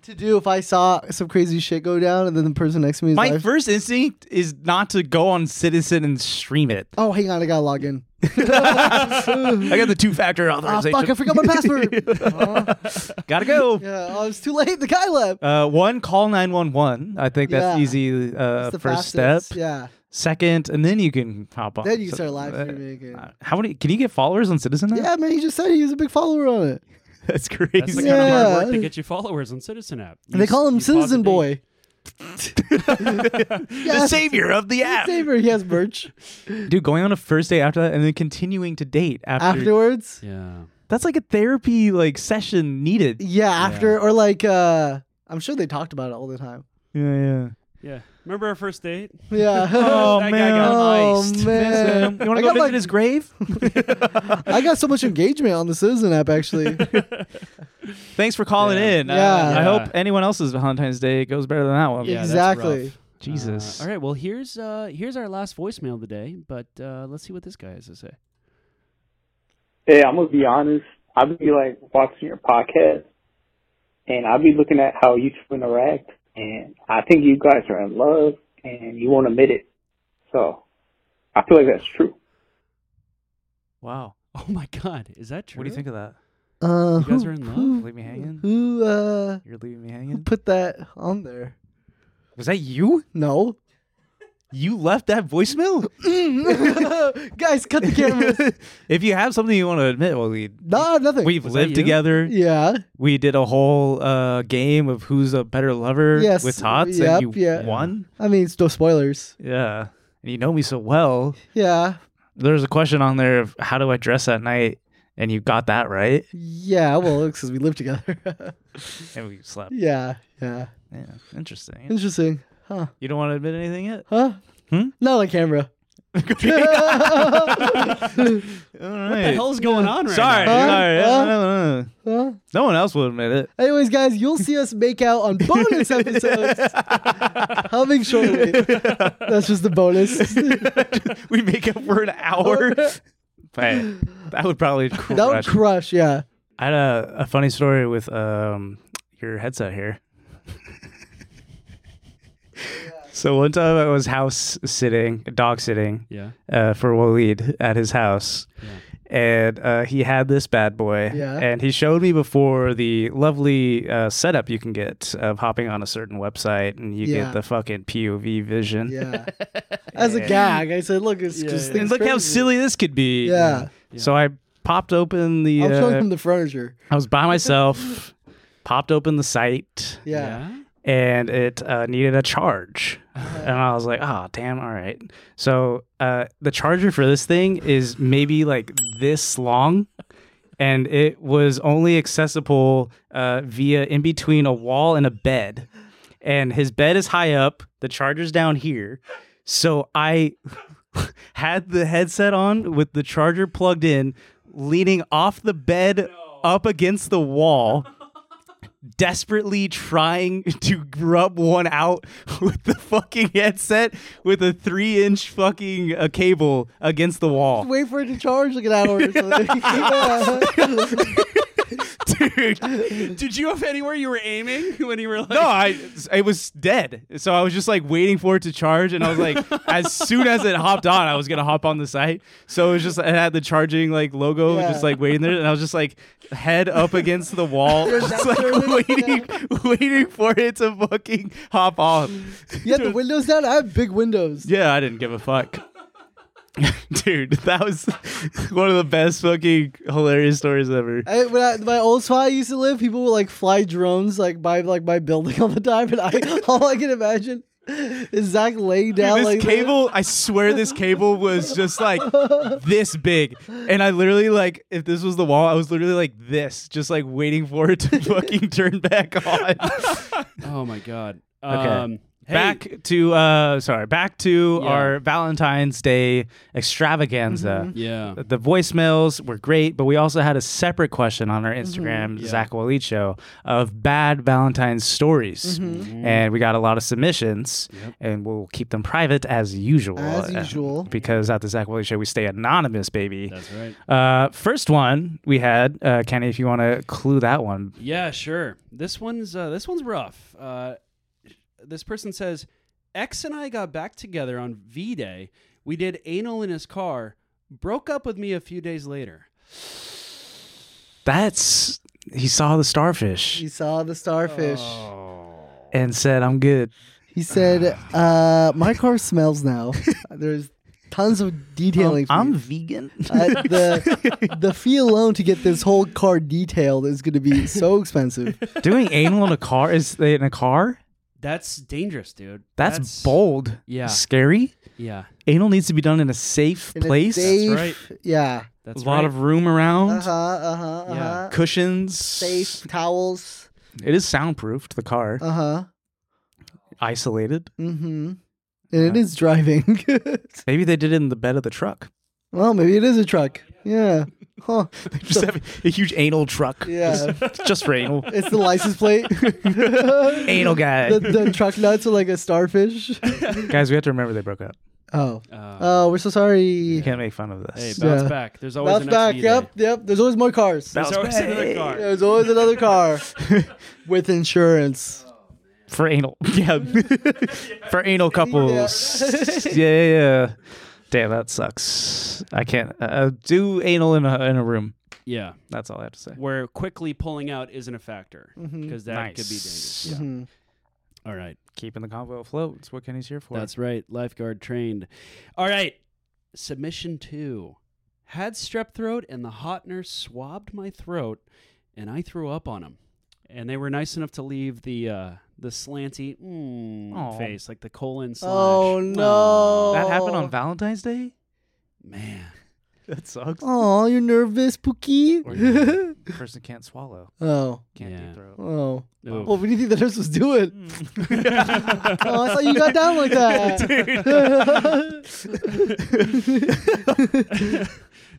Speaker 1: to do if I saw some crazy shit go down and then the person next to me is
Speaker 2: My
Speaker 1: like,
Speaker 2: first instinct is not to go on Citizen and stream it.
Speaker 1: oh, hang on, I gotta log in.
Speaker 2: I got the two factor
Speaker 1: Ah,
Speaker 2: authorization.
Speaker 1: fuck, I forgot
Speaker 2: *laughs*
Speaker 1: my password.
Speaker 2: Gotta go.
Speaker 1: yeah, oh, it's too late. The guy left.
Speaker 2: Uh, one, call 911. I think that's
Speaker 1: Yeah.
Speaker 2: easy uh,
Speaker 1: It's the
Speaker 2: first
Speaker 1: fastest,
Speaker 2: step.
Speaker 1: Yeah.
Speaker 2: Second, and then you can hop on.
Speaker 1: Then you
Speaker 2: So-
Speaker 1: start live
Speaker 2: uh,
Speaker 1: streaming again.
Speaker 2: uh, How many? Can you get followers on Citizen now?
Speaker 1: Yeah, man, he just said he was a big follower on it.
Speaker 2: That's
Speaker 3: That's the
Speaker 2: crazy.
Speaker 3: kind of hard
Speaker 1: Yeah.
Speaker 3: work that gets you followers on Citizen app. You
Speaker 1: And they
Speaker 3: s-
Speaker 1: call him
Speaker 3: you pause the
Speaker 1: Citizen
Speaker 3: date.
Speaker 1: Boy.
Speaker 2: *laughs*
Speaker 1: *laughs*
Speaker 2: the savior of the app.
Speaker 1: Saver, he has merch.
Speaker 2: *laughs* Dude, going on a first date after that and then continuing to date after.
Speaker 1: Afterwards,
Speaker 3: Yeah.
Speaker 2: That's like a therapy like session needed.
Speaker 1: yeah, after or like, uh I'm sure they talked about it all the time.
Speaker 2: Yeah, yeah.
Speaker 3: Yeah. Remember our first date?
Speaker 1: Yeah.
Speaker 2: Oh
Speaker 3: That guy
Speaker 2: man,
Speaker 3: got
Speaker 1: Oh,
Speaker 2: Miss
Speaker 1: man.
Speaker 2: him. You want
Speaker 1: I
Speaker 2: to
Speaker 1: got,
Speaker 2: go visit
Speaker 1: like-
Speaker 2: his grave?
Speaker 1: *laughs* I got so much engagement on the Citizen app actually.
Speaker 2: Thanks for calling
Speaker 3: Yeah.
Speaker 2: in. Uh,
Speaker 1: Yeah.
Speaker 2: I
Speaker 3: Yeah.
Speaker 2: hope anyone else's Valentine's Day goes better than that one.
Speaker 3: Yeah, that's
Speaker 1: Exactly.
Speaker 3: rough.
Speaker 2: Jesus.
Speaker 3: Uh, all right. Well, here's uh here's our last voicemail of the day, but uh, let's see what this guy has to say. *laughs*
Speaker 12: Hey, I'm gonna be honest. i will be like watching your podcast, and i will be looking at how you two interact, and I think you guys are in love, and you won't admit it. So, I feel like that's true.
Speaker 2: Wow.
Speaker 3: Oh my God, is that true?
Speaker 2: What do you think of that?
Speaker 1: Uh,
Speaker 3: You guys
Speaker 1: who-
Speaker 3: are in love?
Speaker 1: Who,
Speaker 2: Leave me hanging.
Speaker 1: who uh
Speaker 2: You're leaving me
Speaker 1: who
Speaker 2: hanging.
Speaker 1: put that on there?
Speaker 2: Was that you?
Speaker 1: No.
Speaker 2: You left that voicemail?
Speaker 1: Mm-hmm. *laughs* Guys, cut the cameras.
Speaker 2: *laughs* if you have something you want to admit, well, we
Speaker 1: no, nothing.
Speaker 2: we've
Speaker 3: Was that
Speaker 2: lived
Speaker 3: you?
Speaker 2: together.
Speaker 1: yeah.
Speaker 2: We did a whole uh, game of who's a better lover
Speaker 1: Yes.
Speaker 2: with Tots,
Speaker 1: Yep,
Speaker 2: and you
Speaker 1: yeah.
Speaker 2: won.
Speaker 1: I mean, it's no spoilers.
Speaker 2: Yeah, and you know me so well.
Speaker 1: Yeah.
Speaker 2: There's a question on there of how do I dress at night, and you got that right,
Speaker 1: Yeah, well, because we live together. *laughs*
Speaker 2: and we slept.
Speaker 1: yeah, yeah.
Speaker 2: Yeah, interesting.
Speaker 1: Interesting. Huh.
Speaker 2: You don't want to admit anything yet.
Speaker 1: Huh?
Speaker 2: Hmm?
Speaker 1: Not on camera. *laughs*
Speaker 2: All right.
Speaker 3: What the hell's going on right
Speaker 2: Sorry, Uh,
Speaker 3: now?
Speaker 1: Huh?
Speaker 2: sorry.
Speaker 1: Huh?
Speaker 2: No, no, no.
Speaker 1: Huh?
Speaker 2: No one else will admit it.
Speaker 1: Anyways, guys, you'll see us make out on bonus
Speaker 2: *laughs*
Speaker 1: episodes coming shortly. That's just the
Speaker 2: *laughs*
Speaker 1: bonus.
Speaker 2: we make up for an hour. Man, that
Speaker 1: *laughs*
Speaker 2: would probably crush.
Speaker 1: That would crush, yeah.
Speaker 2: I had a, a funny story with um your headset
Speaker 1: *laughs*
Speaker 2: here. so one time I was house sitting, dog sitting,
Speaker 3: Yeah.
Speaker 2: uh, for Waleed at his house. And uh, he had this bad boy,
Speaker 1: Yeah.
Speaker 2: and he showed me before the lovely uh, setup you can get of hopping on a certain website, and you
Speaker 1: Yeah.
Speaker 2: get the fucking POV vision.
Speaker 1: Yeah. As a gag, I said, look, it's just
Speaker 2: And
Speaker 1: things
Speaker 2: look how
Speaker 1: crazy.
Speaker 2: silly this could be.
Speaker 1: Yeah.
Speaker 2: So I popped open the.
Speaker 1: I'm showing
Speaker 2: uh,
Speaker 1: him the furniture.
Speaker 2: I was by myself, popped open the site,
Speaker 1: Yeah.
Speaker 2: and it uh, needed a charge. And I was like, oh, damn, all right. So uh, the charger for this thing is maybe like this long. And it was only accessible uh, via in between a wall and a bed. And his bed is high up, the charger's down here. So I *laughs* had the headset on with the charger plugged in, leaning off the bed up against the wall, desperately trying to rub one out *laughs* with the fucking headset with a three inch fucking uh, cable against the wall.
Speaker 1: *laughs* Wait for it to charge like an hour or
Speaker 2: *laughs*
Speaker 1: something. *laughs*
Speaker 3: Dude, did you have anywhere you were aiming when you were like?
Speaker 2: No, I it was dead. So I was just like waiting for it to charge, and I was like, as soon as it hopped on, I was gonna hop on the site. So it was just it had the charging like logo
Speaker 1: Yeah.
Speaker 2: just like waiting there, and I was just like head up against the wall, just like waiting, waiting for it to fucking hop off.
Speaker 1: yeah, the windows down. I have big windows.
Speaker 2: Yeah, I didn't give a fuck. *laughs* Dude, that was *laughs* one of the best fucking hilarious stories ever.
Speaker 1: I, when I, my old spot I used to live, people would like fly drones like by like my building *laughs* all the time, and I all I can imagine is Zach laying
Speaker 2: Dude,
Speaker 1: down
Speaker 2: this
Speaker 1: like
Speaker 2: cable, I swear this cable was just like this big. And I literally like if this was the wall, I was literally like this, just like waiting for it *laughs* to fucking turn back on.
Speaker 3: Oh my god.
Speaker 2: Okay.
Speaker 3: Um, hey,
Speaker 2: Back to uh sorry, back to
Speaker 3: Yeah.
Speaker 2: our Valentine's Day extravaganza.
Speaker 3: Mhm. Yeah.
Speaker 2: Uh, The voicemails were great, but we also had a separate question on our
Speaker 1: Mm-hmm.
Speaker 2: Instagram,
Speaker 3: Yeah.
Speaker 2: Zach Walid Show, of bad Valentine's stories.
Speaker 1: Mhm.
Speaker 2: And we got a lot of submissions and we'll keep them private as usual.
Speaker 1: As
Speaker 2: uh,
Speaker 1: usual.
Speaker 2: Because at the Zach Walid Show we stay anonymous, baby.
Speaker 3: That's right.
Speaker 2: Uh first one we had, uh Kenny, if you want to clue that one.
Speaker 3: Yeah, sure. This one's uh, this one's rough. Uh, this person says, "X and I got back together on V Day. We did anal in his car. Broke up with me a few days later.
Speaker 2: That's he saw the starfish.
Speaker 1: he saw the starfish.
Speaker 2: Oh. and said, "I'm good."
Speaker 1: He
Speaker 2: *sighs*
Speaker 1: said, uh, "My car smells
Speaker 2: *laughs*
Speaker 1: now." There's tons of detailing. for
Speaker 2: I'm
Speaker 1: you.
Speaker 2: vegan.
Speaker 1: *laughs* Uh,
Speaker 2: *laughs*
Speaker 1: the the fee alone to get this whole car detailed is going to be
Speaker 2: *laughs*
Speaker 1: so expensive.
Speaker 2: Doing anal in a car is in a car.
Speaker 3: That's dangerous, dude.
Speaker 2: That's, bold.
Speaker 3: yeah.
Speaker 2: Scary.
Speaker 3: Yeah.
Speaker 2: Anal needs to be done in a safe
Speaker 1: In a
Speaker 2: place.
Speaker 1: safe-
Speaker 3: That's right.
Speaker 1: Yeah.
Speaker 3: That's
Speaker 2: a lot
Speaker 3: right.
Speaker 2: of room around.
Speaker 1: Uh huh. Uh huh. Uh huh.
Speaker 3: Yeah.
Speaker 2: Cushions.
Speaker 1: Safe towels.
Speaker 2: It is soundproofed. The car
Speaker 1: Uh huh.
Speaker 2: isolated.
Speaker 1: Mm-hmm. And it is driving. *laughs*
Speaker 2: Maybe they did it in the bed of the truck. *laughs*
Speaker 1: well, maybe it is a truck. Yeah. Huh.
Speaker 2: Just have a huge anal truck.
Speaker 1: Yeah.
Speaker 2: Just, *laughs* just
Speaker 1: *laughs*
Speaker 2: for anal.
Speaker 1: It's the license
Speaker 2: *laughs*
Speaker 1: plate. Anal
Speaker 2: guy.
Speaker 1: The, the truck nuts are like a
Speaker 2: *laughs*
Speaker 1: starfish.
Speaker 2: Guys, we have to remember they broke up.
Speaker 1: Oh.
Speaker 3: Uh,
Speaker 1: Oh, we're so sorry.
Speaker 2: You can't make fun of
Speaker 3: hey,
Speaker 2: this.
Speaker 3: bounce
Speaker 1: Yeah.
Speaker 3: back. There's always
Speaker 1: Bounce
Speaker 3: an
Speaker 1: back. Yep. Yep. There's always more cars.
Speaker 3: There's always another car.
Speaker 1: There's always another
Speaker 2: *laughs*
Speaker 1: car with insurance.
Speaker 2: For anal. *laughs* Yeah. for
Speaker 1: *laughs*
Speaker 2: anal couples. Yeah. yeah, yeah. Damn, that sucks. I can't uh, do anal in a in a room.
Speaker 3: Yeah.
Speaker 2: That's all I have to say.
Speaker 3: Where quickly pulling out isn't a factor because
Speaker 1: Mhm.
Speaker 3: that could be
Speaker 2: Nice.
Speaker 3: dangerous. Yeah.
Speaker 1: Mhm.
Speaker 3: All right.
Speaker 2: Keeping the convo afloat. It's what Kenny's here for.
Speaker 3: That's right. Lifeguard trained. All right. Submission two. Had strep throat, and the hot nurse swabbed my throat, and I threw up on him. And they were nice enough to leave the uh, the slanty mm,
Speaker 2: Aw.
Speaker 3: face, like the colon slash.
Speaker 1: Oh no.
Speaker 2: that happened on Valentine's Day.
Speaker 3: man.
Speaker 2: That sucks.
Speaker 1: Oh, you're nervous,
Speaker 2: Or
Speaker 1: Pookie.
Speaker 2: you- person can't swallow.
Speaker 1: *laughs* oh.
Speaker 2: Can't
Speaker 3: Yeah.
Speaker 2: do throat.
Speaker 1: Oh.
Speaker 3: Oof.
Speaker 1: Well, what do you think the nurse was
Speaker 2: Hmm.
Speaker 1: doing? *laughs* oh, I saw you got down like
Speaker 2: *laughs*
Speaker 1: *laughs* that.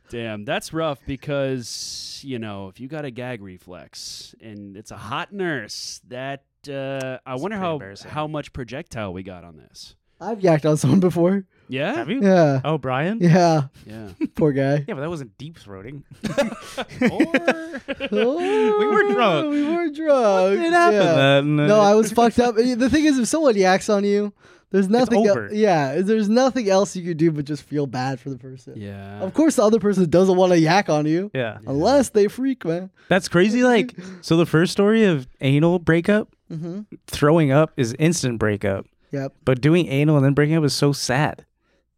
Speaker 3: Damn, that's rough because you know if you got a gag reflex and it's a hot nurse, that uh, I wonder
Speaker 2: pretty
Speaker 3: how
Speaker 2: embarrassing.
Speaker 3: how much projectile we got on this.
Speaker 1: I've yacked on someone before.
Speaker 3: Yeah,
Speaker 2: Have you?
Speaker 1: Yeah.
Speaker 2: Oh, Brian.
Speaker 1: Yeah.
Speaker 3: yeah.
Speaker 1: Poor
Speaker 2: *laughs*
Speaker 1: guy.
Speaker 2: Yeah, but that wasn't
Speaker 1: *laughs*
Speaker 2: deep throating.
Speaker 1: we *laughs*
Speaker 2: were drunk.
Speaker 1: We were drunk.
Speaker 2: It happened.
Speaker 1: Oh, Yeah.
Speaker 2: then. *laughs*
Speaker 1: No, I was fucked up. The thing is, if someone yaks on you, there's nothing. el-
Speaker 2: over.
Speaker 1: yeah, there's nothing else you could do but just feel bad for the person.
Speaker 3: Yeah.
Speaker 1: Of course, the other person doesn't want to yak on you
Speaker 2: Yeah.
Speaker 1: unless they freak, man.
Speaker 2: That's crazy. Like, so the first story of anal breakup,
Speaker 1: Mm-hmm.
Speaker 2: throwing up is instant breakup,
Speaker 1: Yep.
Speaker 2: but doing anal and then breaking up is so sad.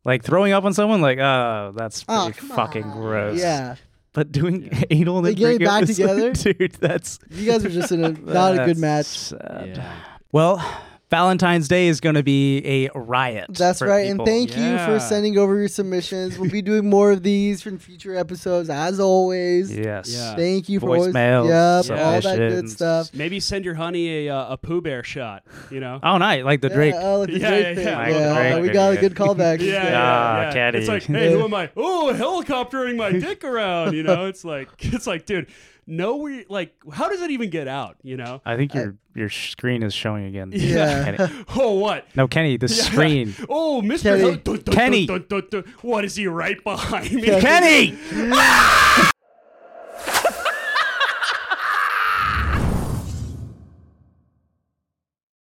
Speaker 2: Like throwing up on someone, like, oh, that's
Speaker 1: Oh,
Speaker 2: pretty
Speaker 1: come
Speaker 2: fucking gross.
Speaker 1: Yeah.
Speaker 2: But doing anal and
Speaker 1: They
Speaker 2: then
Speaker 1: get it
Speaker 2: breaking up
Speaker 1: back
Speaker 2: is *laughs* like,
Speaker 1: together?
Speaker 2: dude, that's
Speaker 1: You guys are just in a not a good
Speaker 2: that's
Speaker 1: match.
Speaker 2: sad.
Speaker 3: Yeah.
Speaker 2: Well, Valentine's Day is going to be a riot.
Speaker 1: That's
Speaker 2: for
Speaker 1: right.
Speaker 2: people.
Speaker 1: And thank you
Speaker 3: Yeah.
Speaker 1: for sending over your submissions. We'll be doing more of these in future episodes, as always.
Speaker 2: Yes.
Speaker 3: Yeah.
Speaker 1: Thank you for always,
Speaker 2: Voicemails,
Speaker 1: yep, all that good
Speaker 2: submissions.
Speaker 1: stuff.
Speaker 3: *laughs* Maybe send your honey a uh, a Pooh Bear shot. You know.
Speaker 2: Oh, nice. Like the Drake.
Speaker 1: Yeah, oh, like the
Speaker 3: Yeah,
Speaker 1: Drake
Speaker 3: yeah,
Speaker 1: thing.
Speaker 3: yeah.
Speaker 2: Like the
Speaker 1: Yeah, oh,
Speaker 2: Drake
Speaker 1: we got a
Speaker 2: video.
Speaker 1: good callback.
Speaker 3: yeah, yeah,
Speaker 2: Ah,
Speaker 3: yeah.
Speaker 2: catty. *laughs*
Speaker 3: *laughs* It's like, hey, who am I? Oh, helicoptering my dick around. You know, it's like, it's like, dude, know where, you like, how does it even get out? You know? *laughs*
Speaker 2: I think your your screen is showing again.
Speaker 3: Yeah.
Speaker 2: Kenny.
Speaker 3: oh, what?
Speaker 2: No, Kenny, *laughs* the
Speaker 3: Yeah.
Speaker 2: screen.
Speaker 3: *laughs* Oh, Mr.
Speaker 2: Kenny.
Speaker 3: Dun- dun- dun-
Speaker 2: Kenny.
Speaker 3: *laughs* dun- dun- dun- dun. What is he right behind me?
Speaker 2: Kenny.
Speaker 3: Ah!